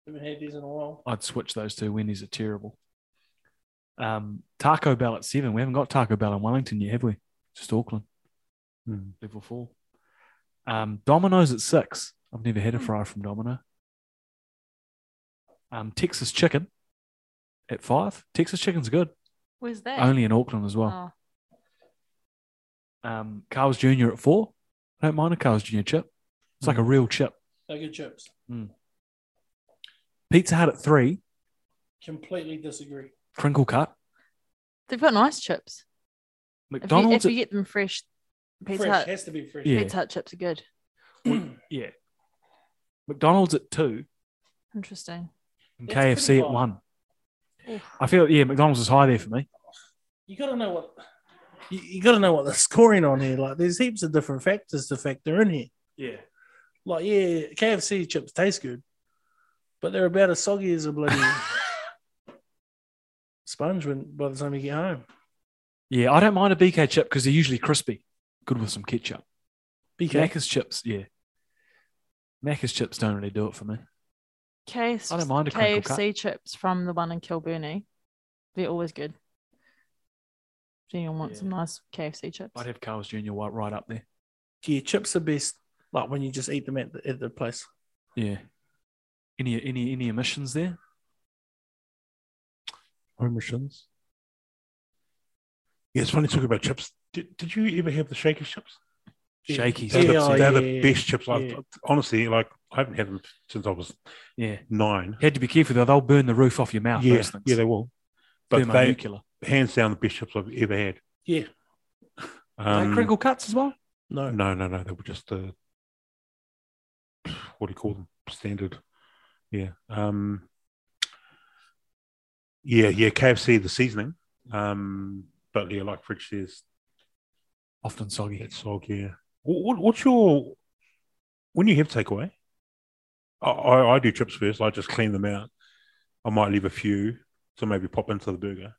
Speaker 7: Haven't had these in a while.
Speaker 6: I'd switch those two. Wendy's are terrible. Um, Taco Bell at seven. We haven't got Taco Bell in Wellington yet, have we? Just Auckland,
Speaker 8: Mm.
Speaker 6: level four. Um, Domino's at six. I've never
Speaker 9: Hmm.
Speaker 6: had a fry from Domino. Um, Texas Chicken at five. Texas Chicken's good.
Speaker 9: Where's that?
Speaker 6: Only in Auckland as well.
Speaker 9: Oh,
Speaker 6: Um, Carl's Jr. at four. I don't mind a Carl's Jr. chip. It's like a real chip.
Speaker 7: They're good chips.
Speaker 6: Pizza Hut at three.
Speaker 7: Completely disagree.
Speaker 6: Crinkle cut.
Speaker 9: they've got nice chips. If you, if
Speaker 6: McDonald's.
Speaker 9: you get them fresh, Pizza
Speaker 7: fresh
Speaker 9: Hut,
Speaker 7: has to be fresh.
Speaker 6: Yeah.
Speaker 9: Pizza Hut chips are good.
Speaker 6: at, yeah. McDonald's at two.
Speaker 9: Interesting.
Speaker 6: and
Speaker 7: It's pretty
Speaker 6: KFC at
Speaker 7: high.
Speaker 6: one.
Speaker 9: Oof.
Speaker 6: I feel yeah, McDonald's is high there for me.
Speaker 7: You got to know what. You, you got to know what the scoring on here. Like, there's heaps of different factors to factor in here.
Speaker 6: Yeah,
Speaker 7: Like, yeah, KFC chips taste good, but they're about as soggy as a bloody sponge when by the time you get home.
Speaker 6: yeah. I don't mind a BK chip because they're usually crispy, good with some ketchup.
Speaker 7: BK.
Speaker 6: Macca's chips, yeah. Macca's chips don't really do it for me.
Speaker 9: KFC,
Speaker 6: I don't mind a crinkle cut.
Speaker 9: KFC chips from the one in Kilburnie. They're always good. If anyone wants
Speaker 6: Yeah.
Speaker 9: some nice KFC chips,
Speaker 6: I'd have Carl's Jr. White right up there.
Speaker 7: Yeah, chips are best. Like when you just eat them at the, at the place.
Speaker 6: Yeah. Any any any emissions there?
Speaker 8: Home machines. Yeah, it's funny talking about chips. Did, did you ever have the shaker chips?
Speaker 7: Yeah.
Speaker 6: Shaky.
Speaker 8: They're,
Speaker 7: Yeah,
Speaker 8: the, they're the
Speaker 7: yeah,
Speaker 8: best chips. I've,
Speaker 7: yeah.
Speaker 8: Honestly, like I haven't had them since I was
Speaker 6: Yeah.
Speaker 8: nine.
Speaker 6: You had to be careful though; they'll burn the roof off your mouth.
Speaker 8: yeah,
Speaker 6: those things.
Speaker 8: yeah, they will. But they
Speaker 6: Thermonuclear.
Speaker 8: hands down the best chips I've ever had.
Speaker 7: Yeah.
Speaker 6: Are they
Speaker 8: Um,
Speaker 6: crinkle cuts as well.
Speaker 7: No.
Speaker 8: No, no, no. They were just the what do you call them? Standard. Yeah. Um Yeah, yeah, KFC the seasoning. Um but yeah, like Fridge says,
Speaker 6: Often soggy.
Speaker 8: it's sog, yeah. What, what's your when you have takeaway? I, I, I do chips first. I just clean them out. I might leave a few to maybe pop into the burger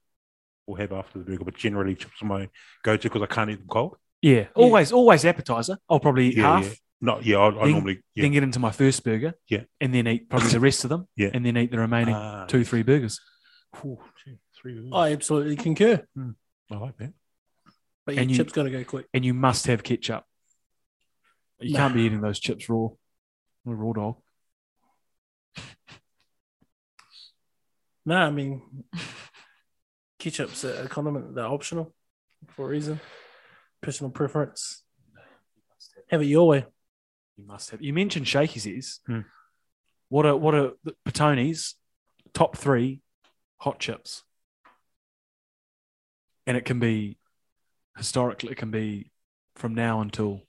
Speaker 8: or have after the burger, but generally chips are my go-to because I can't eat them cold.
Speaker 6: Yeah, always, always appetizer. I'll probably eat
Speaker 8: Yeah,
Speaker 6: half,
Speaker 8: yeah. Not yeah. I, I
Speaker 6: Then-
Speaker 8: normally yeah.
Speaker 6: then get into my first burger,
Speaker 8: Yeah.
Speaker 6: and then eat probably the rest of them,
Speaker 8: Yeah.
Speaker 6: and then eat the remaining
Speaker 8: Ah,
Speaker 6: two, three burgers.
Speaker 8: phew, two, three.
Speaker 6: Mm.
Speaker 8: I,
Speaker 7: I absolutely concur.
Speaker 8: I like that.
Speaker 7: But your
Speaker 6: And you-
Speaker 7: chips got to go quick.
Speaker 6: And you must have ketchup. You can't be eating those chips raw. I'm a raw dog.
Speaker 7: No, I mean, ketchup's a condiment. They're optional for a reason. Personal preference. Have it your way.
Speaker 6: You must have. You mentioned Shakey's. Is
Speaker 8: Hmm.
Speaker 6: what are what are the- Patoni's top three hot chips? And it can be historically, it can be from now until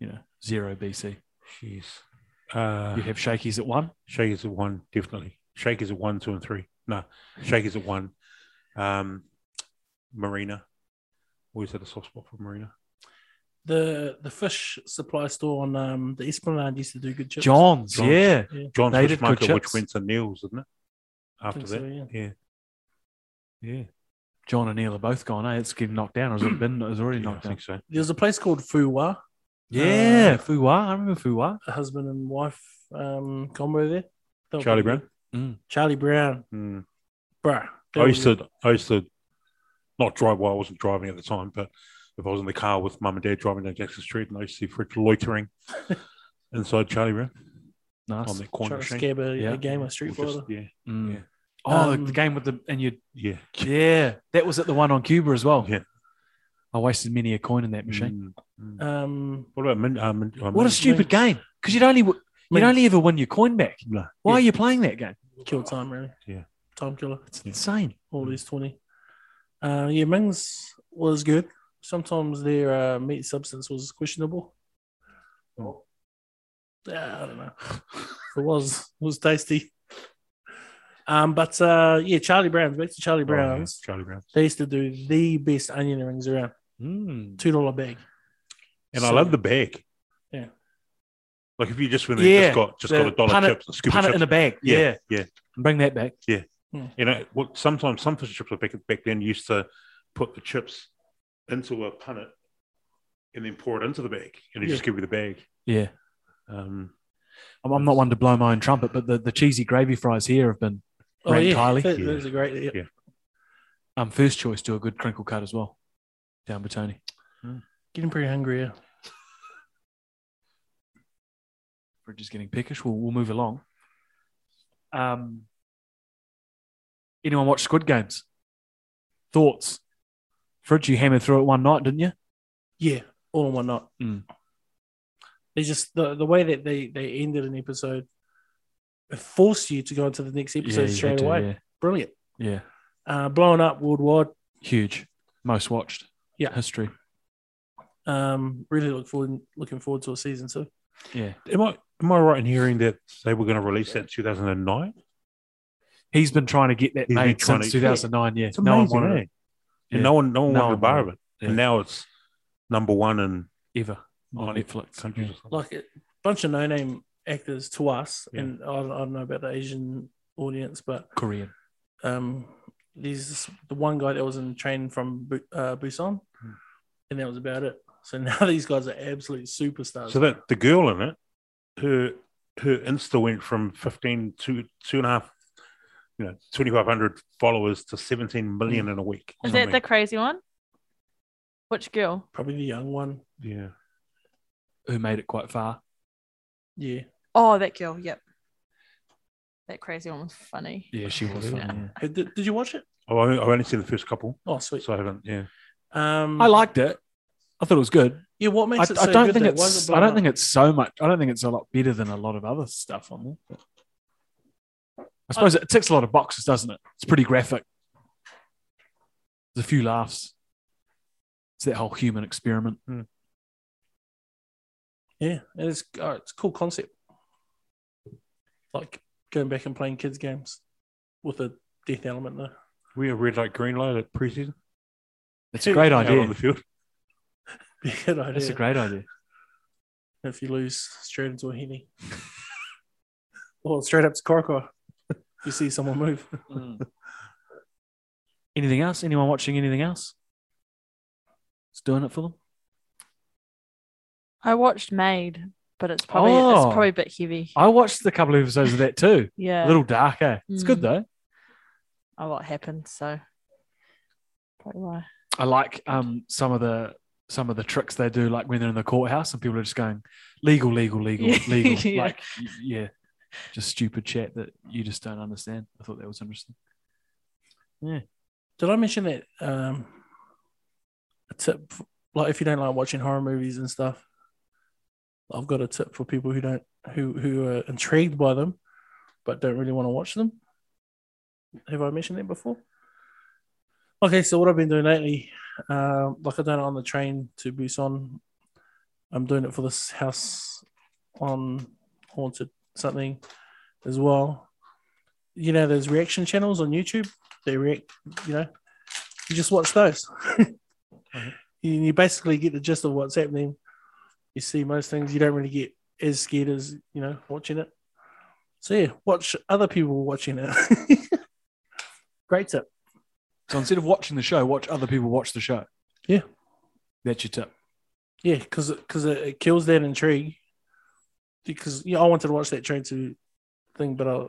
Speaker 6: you know zero BC.
Speaker 8: Jeez. Uh,
Speaker 6: You have Shakey's at one.
Speaker 8: Shake is at one, definitely. Shake is at one, two, and three. No, Shake is at one. Um, Marina. Always had a soft spot for Marina.
Speaker 7: The the fish supply store on um, the Esplanade used to do good chips.
Speaker 6: John's,
Speaker 8: John's.
Speaker 6: yeah.
Speaker 8: John's
Speaker 6: They
Speaker 8: Fish
Speaker 6: did good
Speaker 8: Market, which
Speaker 6: chips.
Speaker 8: went to Neil's, didn't it?
Speaker 7: I
Speaker 8: After
Speaker 7: think
Speaker 8: that.
Speaker 7: so, yeah.
Speaker 8: yeah. Yeah.
Speaker 6: John and Neil are both gone. Eh? It's getting knocked down. Or has it been? It was already
Speaker 8: yeah I
Speaker 6: knocked down.
Speaker 8: think so.
Speaker 7: There was a place called Fuwa,
Speaker 6: Yeah, Fuwa. I remember Fuwa.
Speaker 7: a husband and wife um, combo there. They were
Speaker 8: Charlie
Speaker 7: pretty
Speaker 8: Brown.
Speaker 7: good. Charlie Brown,
Speaker 8: Mm.
Speaker 7: bruh.
Speaker 8: I used to, I used to not drive while I wasn't driving at the time, but if I was in the car with mum and dad driving down Jackson Street, and I used to see Fritz loitering inside Charlie Brown
Speaker 6: Nice.
Speaker 8: on that corner.
Speaker 7: Trying to
Speaker 8: machine.
Speaker 7: scab a,
Speaker 6: Yeah.
Speaker 7: a game of
Speaker 8: Or
Speaker 7: Street
Speaker 8: just-
Speaker 7: Fighter.
Speaker 8: yeah,
Speaker 6: Mm.
Speaker 8: Yeah.
Speaker 6: Oh, the-
Speaker 7: Um,
Speaker 6: the game with the and you
Speaker 8: yeah.
Speaker 6: Yeah, that was at the one on Cuba as well.
Speaker 8: Yeah.
Speaker 6: I wasted many a coin in that machine.
Speaker 8: Mm, mm.
Speaker 7: Um,
Speaker 8: What about Min? Uh, min uh,
Speaker 6: What a
Speaker 8: Min-
Speaker 6: stupid game! Because you'd only w- you'd
Speaker 7: Mint.
Speaker 6: only ever win your coin back.
Speaker 8: No.
Speaker 6: Why are you playing that game?
Speaker 7: kill time, really.
Speaker 8: Yeah.
Speaker 7: Time killer.
Speaker 6: It's insane.
Speaker 7: all
Speaker 8: Hmm.
Speaker 7: these 20. Uh, yeah, Ming's was good. Sometimes their uh, meat substance was questionable.
Speaker 8: Oh.
Speaker 7: Yeah, I don't know. it was it was tasty. Um, but uh, yeah, Charlie Brown's back to Charlie
Speaker 8: Oh, yeah,
Speaker 7: Brown's.
Speaker 8: Charlie Brown.
Speaker 7: They used to do the best onion rings around.
Speaker 6: Mm.
Speaker 7: Two dollar bag.
Speaker 8: And I
Speaker 7: So-
Speaker 8: love the bag.
Speaker 7: Yeah.
Speaker 8: Like if you just went
Speaker 6: Yeah,
Speaker 8: and just got just
Speaker 6: the
Speaker 8: got a dollar
Speaker 6: pun it-
Speaker 8: chips, a scoop of
Speaker 6: Pun it
Speaker 8: chips.
Speaker 6: in a bag. Yeah.
Speaker 8: yeah, yeah.
Speaker 6: Bring that back.
Speaker 8: You know, well, sometimes some fish and chips back back then used to put the chips into a punnet and then pour it into the bag, and they
Speaker 7: Yeah.
Speaker 8: just give you the bag.
Speaker 6: Yeah.
Speaker 8: Um,
Speaker 6: I'm, I'm not one to blow my own trumpet, but the, the cheesy gravy fries here have been
Speaker 7: Oh
Speaker 6: Right,
Speaker 7: yeah,
Speaker 6: Kylie?
Speaker 7: That, that
Speaker 8: Yeah.
Speaker 7: was a great. Yeah.
Speaker 8: Yeah.
Speaker 6: um first choice to a good crinkle cut as well. Down Batoni.
Speaker 7: Getting pretty hungry. Yeah.
Speaker 6: We're just getting peckish. We'll, we'll move along. Um, anyone watch Squid Games? Thoughts? Fridge, you hammered through it one night, didn't you?
Speaker 7: Yeah, all in one night.
Speaker 6: Mm.
Speaker 7: They just the, the way that they they ended an episode, it forced you to go into the next episode
Speaker 6: you
Speaker 7: straight
Speaker 6: had to,
Speaker 7: away. Brilliant.
Speaker 6: Yeah. yeah,
Speaker 7: Uh, blowing up worldwide.
Speaker 6: huge, most watched.
Speaker 7: Yeah.
Speaker 6: history.
Speaker 7: Um, really look forward looking forward to a season two.
Speaker 6: Yeah,
Speaker 8: am I am I right in hearing that they were going to release that in two thousand and nine?
Speaker 6: he's been trying to get that
Speaker 8: He's been
Speaker 6: made
Speaker 8: trying
Speaker 6: since
Speaker 8: to-
Speaker 6: 2009. Yeah,
Speaker 8: It's amazing,
Speaker 6: wanted
Speaker 8: eh?
Speaker 6: it Yeah.
Speaker 8: And no one no one
Speaker 6: No
Speaker 8: wanted to
Speaker 6: one
Speaker 8: borrow
Speaker 6: wanted
Speaker 8: it, and now it's number one in
Speaker 6: ever on
Speaker 8: ninety
Speaker 6: Netflix.
Speaker 8: countries.
Speaker 6: Yeah.
Speaker 8: Or something.
Speaker 7: Like a bunch of no name actors to us,
Speaker 8: Yeah.
Speaker 7: and I don't, I don't know about the Asian audience, but
Speaker 6: Korean.
Speaker 7: um, there's this, the one guy that was in train from Bu- uh, Busan,
Speaker 6: Hmm.
Speaker 7: and that was about it. So now these guys are absolute superstars.
Speaker 8: So that the girl in it, her her Insta went from fifteen to two and a half, you know, twenty five hundred followers to seventeen million in a week.
Speaker 9: Is that the crazy one? Which girl?
Speaker 7: Probably the young one.
Speaker 8: yeah?
Speaker 6: Who made it quite far?
Speaker 7: Yeah.
Speaker 9: Oh, that girl. Yep. That crazy one was funny.
Speaker 6: Yeah, she was. funny, yeah.
Speaker 7: Hey, Did, did you watch it?
Speaker 8: Oh, I- I've only seen the first couple,
Speaker 7: Oh, sweet.
Speaker 8: so I haven't. Yeah,
Speaker 7: Um,
Speaker 6: I liked it. I thought it was good.
Speaker 7: Yeah, what
Speaker 6: I,
Speaker 7: makes it?
Speaker 6: I
Speaker 7: so
Speaker 6: don't
Speaker 7: good,
Speaker 6: think
Speaker 7: though? Why is
Speaker 6: it's. I
Speaker 7: it blown
Speaker 6: don't
Speaker 7: up?
Speaker 6: think it's so much. I don't think it's a lot better than a lot of other stuff on there. I suppose it ticks a lot of boxes, doesn't it? It's pretty graphic. There's a few laughs. It's that whole human experiment.
Speaker 7: Yeah, and it's oh, it's a cool concept. Like going back and playing kids games with a death element though.
Speaker 8: we have red light, green light at preseason.
Speaker 6: It's a great
Speaker 8: Out on
Speaker 6: idea.
Speaker 8: the field.
Speaker 7: Be a good idea.
Speaker 6: It's a great idea.
Speaker 7: if you lose straight into a henny. or straight up to Korokor. You see someone move.
Speaker 6: Anything else? Anyone watching anything else? It's doing it for them.
Speaker 9: I watched Made, but it's probably
Speaker 6: Oh.
Speaker 9: it's probably a bit heavy.
Speaker 6: I watched a couple of episodes of that too.
Speaker 9: Yeah,
Speaker 6: A little dark, eh? It's good
Speaker 7: Hmm.
Speaker 9: Mm.
Speaker 6: though.
Speaker 9: a lot happened, so probably why.
Speaker 6: I like um some of the some of the tricks they do, like when they're in the courthouse and people are just going legal, legal, legal,
Speaker 9: Yeah.
Speaker 6: legal.
Speaker 9: Yeah.
Speaker 6: Like y- yeah, just stupid chat that you just don't understand. I thought that was interesting.
Speaker 7: Did I mention that um, a tip? f- Like, if you don't like watching horror movies and stuff, I've got a tip for people who don't who who are intrigued by them, but don't really want to watch them. Have I mentioned that before? Okay, so what I've been doing lately, um, like I done it on the train to Busan, I'm doing it for this house on haunted something as well. You know, there's reaction channels on YouTube. They react you know, you just watch those. you, you basically get the gist of what's happening. You see most things. You don't really get as scared as you know watching it. So yeah, watch other people watching it. Great tip.
Speaker 6: So instead of watching the show, watch other people watch the show.
Speaker 7: Yeah.
Speaker 6: that's your tip.
Speaker 7: Yeah, because because it, it kills that intrigue. Because yeah, I wanted to watch that train to thing, but I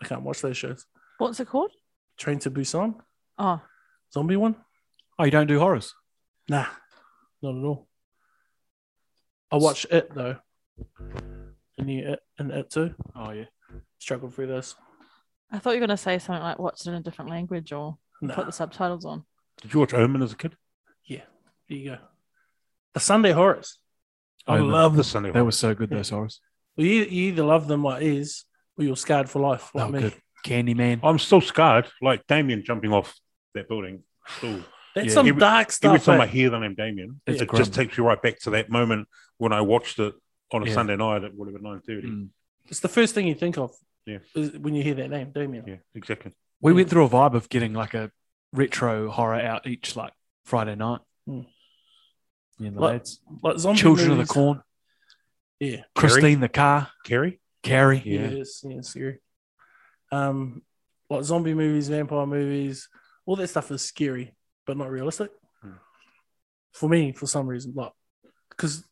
Speaker 7: I can't watch those shows.
Speaker 9: What's it called?
Speaker 7: Train to Busan,
Speaker 9: Oh,
Speaker 7: zombie one.
Speaker 6: Oh, you don't do horrors.
Speaker 7: Nah, not at all. I watched it though. And you it and it too.
Speaker 6: Oh yeah.
Speaker 7: Struggled through this.
Speaker 9: I thought you were gonna say something like watch it in a different language or
Speaker 7: Nah,
Speaker 9: put the subtitles on.
Speaker 8: Did you watch Omen as a kid?
Speaker 7: there you go. The Sunday horrors.
Speaker 8: I
Speaker 6: Omen.
Speaker 8: love the Sunday.
Speaker 6: They were Oh, so good those horrors.
Speaker 7: Well, you, you either love them like is, or you're scarred for life, like
Speaker 6: oh,
Speaker 7: me.
Speaker 6: good. Candyman.
Speaker 8: I'm still scarred. Like Damien jumping off that building. Still,
Speaker 7: That's
Speaker 6: Yeah.
Speaker 7: some
Speaker 8: Every-
Speaker 7: dark
Speaker 8: every
Speaker 7: stuff.
Speaker 8: time I
Speaker 7: eh?
Speaker 8: hear the name Damien,
Speaker 6: It's
Speaker 8: it
Speaker 6: grim.
Speaker 8: just takes me right back to that moment when I watched it on a
Speaker 6: Yeah.
Speaker 8: Sunday night at whatever nine thirty.
Speaker 6: Mm.
Speaker 7: It's the first thing you think of.
Speaker 8: Yeah.
Speaker 7: is when you hear that name, Damien.
Speaker 8: Yeah, exactly.
Speaker 6: We went through a vibe of getting like a retro horror out each like Friday night.
Speaker 8: Hmm.
Speaker 7: Mm.
Speaker 6: Me and the
Speaker 7: Like
Speaker 6: lads.
Speaker 7: Like zombie
Speaker 6: Children of
Speaker 7: movies.
Speaker 6: the Corn,
Speaker 7: Yeah,
Speaker 6: Christine the Car,
Speaker 8: Carrie,
Speaker 6: Carrie.
Speaker 7: yeah, it is. Yeah, it's scary. Um, like zombie movies, vampire movies, all that stuff is scary, but not realistic.
Speaker 8: Hmm.
Speaker 7: For me, for some reason, like because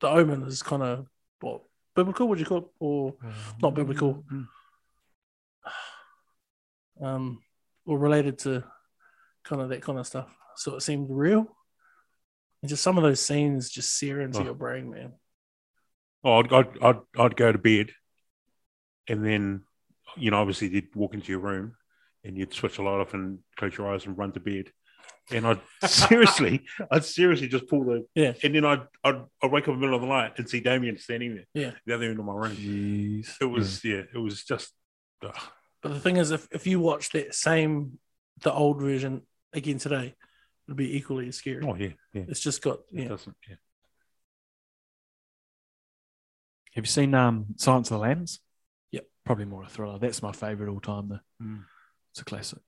Speaker 7: the Omen is kind of what biblical. Would you call it or not biblical?
Speaker 8: hmm.
Speaker 7: Um, or related to kind of that kind of stuff. So it seemed real. And just some of those scenes just sear into
Speaker 8: Oh.
Speaker 7: your brain, man.
Speaker 8: Oh, I'd, I'd, I'd, I'd go to bed and then, you know, obviously you'd walk into your room and you'd switch the light off and close your eyes and run to bed. And I'd seriously, I'd seriously just pull the,
Speaker 7: Yeah.
Speaker 8: and then I'd, I'd, I'd wake up in the middle of the night and see Damien standing there,
Speaker 7: Yeah.
Speaker 8: the other end of my room.
Speaker 6: Jeez.
Speaker 8: It was, yeah, it was just, ugh.
Speaker 7: But the thing is, if, if you watch that same, the old version again today, it'll be equally as scary.
Speaker 8: oh, yeah, yeah.
Speaker 7: It's just got,
Speaker 8: It
Speaker 7: yeah.
Speaker 8: doesn't, yeah.
Speaker 6: Have you seen um, Silence of the Lambs?
Speaker 7: Yep. Hmm.
Speaker 6: Probably more a thriller. That's my favorite all time though.
Speaker 8: Mm.
Speaker 6: It's a classic.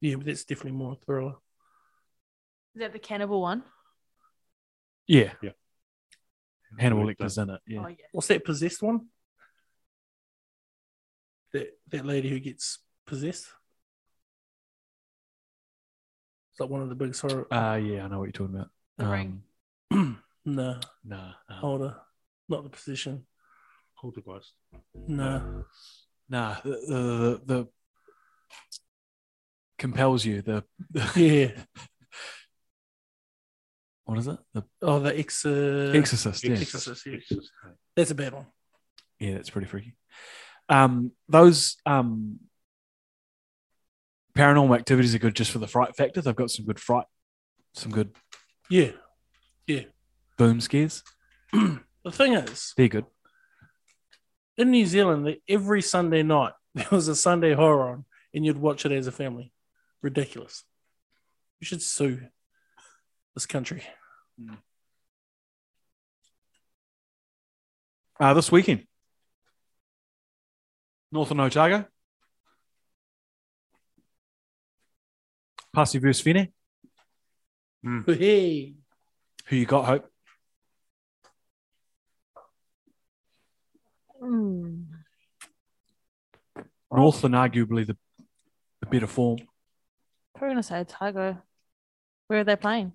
Speaker 7: yeah, but that's definitely more a thriller.
Speaker 9: Is that the cannibal one?
Speaker 6: Yeah.
Speaker 8: Yeah.
Speaker 6: Hannibal
Speaker 8: Good, uh,
Speaker 6: Lecter's in it. Yeah.
Speaker 9: Oh yeah.
Speaker 7: What's that possessed one? That that lady who gets possessed. It's like one of the biggest horror.
Speaker 6: Uh, yeah, I know what you're talking about. Um,
Speaker 9: The Ring.
Speaker 7: no,
Speaker 6: Nah. nah.
Speaker 7: older, not the position.
Speaker 8: Poltergeist.
Speaker 7: No,
Speaker 6: Nah, the, the, the, the compels you. The
Speaker 7: yeah.
Speaker 6: what is it? The
Speaker 7: Oh, the ex. Uh,
Speaker 6: Exorcist. Yeah.
Speaker 7: Exorcist, yeah.
Speaker 8: Exorcist.
Speaker 7: That's a bad one.
Speaker 6: yeah, that's pretty freaky. Um, those um, paranormal activities are good just for the fright factor. They've got some good fright, some good
Speaker 7: Yeah.
Speaker 6: boom scares.
Speaker 7: The thing is,
Speaker 6: They're good.
Speaker 7: in New Zealand, the- every Sunday night there was a Sunday horror on, and you'd watch it as a family. Ridiculous. You should sue this country.
Speaker 6: Uh, this weekend, Northern Otago. Passy versus Feeney.
Speaker 7: Hey.
Speaker 6: Who you got, Hope?
Speaker 9: Mm.
Speaker 6: Northland, arguably the, the better form.
Speaker 9: Probably gonna say Otago. Where are they playing?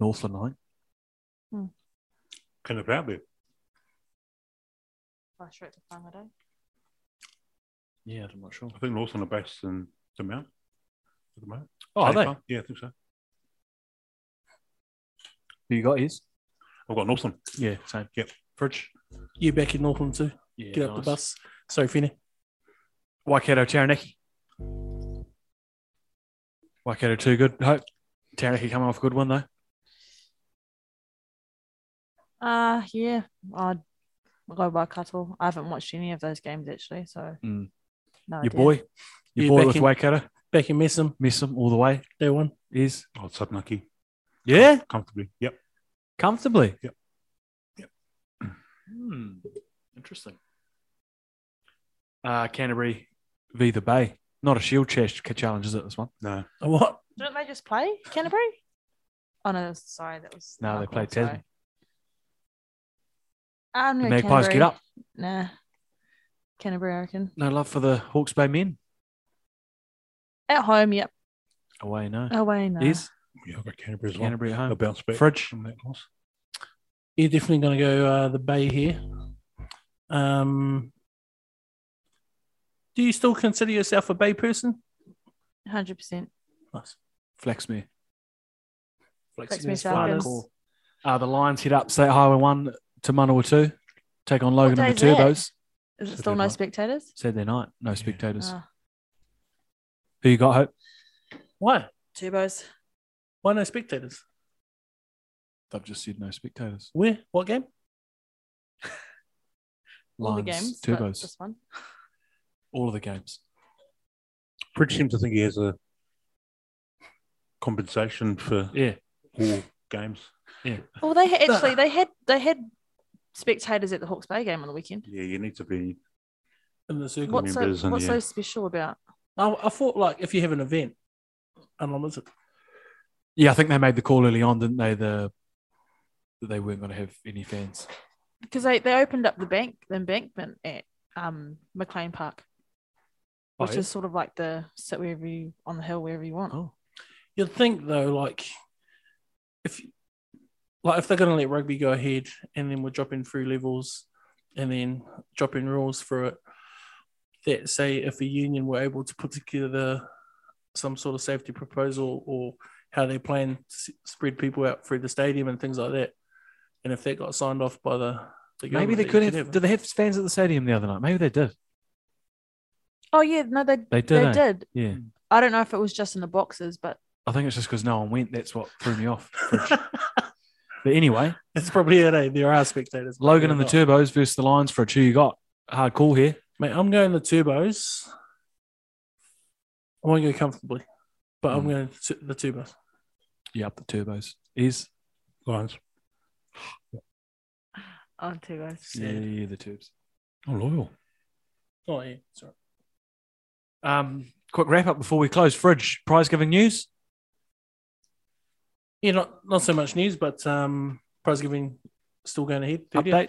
Speaker 6: Northland, I think.
Speaker 8: Kind of out there.
Speaker 9: Oh, sure, it's Whangarei.
Speaker 6: Yeah, I'm not sure.
Speaker 8: I think Northland are based in the Mount. At the moment.
Speaker 6: Oh, are they?
Speaker 8: Taniwha? Yeah, I think so.
Speaker 6: Who you got is?
Speaker 8: I've got Northland.
Speaker 6: Yeah, same.
Speaker 8: Yep.
Speaker 6: Fridge.
Speaker 7: You back in Northland too.
Speaker 6: Yeah,
Speaker 7: Get up the bus. Sorry, Finney.
Speaker 6: Waikato Taranaki. Waikato too good. Hope Taranaki coming off a good one though.
Speaker 9: Uh yeah. I'd I'll go Waikato. I haven't watched any of those games actually, so
Speaker 6: Mm.
Speaker 9: no
Speaker 6: Your
Speaker 9: idea.
Speaker 6: boy, your
Speaker 7: Yeah,
Speaker 6: boy
Speaker 7: back
Speaker 6: with
Speaker 7: in-
Speaker 6: Waikato,
Speaker 7: Back in Messam,
Speaker 6: miss him all the way.
Speaker 7: day one.
Speaker 6: Is
Speaker 8: Oh, Subnaki.
Speaker 6: yeah,
Speaker 8: Comfortably. Yep.
Speaker 6: comfortably.
Speaker 8: Yep. Yep.
Speaker 6: Hmm. Interesting. Uh, Canterbury v the Bay. Not a shield chest challenge, is it? This one?
Speaker 8: No.
Speaker 7: Oh, What?
Speaker 9: Didn't they just play Canterbury? Oh no, sorry, that was
Speaker 6: No, they
Speaker 9: Markham,
Speaker 6: played
Speaker 9: sorry.
Speaker 6: Tasman.
Speaker 9: I'm
Speaker 6: The
Speaker 9: going
Speaker 6: Magpies get
Speaker 9: Canterbury.
Speaker 6: up.
Speaker 9: Nah. Canterbury, I reckon.
Speaker 6: No love for the Hawke's Bay men.
Speaker 9: At home, yep.
Speaker 6: Away, no.
Speaker 9: Away, Oh, no.
Speaker 6: Is
Speaker 8: Yeah, I've got Canterbury as well.
Speaker 6: Canterbury at
Speaker 8: They'll
Speaker 6: home.
Speaker 8: bounce back
Speaker 6: Fridge.
Speaker 8: from that loss.
Speaker 7: You're definitely going to go uh, the Bay here. Um, do you still consider yourself a Bay person?
Speaker 9: 100%.
Speaker 7: Nice.
Speaker 6: Flex me.
Speaker 9: Flex me
Speaker 6: Final
Speaker 9: Falcons.
Speaker 6: call. Uh, the Lions head up State Highway 1 to Manawatu. Take on Logan
Speaker 9: What
Speaker 6: and the
Speaker 9: day is that?
Speaker 6: Turbos.
Speaker 9: Is it
Speaker 8: So
Speaker 9: still
Speaker 8: they're
Speaker 9: no
Speaker 8: not-
Speaker 9: spectators?
Speaker 6: Saturday night. No spectators.
Speaker 9: Ah,
Speaker 6: Who you got, Hope?
Speaker 7: Why?
Speaker 9: turbos.
Speaker 7: Why no spectators?
Speaker 6: They've just said no spectators.
Speaker 7: Where? What game?
Speaker 9: All the
Speaker 6: Lions,
Speaker 9: games. but
Speaker 6: Turbos.
Speaker 9: This one.
Speaker 6: All of the games.
Speaker 8: Fridge seems to think he has a compensation for
Speaker 6: Yeah.
Speaker 8: all games.
Speaker 9: Well, Oh, they ha- actually they had they had spectators at the Hawke's Bay game on the weekend.
Speaker 8: Yeah, you need to be.
Speaker 7: In the circle.
Speaker 9: What's so
Speaker 8: members and
Speaker 9: what's
Speaker 8: yeah.
Speaker 9: so special about?
Speaker 7: I, I thought like if you have an event, unlimited.
Speaker 6: Yeah, I think they made the call early on, didn't they? The that they weren't going to have any fans.
Speaker 9: Because they, they opened up the bank the embankment at um McLean Park,
Speaker 6: Oh,
Speaker 9: which
Speaker 6: yeah?
Speaker 9: is sort of like the sit wherever you on the hill wherever you want.
Speaker 6: Oh,
Speaker 7: You'd think though, like if like if they're going to let rugby go ahead, and then we're dropping through levels, and then dropping rules for it, that say if a union were able to put together some sort of safety proposal or how they plan to s- spread people out through the stadium and things like that, and if that got signed off by the, the
Speaker 6: maybe
Speaker 7: government,
Speaker 6: they
Speaker 7: you
Speaker 6: could
Speaker 7: could
Speaker 6: have. Did they have fans at the stadium the other night? Maybe they did.
Speaker 9: Oh yeah, no they
Speaker 6: They did.
Speaker 9: they
Speaker 6: eh?
Speaker 9: did.
Speaker 6: Yeah.
Speaker 9: I don't know if it was just in the boxes, but
Speaker 6: I think it's just because no one went. That's what threw me off. But anyway,
Speaker 7: That's probably it. Eh? There are spectators. but
Speaker 6: Logan
Speaker 7: they're
Speaker 6: and the
Speaker 7: not.
Speaker 6: Turbos versus the Lions for a two. You got hard call here.
Speaker 7: Mate, I'm going the turbos. I won't go comfortably, but I'm
Speaker 6: Mm.
Speaker 7: going to the turbos.
Speaker 6: Yeah, up the Turbos is
Speaker 8: Lions.
Speaker 9: oh turbos.
Speaker 6: yeah,
Speaker 7: Yeah.
Speaker 6: the Tubes.
Speaker 8: Oh, loyal.
Speaker 7: Oh yeah, sorry.
Speaker 6: Um, quick wrap up before we close. Fridge prize giving news.
Speaker 7: Yeah, not not so much news, but um, prize giving still going ahead. 30th.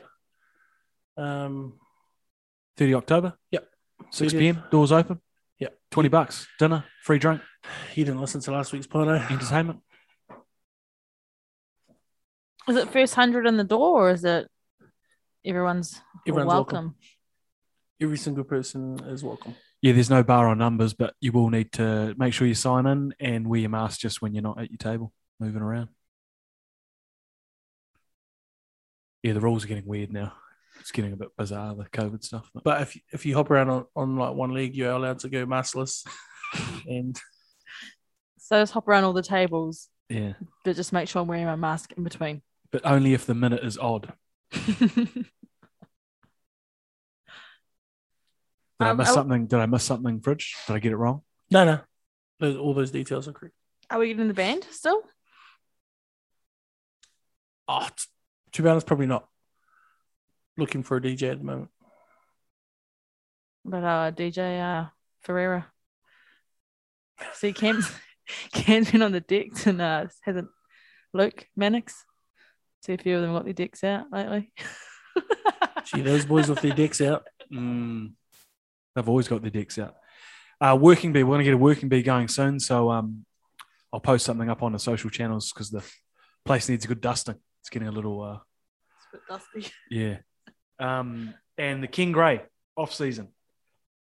Speaker 6: Update
Speaker 7: Um,
Speaker 6: thirty October.
Speaker 7: Yep.
Speaker 6: Six
Speaker 7: 30th.
Speaker 6: PM. Doors open.
Speaker 7: Yep.
Speaker 6: Twenty bucks. Dinner. Free drink.
Speaker 7: you didn't listen to last week's pod, eh?
Speaker 6: Entertainment.
Speaker 9: Is it first hundred in the door or is it everyone's,
Speaker 7: Everyone's welcome.
Speaker 9: welcome?
Speaker 7: Every single person is welcome.
Speaker 6: Yeah, there's no bar on numbers, but you will need to make sure you sign in and wear your mask just when you're not at your table moving around. Yeah, the rules are getting weird now. It's getting a bit bizarre, the COVID stuff. But
Speaker 7: But if if you hop around on, on like one leg, you're allowed to go maskless, and
Speaker 9: So just hop around all the tables,
Speaker 6: yeah.
Speaker 9: but just make sure I'm wearing my mask in between.
Speaker 6: But only if the minute is odd. Did I
Speaker 9: Um,
Speaker 6: miss
Speaker 9: I-
Speaker 6: something? Did I miss something, Fridge? Did I get it wrong?
Speaker 7: no, no, those, all those details are correct.
Speaker 9: Are we getting the band still?
Speaker 7: Oh, t- to be honest, probably not. Looking for a DJ at the moment.
Speaker 9: But uh, DJ uh, Ferreira See, Cam's Cam's been on the decks and uh, hasn't Luke Mannix. See a few of them got their decks out lately.
Speaker 7: Gee, those boys with their dicks out.
Speaker 6: Mm. They've always got their dicks out. Uh, working bee, we're going to get a working bee going soon. So um, I'll post something up on the social channels because the place needs a good dusting. It's getting a little, uh,
Speaker 9: It's a bit dusty.
Speaker 6: yeah. Um, and the King Grey off season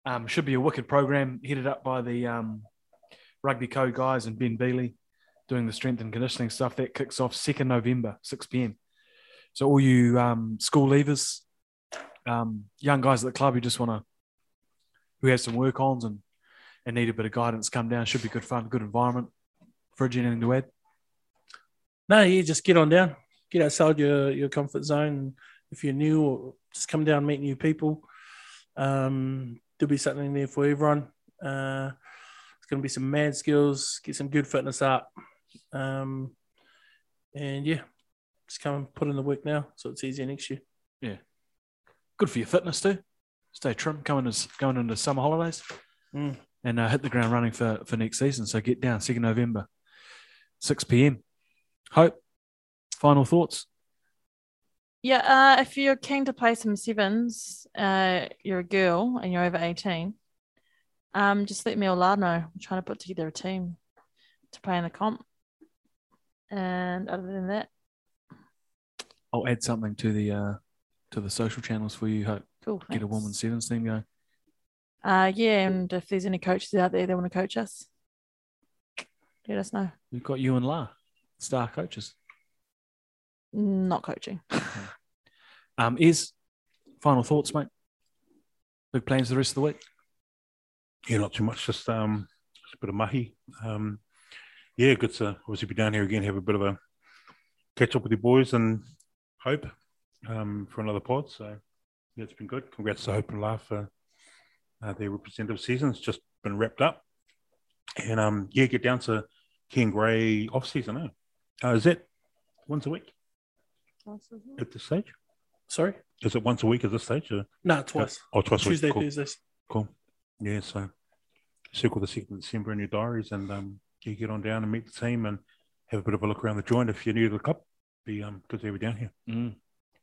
Speaker 6: um, should be a wicked program headed up by the um, Rugby Co guys and Ben Bealey doing the strength and conditioning stuff. That kicks off 2nd November, 6 p.m. So, all you um, school leavers, um, young guys at the club who just want to, who have some work ons and, and need a bit of guidance, come down. Should be good fun, good environment. Fridge, anything to add?
Speaker 7: No, you just get on down, get outside your, your comfort zone. If you're new, or just come down, and meet new people. Um, there'll be something there for everyone. Uh, it's going to be some mad skills, get some good fitness up. Um, and yeah, just come and put in the work now so it's easier next year.
Speaker 6: Good for your fitness too. Stay trim, going into, going into summer holidays
Speaker 7: Mm.
Speaker 6: and uh, hit the ground running for, for next season. So get down 2nd November, 6 p.m. Hope, final thoughts?
Speaker 9: Yeah, uh, if you're keen to play some sevens, uh, you're a girl and you're over 18, um, just let me or Lard know. I'm trying to put together a team to play in the comp. And other than that,
Speaker 6: I'll add something to the uh, to the social channels for you. Hope
Speaker 9: cool.
Speaker 6: get a
Speaker 9: thanks.
Speaker 6: woman sevens team going.
Speaker 9: Uh, yeah, and if there's any coaches out there that want to coach us, let us know.
Speaker 6: We've got you and La, star coaches.
Speaker 9: Not coaching.
Speaker 6: Um, is final thoughts, mate? Big plans the rest of the week.
Speaker 8: Yeah, not too much. Just um, just a bit of mahi. Um, yeah, good to obviously be down here again. Have a bit of a catch up with the boys and hope um, for another pod. So yeah, it's been good. Congrats to Hope and Laugh for uh, their representative season. It's just been wrapped up, and um, yeah, get down to Ken Gray off season. Eh? Uh, is that once a week at this stage?
Speaker 7: Sorry?
Speaker 8: Is it once a week at this stage? Or,
Speaker 7: No, twice.
Speaker 8: or twice a week?
Speaker 7: Tuesday,
Speaker 8: Cool.
Speaker 7: Thursdays.
Speaker 8: Cool. Yeah, so circle the second of December in your diaries and um you get on down and meet the team and have a bit of a look around the joint if you're new to the club. Be um good to have you down here.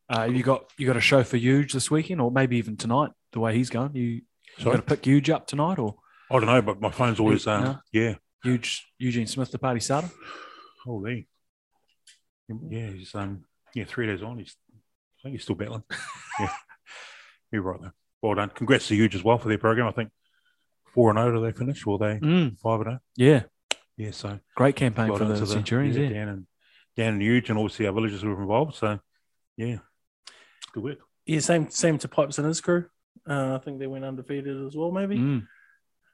Speaker 6: Uh, you got you got a show for Huge this weekend, or maybe even tonight. The way he's going, you, you
Speaker 8: Sorry?
Speaker 6: got to pick Huge up tonight, or
Speaker 8: I don't know, but my phone's always um
Speaker 6: No.
Speaker 8: yeah.
Speaker 6: Huge Eugene Smith, the party starter.
Speaker 8: Holy. Yeah, he's um yeah, three days on. He's I think he's still battling. yeah. You're right though. Well done. Congrats to Huge as well for their program. I think four and oh do they finish or they
Speaker 6: Mm,
Speaker 8: five and oh?
Speaker 6: yeah,
Speaker 8: Yeah, so
Speaker 6: great campaign
Speaker 8: Well
Speaker 6: for
Speaker 8: done
Speaker 6: the,
Speaker 8: to
Speaker 6: Centurions. Yeah,
Speaker 8: yeah, down and down and huge, and obviously our villagers were involved. So, yeah, good work.
Speaker 7: Yeah, same same to Pipes and his crew. Uh, I think they went undefeated as well, maybe.
Speaker 6: Mm.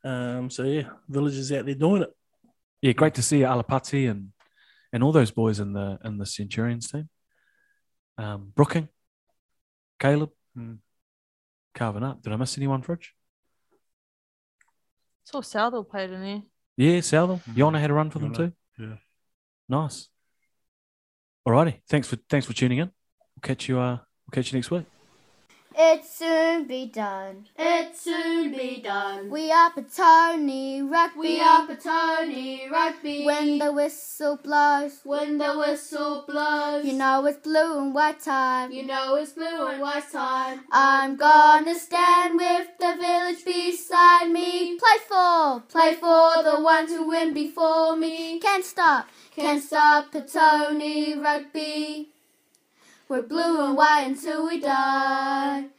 Speaker 7: Um, so yeah, villagers out there doing it.
Speaker 6: yeah, great to see Alapati and and all those boys in the in the Centurions team. Um, Brooking, Caleb,
Speaker 8: Mm.
Speaker 6: carving up. Did I miss anyone, Fridge?
Speaker 9: Saw Southall played in there.
Speaker 6: Yeah, Southall.
Speaker 8: Mhm.
Speaker 6: Yona had a run for them
Speaker 8: Yona,
Speaker 6: too.
Speaker 8: yeah.
Speaker 6: Nice. Alrighty. Thanks for thanks for tuning in. We'll catch you uh we'll catch you next week.
Speaker 10: It soon be done. It soon be done. We are Petone Rugby. We are Petone Rugby. When the whistle blows. When the whistle blows. You know it's blue and white time. You know it's blue and white time. I'm gonna stand with the village beside me. Play for. Play for the ones who win before me. Can't stop. Can't stop Petone Rugby. We're blue and white until we die.